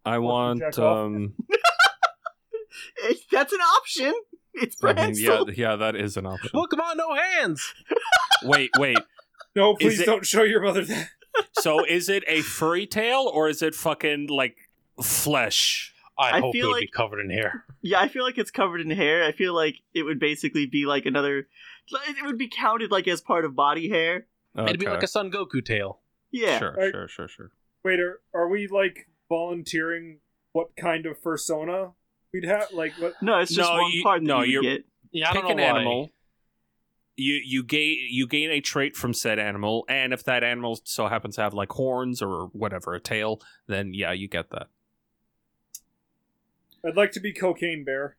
Speaker 5: I want.
Speaker 2: Jack off.
Speaker 5: um
Speaker 3: It- that's an option. It's
Speaker 5: I mean, yeah,
Speaker 3: prehensile.
Speaker 5: yeah, that is an option.
Speaker 4: Well, come on, no hands!
Speaker 5: Wait, wait.
Speaker 2: No,
Speaker 5: Is
Speaker 2: please
Speaker 5: it-
Speaker 2: don't show your mother that.
Speaker 5: So is it a furry tail or is it fucking like flesh?
Speaker 4: I,
Speaker 3: I
Speaker 4: hope it
Speaker 3: feel
Speaker 4: would be
Speaker 3: like-
Speaker 4: covered in hair.
Speaker 3: Yeah, I feel like it's covered in hair. I feel like it would basically be like another. It would be counted like as part of body hair.
Speaker 5: Okay.
Speaker 4: It'd be like a Son Goku tail.
Speaker 3: Yeah.
Speaker 5: Sure,
Speaker 2: Right.
Speaker 5: sure, sure, sure.
Speaker 2: Wait, are, are we like volunteering what kind of persona we'd have? Like, what?
Speaker 3: No, it's just
Speaker 5: No,
Speaker 3: one
Speaker 5: you-
Speaker 3: part that
Speaker 5: no,
Speaker 3: you would
Speaker 5: you're-
Speaker 3: get.
Speaker 4: Yeah, I
Speaker 5: Pick
Speaker 4: don't know
Speaker 5: an
Speaker 4: why.
Speaker 5: animal. You you gain you gain a trait from said animal, and if that animal so happens to have like horns or whatever a tail, then yeah, you get that.
Speaker 2: I'd like to be Cocaine Bear.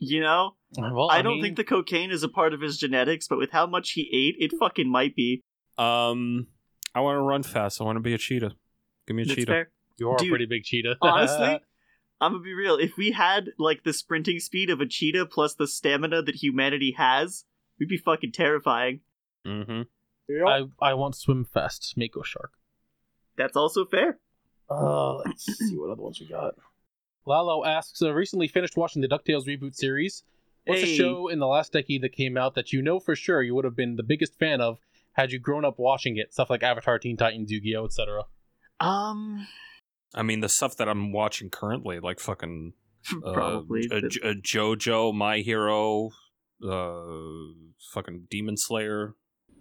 Speaker 3: You know,
Speaker 4: Well,
Speaker 3: I, don't
Speaker 4: mean,
Speaker 3: think the cocaine is a part of his genetics, but with how much he ate, it fucking might be.
Speaker 5: Um, I want to run fast. I want to be a cheetah. Give me a
Speaker 3: That's
Speaker 5: cheetah.
Speaker 3: fair.
Speaker 4: you are
Speaker 3: dude,
Speaker 4: a pretty big cheetah.
Speaker 3: Honestly, I'm gonna be real. If we had like the sprinting speed of a cheetah plus the stamina that humanity has, we'd be fucking terrifying.
Speaker 5: Mm-hmm.
Speaker 2: Yep.
Speaker 4: I, I want swim fast. Mako shark.
Speaker 3: That's also fair.
Speaker 4: Uh, let's see what other ones we got. Lalo asks, uh, recently finished watching the DuckTales reboot series. What's
Speaker 3: Hey.
Speaker 4: a show in the last decade that came out that you know for sure you would have been the biggest fan of had you grown up watching it? Stuff like Avatar, Teen Titans, Yu-Gi-Oh, etc.
Speaker 3: Um,
Speaker 5: I mean, the stuff that I'm watching currently, like fucking uh,
Speaker 3: probably.
Speaker 5: a,
Speaker 3: but-
Speaker 5: a JoJo, My Hero, uh, fucking Demon Slayer.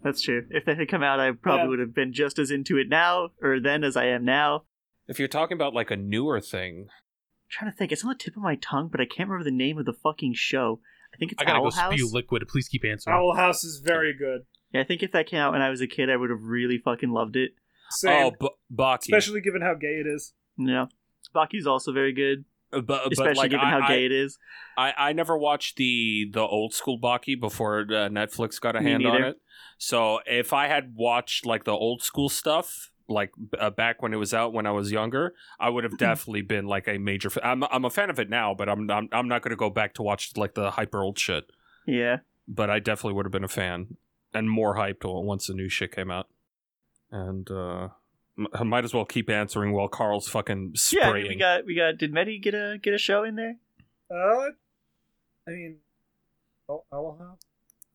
Speaker 3: That's true. If that had come out, I probably
Speaker 2: Yeah.
Speaker 3: would have been just as into it now or then as I am now.
Speaker 5: If you're talking about like a newer thing,
Speaker 3: trying to think. It's on the tip of my tongue, but I can't remember the name of the fucking show. I think it's
Speaker 4: I gotta
Speaker 3: Owl
Speaker 4: go
Speaker 3: House.
Speaker 4: spew liquid. Please keep answering.
Speaker 2: Owl House is very good.
Speaker 3: yeah, I think if that came out when I was a kid, I would have really fucking loved it.
Speaker 2: Same.
Speaker 5: oh, B- Baki,
Speaker 2: Especially given how gay it is.
Speaker 3: Yeah. Baki's also very good,
Speaker 5: Uh, bu- but,
Speaker 3: especially
Speaker 5: like,
Speaker 3: given
Speaker 5: I,
Speaker 3: how
Speaker 5: I-
Speaker 3: gay it is.
Speaker 5: I, I never watched the the old school Baki before uh, Netflix got a
Speaker 3: Me
Speaker 5: hand on
Speaker 3: neither.
Speaker 5: it. So if I had watched like the old school stuff, like b- uh, back when it was out when I was younger, I would
Speaker 3: Mm-hmm.
Speaker 5: have definitely been like a major. F- I'm I'm a fan of it now, but I'm I'm, I'm not going to go back to watch like the hyper old shit.
Speaker 3: Yeah.
Speaker 5: But I definitely would have been a fan and more hyped o- once the new shit came out. And uh, m- I might as well keep answering while Carl's fucking
Speaker 3: Yeah,
Speaker 5: spraying.
Speaker 3: I mean, we got we got. Did Medi get a get a show in there?
Speaker 2: Uh, I mean, oh, Owl House?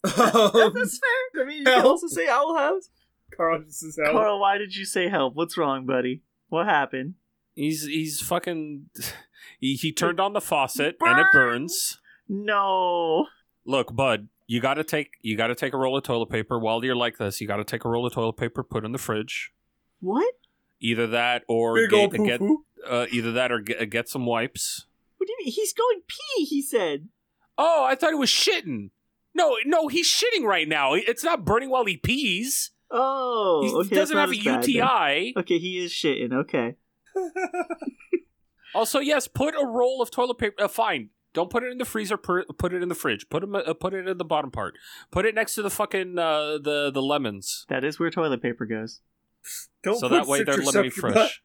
Speaker 3: That-
Speaker 2: Um,
Speaker 3: That's fair. I mean, you can
Speaker 2: no.
Speaker 3: also say Owl House.
Speaker 2: Carl just is out.
Speaker 3: Carl, why did you say help? What's wrong, buddy? What happened?
Speaker 5: He's he's fucking. He, he turned on the faucet and it burns.
Speaker 3: No.
Speaker 5: Look, bud, you gotta take you gotta take a roll of toilet paper while you're like this. You gotta take a roll of toilet paper, put in the fridge.
Speaker 3: What?
Speaker 5: Either that or
Speaker 2: Big
Speaker 5: get,
Speaker 2: old poo
Speaker 5: get
Speaker 2: poo.
Speaker 5: uh, either that or get, get some wipes.
Speaker 3: What do you mean? He's going pee. He said.
Speaker 5: Oh, I thought he was shitting. No, no, he's shitting right now. It's not burning while he pees.
Speaker 3: Oh,
Speaker 5: he
Speaker 3: okay, that's
Speaker 5: doesn't
Speaker 3: not
Speaker 5: have a
Speaker 3: as bad then.
Speaker 5: UTI.
Speaker 3: Okay, he is shitting. Okay.
Speaker 5: Also, yes, put a roll of toilet paper. Uh, fine, don't put it in the freezer. Per, put it in the fridge. Put 'em- uh, put it in the bottom part. Put it next to the fucking uh, the the lemons.
Speaker 3: That is where toilet paper goes.
Speaker 2: Don't
Speaker 5: so
Speaker 2: put
Speaker 5: that way they're
Speaker 2: citrus
Speaker 5: lemony
Speaker 2: up your butt.
Speaker 5: fresh.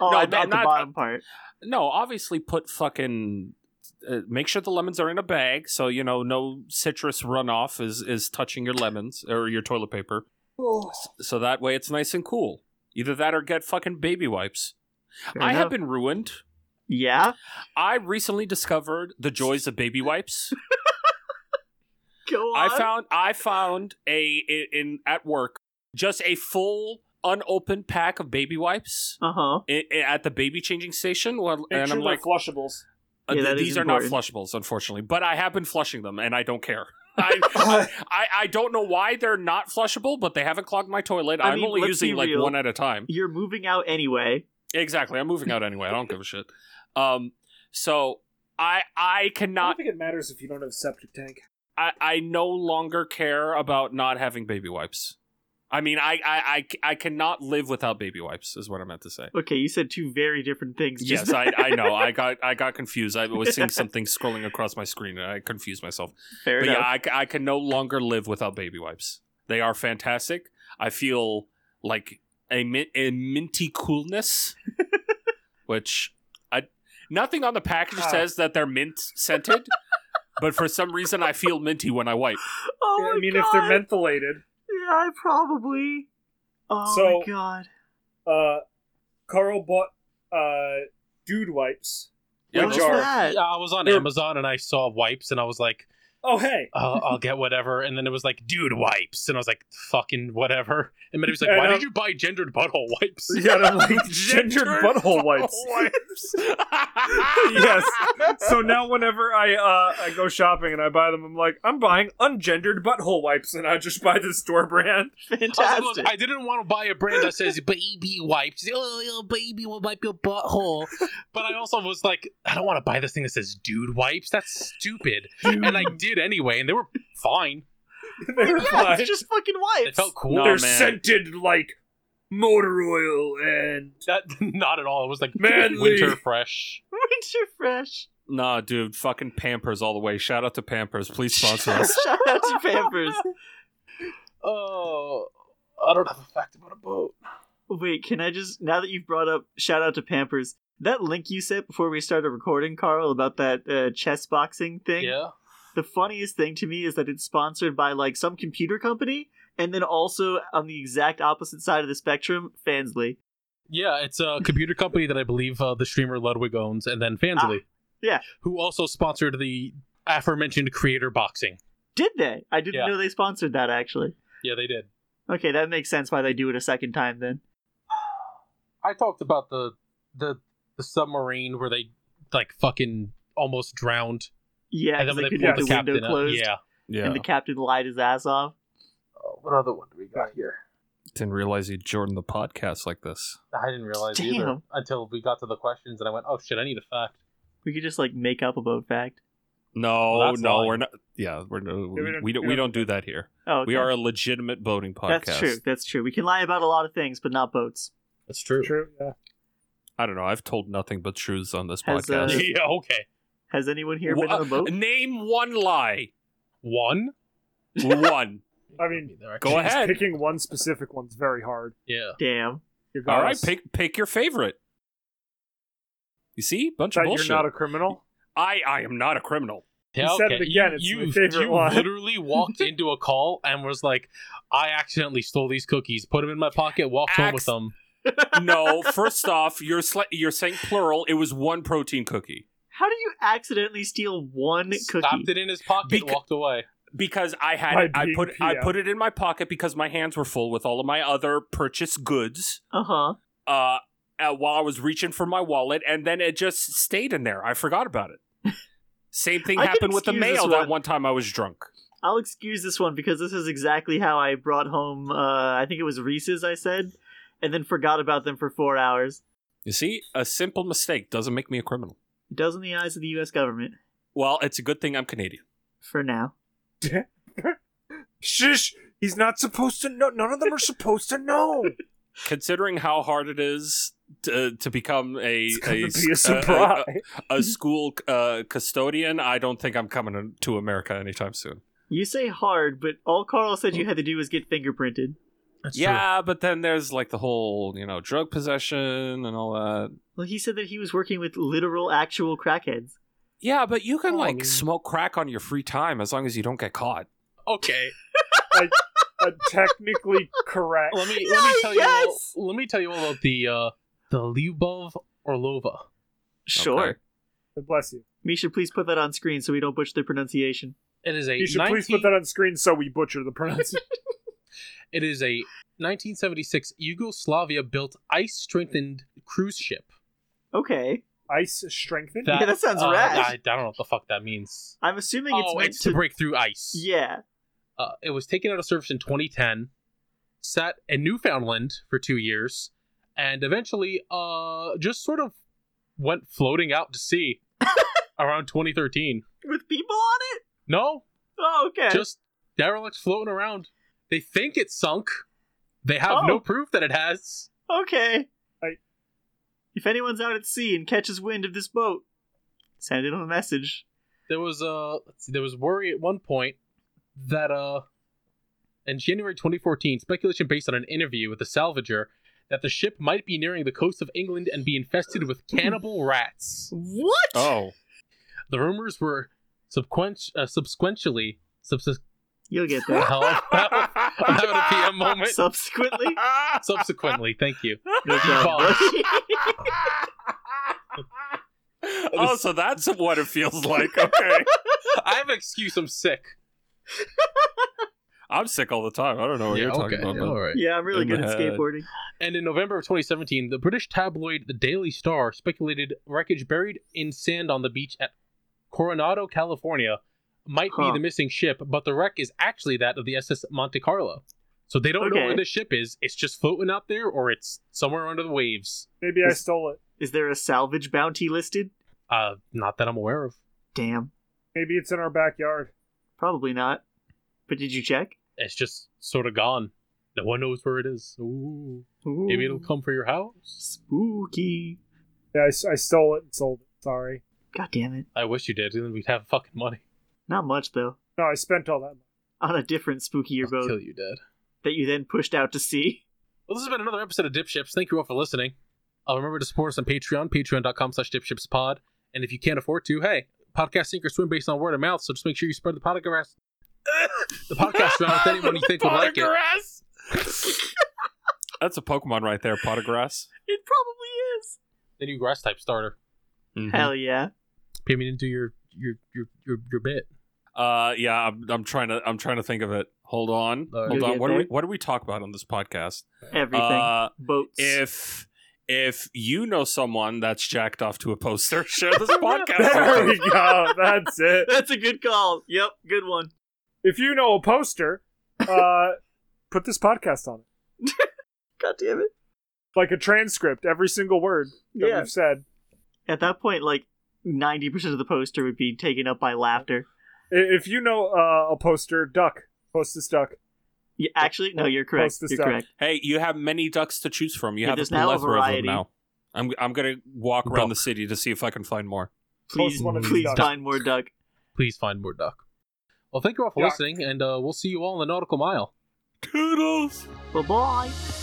Speaker 3: Oh,
Speaker 5: No,
Speaker 3: I
Speaker 5: but
Speaker 3: meant the
Speaker 5: not-
Speaker 3: bottom part.
Speaker 5: No, obviously put fucking. Uh, make sure the lemons are in a bag, so you know no citrus runoff is is touching your lemons or your toilet paper.
Speaker 2: Oh.
Speaker 5: S- So that way it's nice and cool. Either that or get fucking baby wipes.
Speaker 3: Fair
Speaker 5: I have
Speaker 3: enough.
Speaker 5: been ruined.
Speaker 3: Yeah.
Speaker 5: I recently discovered the joys of baby wipes.
Speaker 3: Go on.
Speaker 5: I found I found a in, in at work just a full unopened pack of baby wipes
Speaker 3: Uh huh.
Speaker 5: i i- at the baby changing station. Well,
Speaker 2: Make
Speaker 5: and
Speaker 2: sure
Speaker 5: I'm like,
Speaker 2: they're flushables.
Speaker 3: Yeah,
Speaker 5: uh, th-
Speaker 3: that is
Speaker 5: these are not
Speaker 3: important.
Speaker 5: flushables, unfortunately. But I have been flushing them, and I don't care. I, I I don't know why they're not flushable, but they haven't clogged my toilet.
Speaker 3: I
Speaker 5: I'm
Speaker 3: mean,
Speaker 5: only
Speaker 3: let's be
Speaker 5: using like
Speaker 3: real.
Speaker 5: one at a time.
Speaker 3: You're moving out anyway.
Speaker 5: Exactly. I'm moving out anyway. I don't give a shit. Um. So I I
Speaker 2: I don't
Speaker 5: cannot.
Speaker 2: think it matters if you don't have a septic tank.
Speaker 5: I I no longer care about not having baby wipes. I mean, I, I, I, I cannot live without baby wipes, is what I meant to say.
Speaker 3: Okay, you said two very different things. just
Speaker 5: Yes, I, I know. I got I got confused. I was seeing something scrolling across my screen, and I confused myself.
Speaker 3: Fair
Speaker 5: but
Speaker 3: enough.
Speaker 5: yeah, I, ca- I can no longer live without baby wipes. They are fantastic. I feel like a, min- a minty coolness, which I nothing on the package
Speaker 2: Ah.
Speaker 5: says that they're mint scented, but for some reason I feel minty when I wipe.
Speaker 3: oh
Speaker 2: Yeah,
Speaker 3: my
Speaker 2: I mean,
Speaker 3: god.
Speaker 2: if they're mentholated,
Speaker 3: Yeah, probably. Oh
Speaker 2: So-
Speaker 3: my god.
Speaker 2: uh, Carl bought uh, dude wipes.
Speaker 5: Yeah,
Speaker 3: What's
Speaker 5: those are-
Speaker 3: that?
Speaker 4: Yeah, I was on
Speaker 2: They're-
Speaker 4: Amazon and I saw wipes and I was like,
Speaker 2: Oh hey,
Speaker 4: uh, I'll get whatever. And then it was like, dude, wipes. And I was like, fucking whatever. And then it was like,
Speaker 2: And,
Speaker 4: why
Speaker 2: um,
Speaker 4: did you buy gendered butthole wipes?
Speaker 2: yeah, they're like gendered butthole wipes. yes. So now whenever I uh, I go shopping and I buy them, I'm like, I'm buying ungendered butthole wipes, and I just buy the store brand.
Speaker 4: I, was like,
Speaker 3: Fantastic.
Speaker 4: "Look, I didn't want to buy a brand that says baby wipes. Oh, oh, baby will wipe your butthole. But I also was like, I don't want to buy this thing that says dude wipes. That's stupid. And I did anyway, and they were fine.
Speaker 2: They're
Speaker 3: yeah,
Speaker 2: fine.
Speaker 3: it's just fucking
Speaker 4: It
Speaker 3: wipes.
Speaker 4: felt cool.
Speaker 5: No.
Speaker 2: They're
Speaker 5: man.
Speaker 2: scented like motor oil and
Speaker 4: That, not at all. It was like
Speaker 2: Manly.
Speaker 4: winter fresh.
Speaker 3: Winter fresh.
Speaker 5: Nah, dude, fucking Pampers all the way. Shout out to Pampers. Please sponsor us.
Speaker 3: Shout out to Pampers.
Speaker 4: Oh, I don't have a fact about a boat.
Speaker 3: Wait, can I just now that you've brought up shout out to Pampers? That link you sent before we started recording, Carl, about that uh, chess boxing thing.
Speaker 4: Yeah.
Speaker 3: The funniest thing to me is that it's sponsored by like some computer company, and then also on the exact opposite side of the spectrum, Fansly.
Speaker 4: Yeah, it's a computer company that I believe uh, the streamer Ludwig owns, and then Fansly.
Speaker 3: Ah, yeah.
Speaker 4: Who also sponsored the aforementioned creator boxing.
Speaker 3: Did they? I didn't
Speaker 4: Yeah.
Speaker 3: know they sponsored that actually.
Speaker 4: Yeah, they did.
Speaker 3: Okay, that makes sense why they do it a second time then.
Speaker 4: I talked about the the the submarine where they like fucking almost drowned,
Speaker 3: Yeah, because
Speaker 4: and then
Speaker 3: they
Speaker 4: when
Speaker 3: couldn't
Speaker 4: they
Speaker 3: get
Speaker 4: pulled
Speaker 3: the,
Speaker 4: the, captain
Speaker 3: window
Speaker 4: up-
Speaker 3: closed,
Speaker 4: Yeah.
Speaker 5: Yeah.
Speaker 3: and the captain lied his ass off.
Speaker 4: Oh, what other one do we got here?
Speaker 5: Didn't realize you'd Jordan the podcast like this.
Speaker 4: I didn't realize
Speaker 3: Damn.
Speaker 4: either until we got to the questions, and I went, "Oh shit, I need a fact."
Speaker 3: We could just like make up a boat fact.
Speaker 5: No,
Speaker 4: Well, that's
Speaker 5: no,
Speaker 4: lying.
Speaker 5: we're not. Yeah, we're no, we,
Speaker 2: we
Speaker 5: we,
Speaker 2: don't-
Speaker 5: don't,
Speaker 2: we don't
Speaker 5: we don't do that here.
Speaker 3: Oh, okay.
Speaker 5: We are a legitimate boating podcast.
Speaker 3: That's true. That's true. We can lie about a lot of things, but not boats.
Speaker 4: That's true.
Speaker 2: true. Yeah.
Speaker 5: I don't know. I've told nothing but truths on this
Speaker 3: Has, uh,
Speaker 5: podcast.
Speaker 4: yeah. Okay.
Speaker 3: Has anyone here been
Speaker 5: Wha-
Speaker 3: on a boat?
Speaker 5: Name one lie.
Speaker 4: One.
Speaker 5: one.
Speaker 2: I mean,
Speaker 5: Go ahead.
Speaker 2: picking one specific one's very hard.
Speaker 4: Yeah.
Speaker 3: Damn.
Speaker 2: You're
Speaker 5: All right,
Speaker 2: honest.
Speaker 5: pick pick your favorite. You see, bunch
Speaker 2: That
Speaker 5: of bullshit.
Speaker 2: you're not a criminal.
Speaker 5: I I am not a criminal.
Speaker 4: Yeah,
Speaker 2: He said it again, it's
Speaker 4: you,
Speaker 2: my favorite
Speaker 4: you
Speaker 2: one.
Speaker 4: literally walked into a call and was like, "I accidentally stole these cookies, put them in my pocket, walked home with
Speaker 5: Acc-
Speaker 4: them."
Speaker 5: No, first off, you're sli- you're saying plural. It was one protein cookie
Speaker 3: How do you accidentally steal one
Speaker 4: Stopped
Speaker 3: cookie?
Speaker 4: it in his pocket,
Speaker 5: Beca-
Speaker 4: walked away.
Speaker 5: because I had
Speaker 2: By
Speaker 5: it, I
Speaker 2: being
Speaker 5: put I
Speaker 2: PM.
Speaker 5: put it in my pocket because my hands were full with all of my other purchased goods.
Speaker 3: Uh huh.
Speaker 5: Uh, uh, while I was reaching for my wallet, and then it just stayed in there. I forgot about it. Same thing
Speaker 3: I can
Speaker 5: happened with the
Speaker 3: excuse this
Speaker 5: mail that
Speaker 3: one.
Speaker 5: one time I was drunk.
Speaker 3: I'll excuse this one because this is exactly how I brought home. Uh, I think it was Reese's. I said, and then forgot about them for four hours.
Speaker 5: You see, a simple mistake doesn't make me a criminal.
Speaker 3: It does in the eyes of the U.S. government
Speaker 5: Well, it's a good thing I'm Canadian.
Speaker 3: for now.
Speaker 2: Shush! He's not supposed to know. None of them are supposed to know.
Speaker 5: Considering how hard it is to, to become a
Speaker 2: It's
Speaker 5: a,
Speaker 2: gonna
Speaker 5: s-
Speaker 2: be a
Speaker 5: a-
Speaker 2: surprise.
Speaker 5: a- a school uh, custodian, I don't think I'm coming to America anytime soon.
Speaker 3: You say hard, but all Carl said you had to do was get fingerprinted.
Speaker 4: That's
Speaker 5: yeah, but then there's like the whole you know drug possession and all that.
Speaker 3: Well, he said that he was working with literal, actual crackheads.
Speaker 5: Yeah, but you can
Speaker 4: Oh, I
Speaker 5: like
Speaker 4: mean-
Speaker 5: smoke crack on your free time as long as you don't get caught.
Speaker 4: true. Okay.
Speaker 2: Uh, technically correct.
Speaker 4: Let me let me
Speaker 3: Yes,
Speaker 4: tell
Speaker 3: yes!
Speaker 4: you. All, let me tell you all about the uh, the Lyubov Orlova.
Speaker 3: Sure.
Speaker 5: Okay.
Speaker 2: God Bless you.
Speaker 3: Misha, please put that on screen so we don't butcher the pronunciation.
Speaker 4: It is a
Speaker 2: You should
Speaker 4: 19,
Speaker 2: please put that on screen so we butcher the pronunciation.
Speaker 4: It is a 1976 Yugoslavia built ice strengthened cruise ship.
Speaker 3: Okay.
Speaker 2: Ice strengthened.
Speaker 3: That- sounds
Speaker 4: uh,
Speaker 3: rad.
Speaker 4: I, I don't know what the fuck that means.
Speaker 3: I'm assuming it's
Speaker 4: oh,
Speaker 3: meant
Speaker 4: it's to break through ice.
Speaker 3: Yeah.
Speaker 4: Uh, it was taken out of service in 2010, sat in Newfoundland for two years, and eventually uh, just sort of went floating out to sea around 2013.
Speaker 3: With people on it?
Speaker 4: No,
Speaker 3: Oh, okay.
Speaker 4: just derelict floating around. They think it sunk, They have
Speaker 3: Oh.
Speaker 4: no proof that it has.
Speaker 3: Okay.
Speaker 2: I-
Speaker 3: If anyone's out at sea and catches wind of this boat, send it on a message.
Speaker 4: There was uh, let's see, there was worry at one point that uh, in January 2014, speculation based on an interview with a salvager that the ship might be nearing the coast of England and be infested with cannibal rats.
Speaker 3: What?
Speaker 5: Oh,
Speaker 4: The rumors were subsequent, uh, subsequently subs-
Speaker 3: You'll get there.
Speaker 4: Hello? I'm having a PM moment.
Speaker 3: Subsequently,
Speaker 4: Subsequently, thank you.
Speaker 3: no problem.
Speaker 4: Follow.
Speaker 5: oh, so that's what it feels like. Okay,
Speaker 4: I have an excuse. I'm sick.
Speaker 5: I'm sick all the time. I don't know what Oh, you're talking about. but-
Speaker 4: all right.
Speaker 3: yeah, I'm really
Speaker 5: In
Speaker 3: good
Speaker 5: my
Speaker 3: at
Speaker 5: head.
Speaker 3: skateboarding.
Speaker 4: And in November of 2017, the British tabloid The Daily Star speculated wreckage buried in sand on the beach at Coronado, California, might
Speaker 3: Huh.
Speaker 4: be the missing ship, but the wreck is actually that of the SS Monte Carlo. So they don't know
Speaker 3: Okay.
Speaker 4: where the ship is. It's just floating out there, or it's somewhere under the waves.
Speaker 2: Maybe I stole it.
Speaker 3: Is there a salvage bounty listed?
Speaker 4: Uh, not that I'm aware of.
Speaker 3: Damn,
Speaker 2: Maybe it's in our backyard.
Speaker 3: probably not. But did you check?
Speaker 4: It's just sort of gone. No one knows where it is. Ooh.
Speaker 3: Ooh,
Speaker 4: Maybe it'll come for your house.
Speaker 3: Spooky.
Speaker 2: Yeah, I, s- I stole it and sold it. Sorry.
Speaker 3: God damn it.
Speaker 4: I wish you did, and then we'd have fucking money.
Speaker 3: Not much though.
Speaker 2: No, I spent all that. money.
Speaker 3: On a different spookier
Speaker 4: I'll
Speaker 3: boat
Speaker 4: kill you dead.
Speaker 3: that you then pushed out to sea.
Speaker 4: Well, this has been another episode of Dip Ships. Thank you all for listening. Uh, remember to support us on Patreon, patreon.com slash dipshipspod. And if you can't afford to, hey, podcast sink or swim based on word of mouth, so just make sure you spread the podcast the podcast around with anyone you think would like it.
Speaker 5: Potograss. That's a Pokemon right there, Potograss.
Speaker 3: It probably is.
Speaker 4: The new grass type starter. Mm-hmm.
Speaker 3: Hell yeah.
Speaker 4: Pay me into your your your your, your bit.
Speaker 5: Uh, yeah, I'm, I'm trying to I'm trying to think of it. Hold on,
Speaker 4: All right.
Speaker 5: hold
Speaker 3: You'll
Speaker 5: on.
Speaker 3: get
Speaker 5: What do we
Speaker 3: there.
Speaker 5: what do we talk about on this podcast?
Speaker 3: Everything.
Speaker 5: Uh,
Speaker 3: Boats.
Speaker 5: if if you know someone that's jacked off to a poster, share this podcast. with
Speaker 2: There
Speaker 5: them.
Speaker 2: we go. That's it.
Speaker 3: That's a good call. Yep, good one.
Speaker 2: If you know a poster, uh, put this podcast on it.
Speaker 3: God damn it.
Speaker 2: Like a transcript, every single word that
Speaker 3: Yeah.
Speaker 2: we've said.
Speaker 3: At that point, like 90% of the poster would be taken up by laughter.
Speaker 2: I- If you know uh, a poster, duck. Post this duck.
Speaker 3: You, actually, no, you're correct.
Speaker 2: Post this
Speaker 3: You're
Speaker 2: down.
Speaker 3: correct.
Speaker 5: Hey, you have many ducks to choose from. You
Speaker 3: Yeah,
Speaker 5: have a
Speaker 3: there's now a
Speaker 5: plethora of them
Speaker 3: variety.
Speaker 5: now. I'm I'm gonna walk around the
Speaker 4: Duck.
Speaker 5: city to see if I can find more.
Speaker 3: Please,
Speaker 2: one
Speaker 4: of these
Speaker 3: please
Speaker 2: ducks.
Speaker 3: find more duck.
Speaker 4: Please find more duck. Well, thank you all for
Speaker 2: Yuck.
Speaker 4: listening, and uh, we'll see you all in the nautical mile.
Speaker 5: Toodles.
Speaker 3: Bye bye.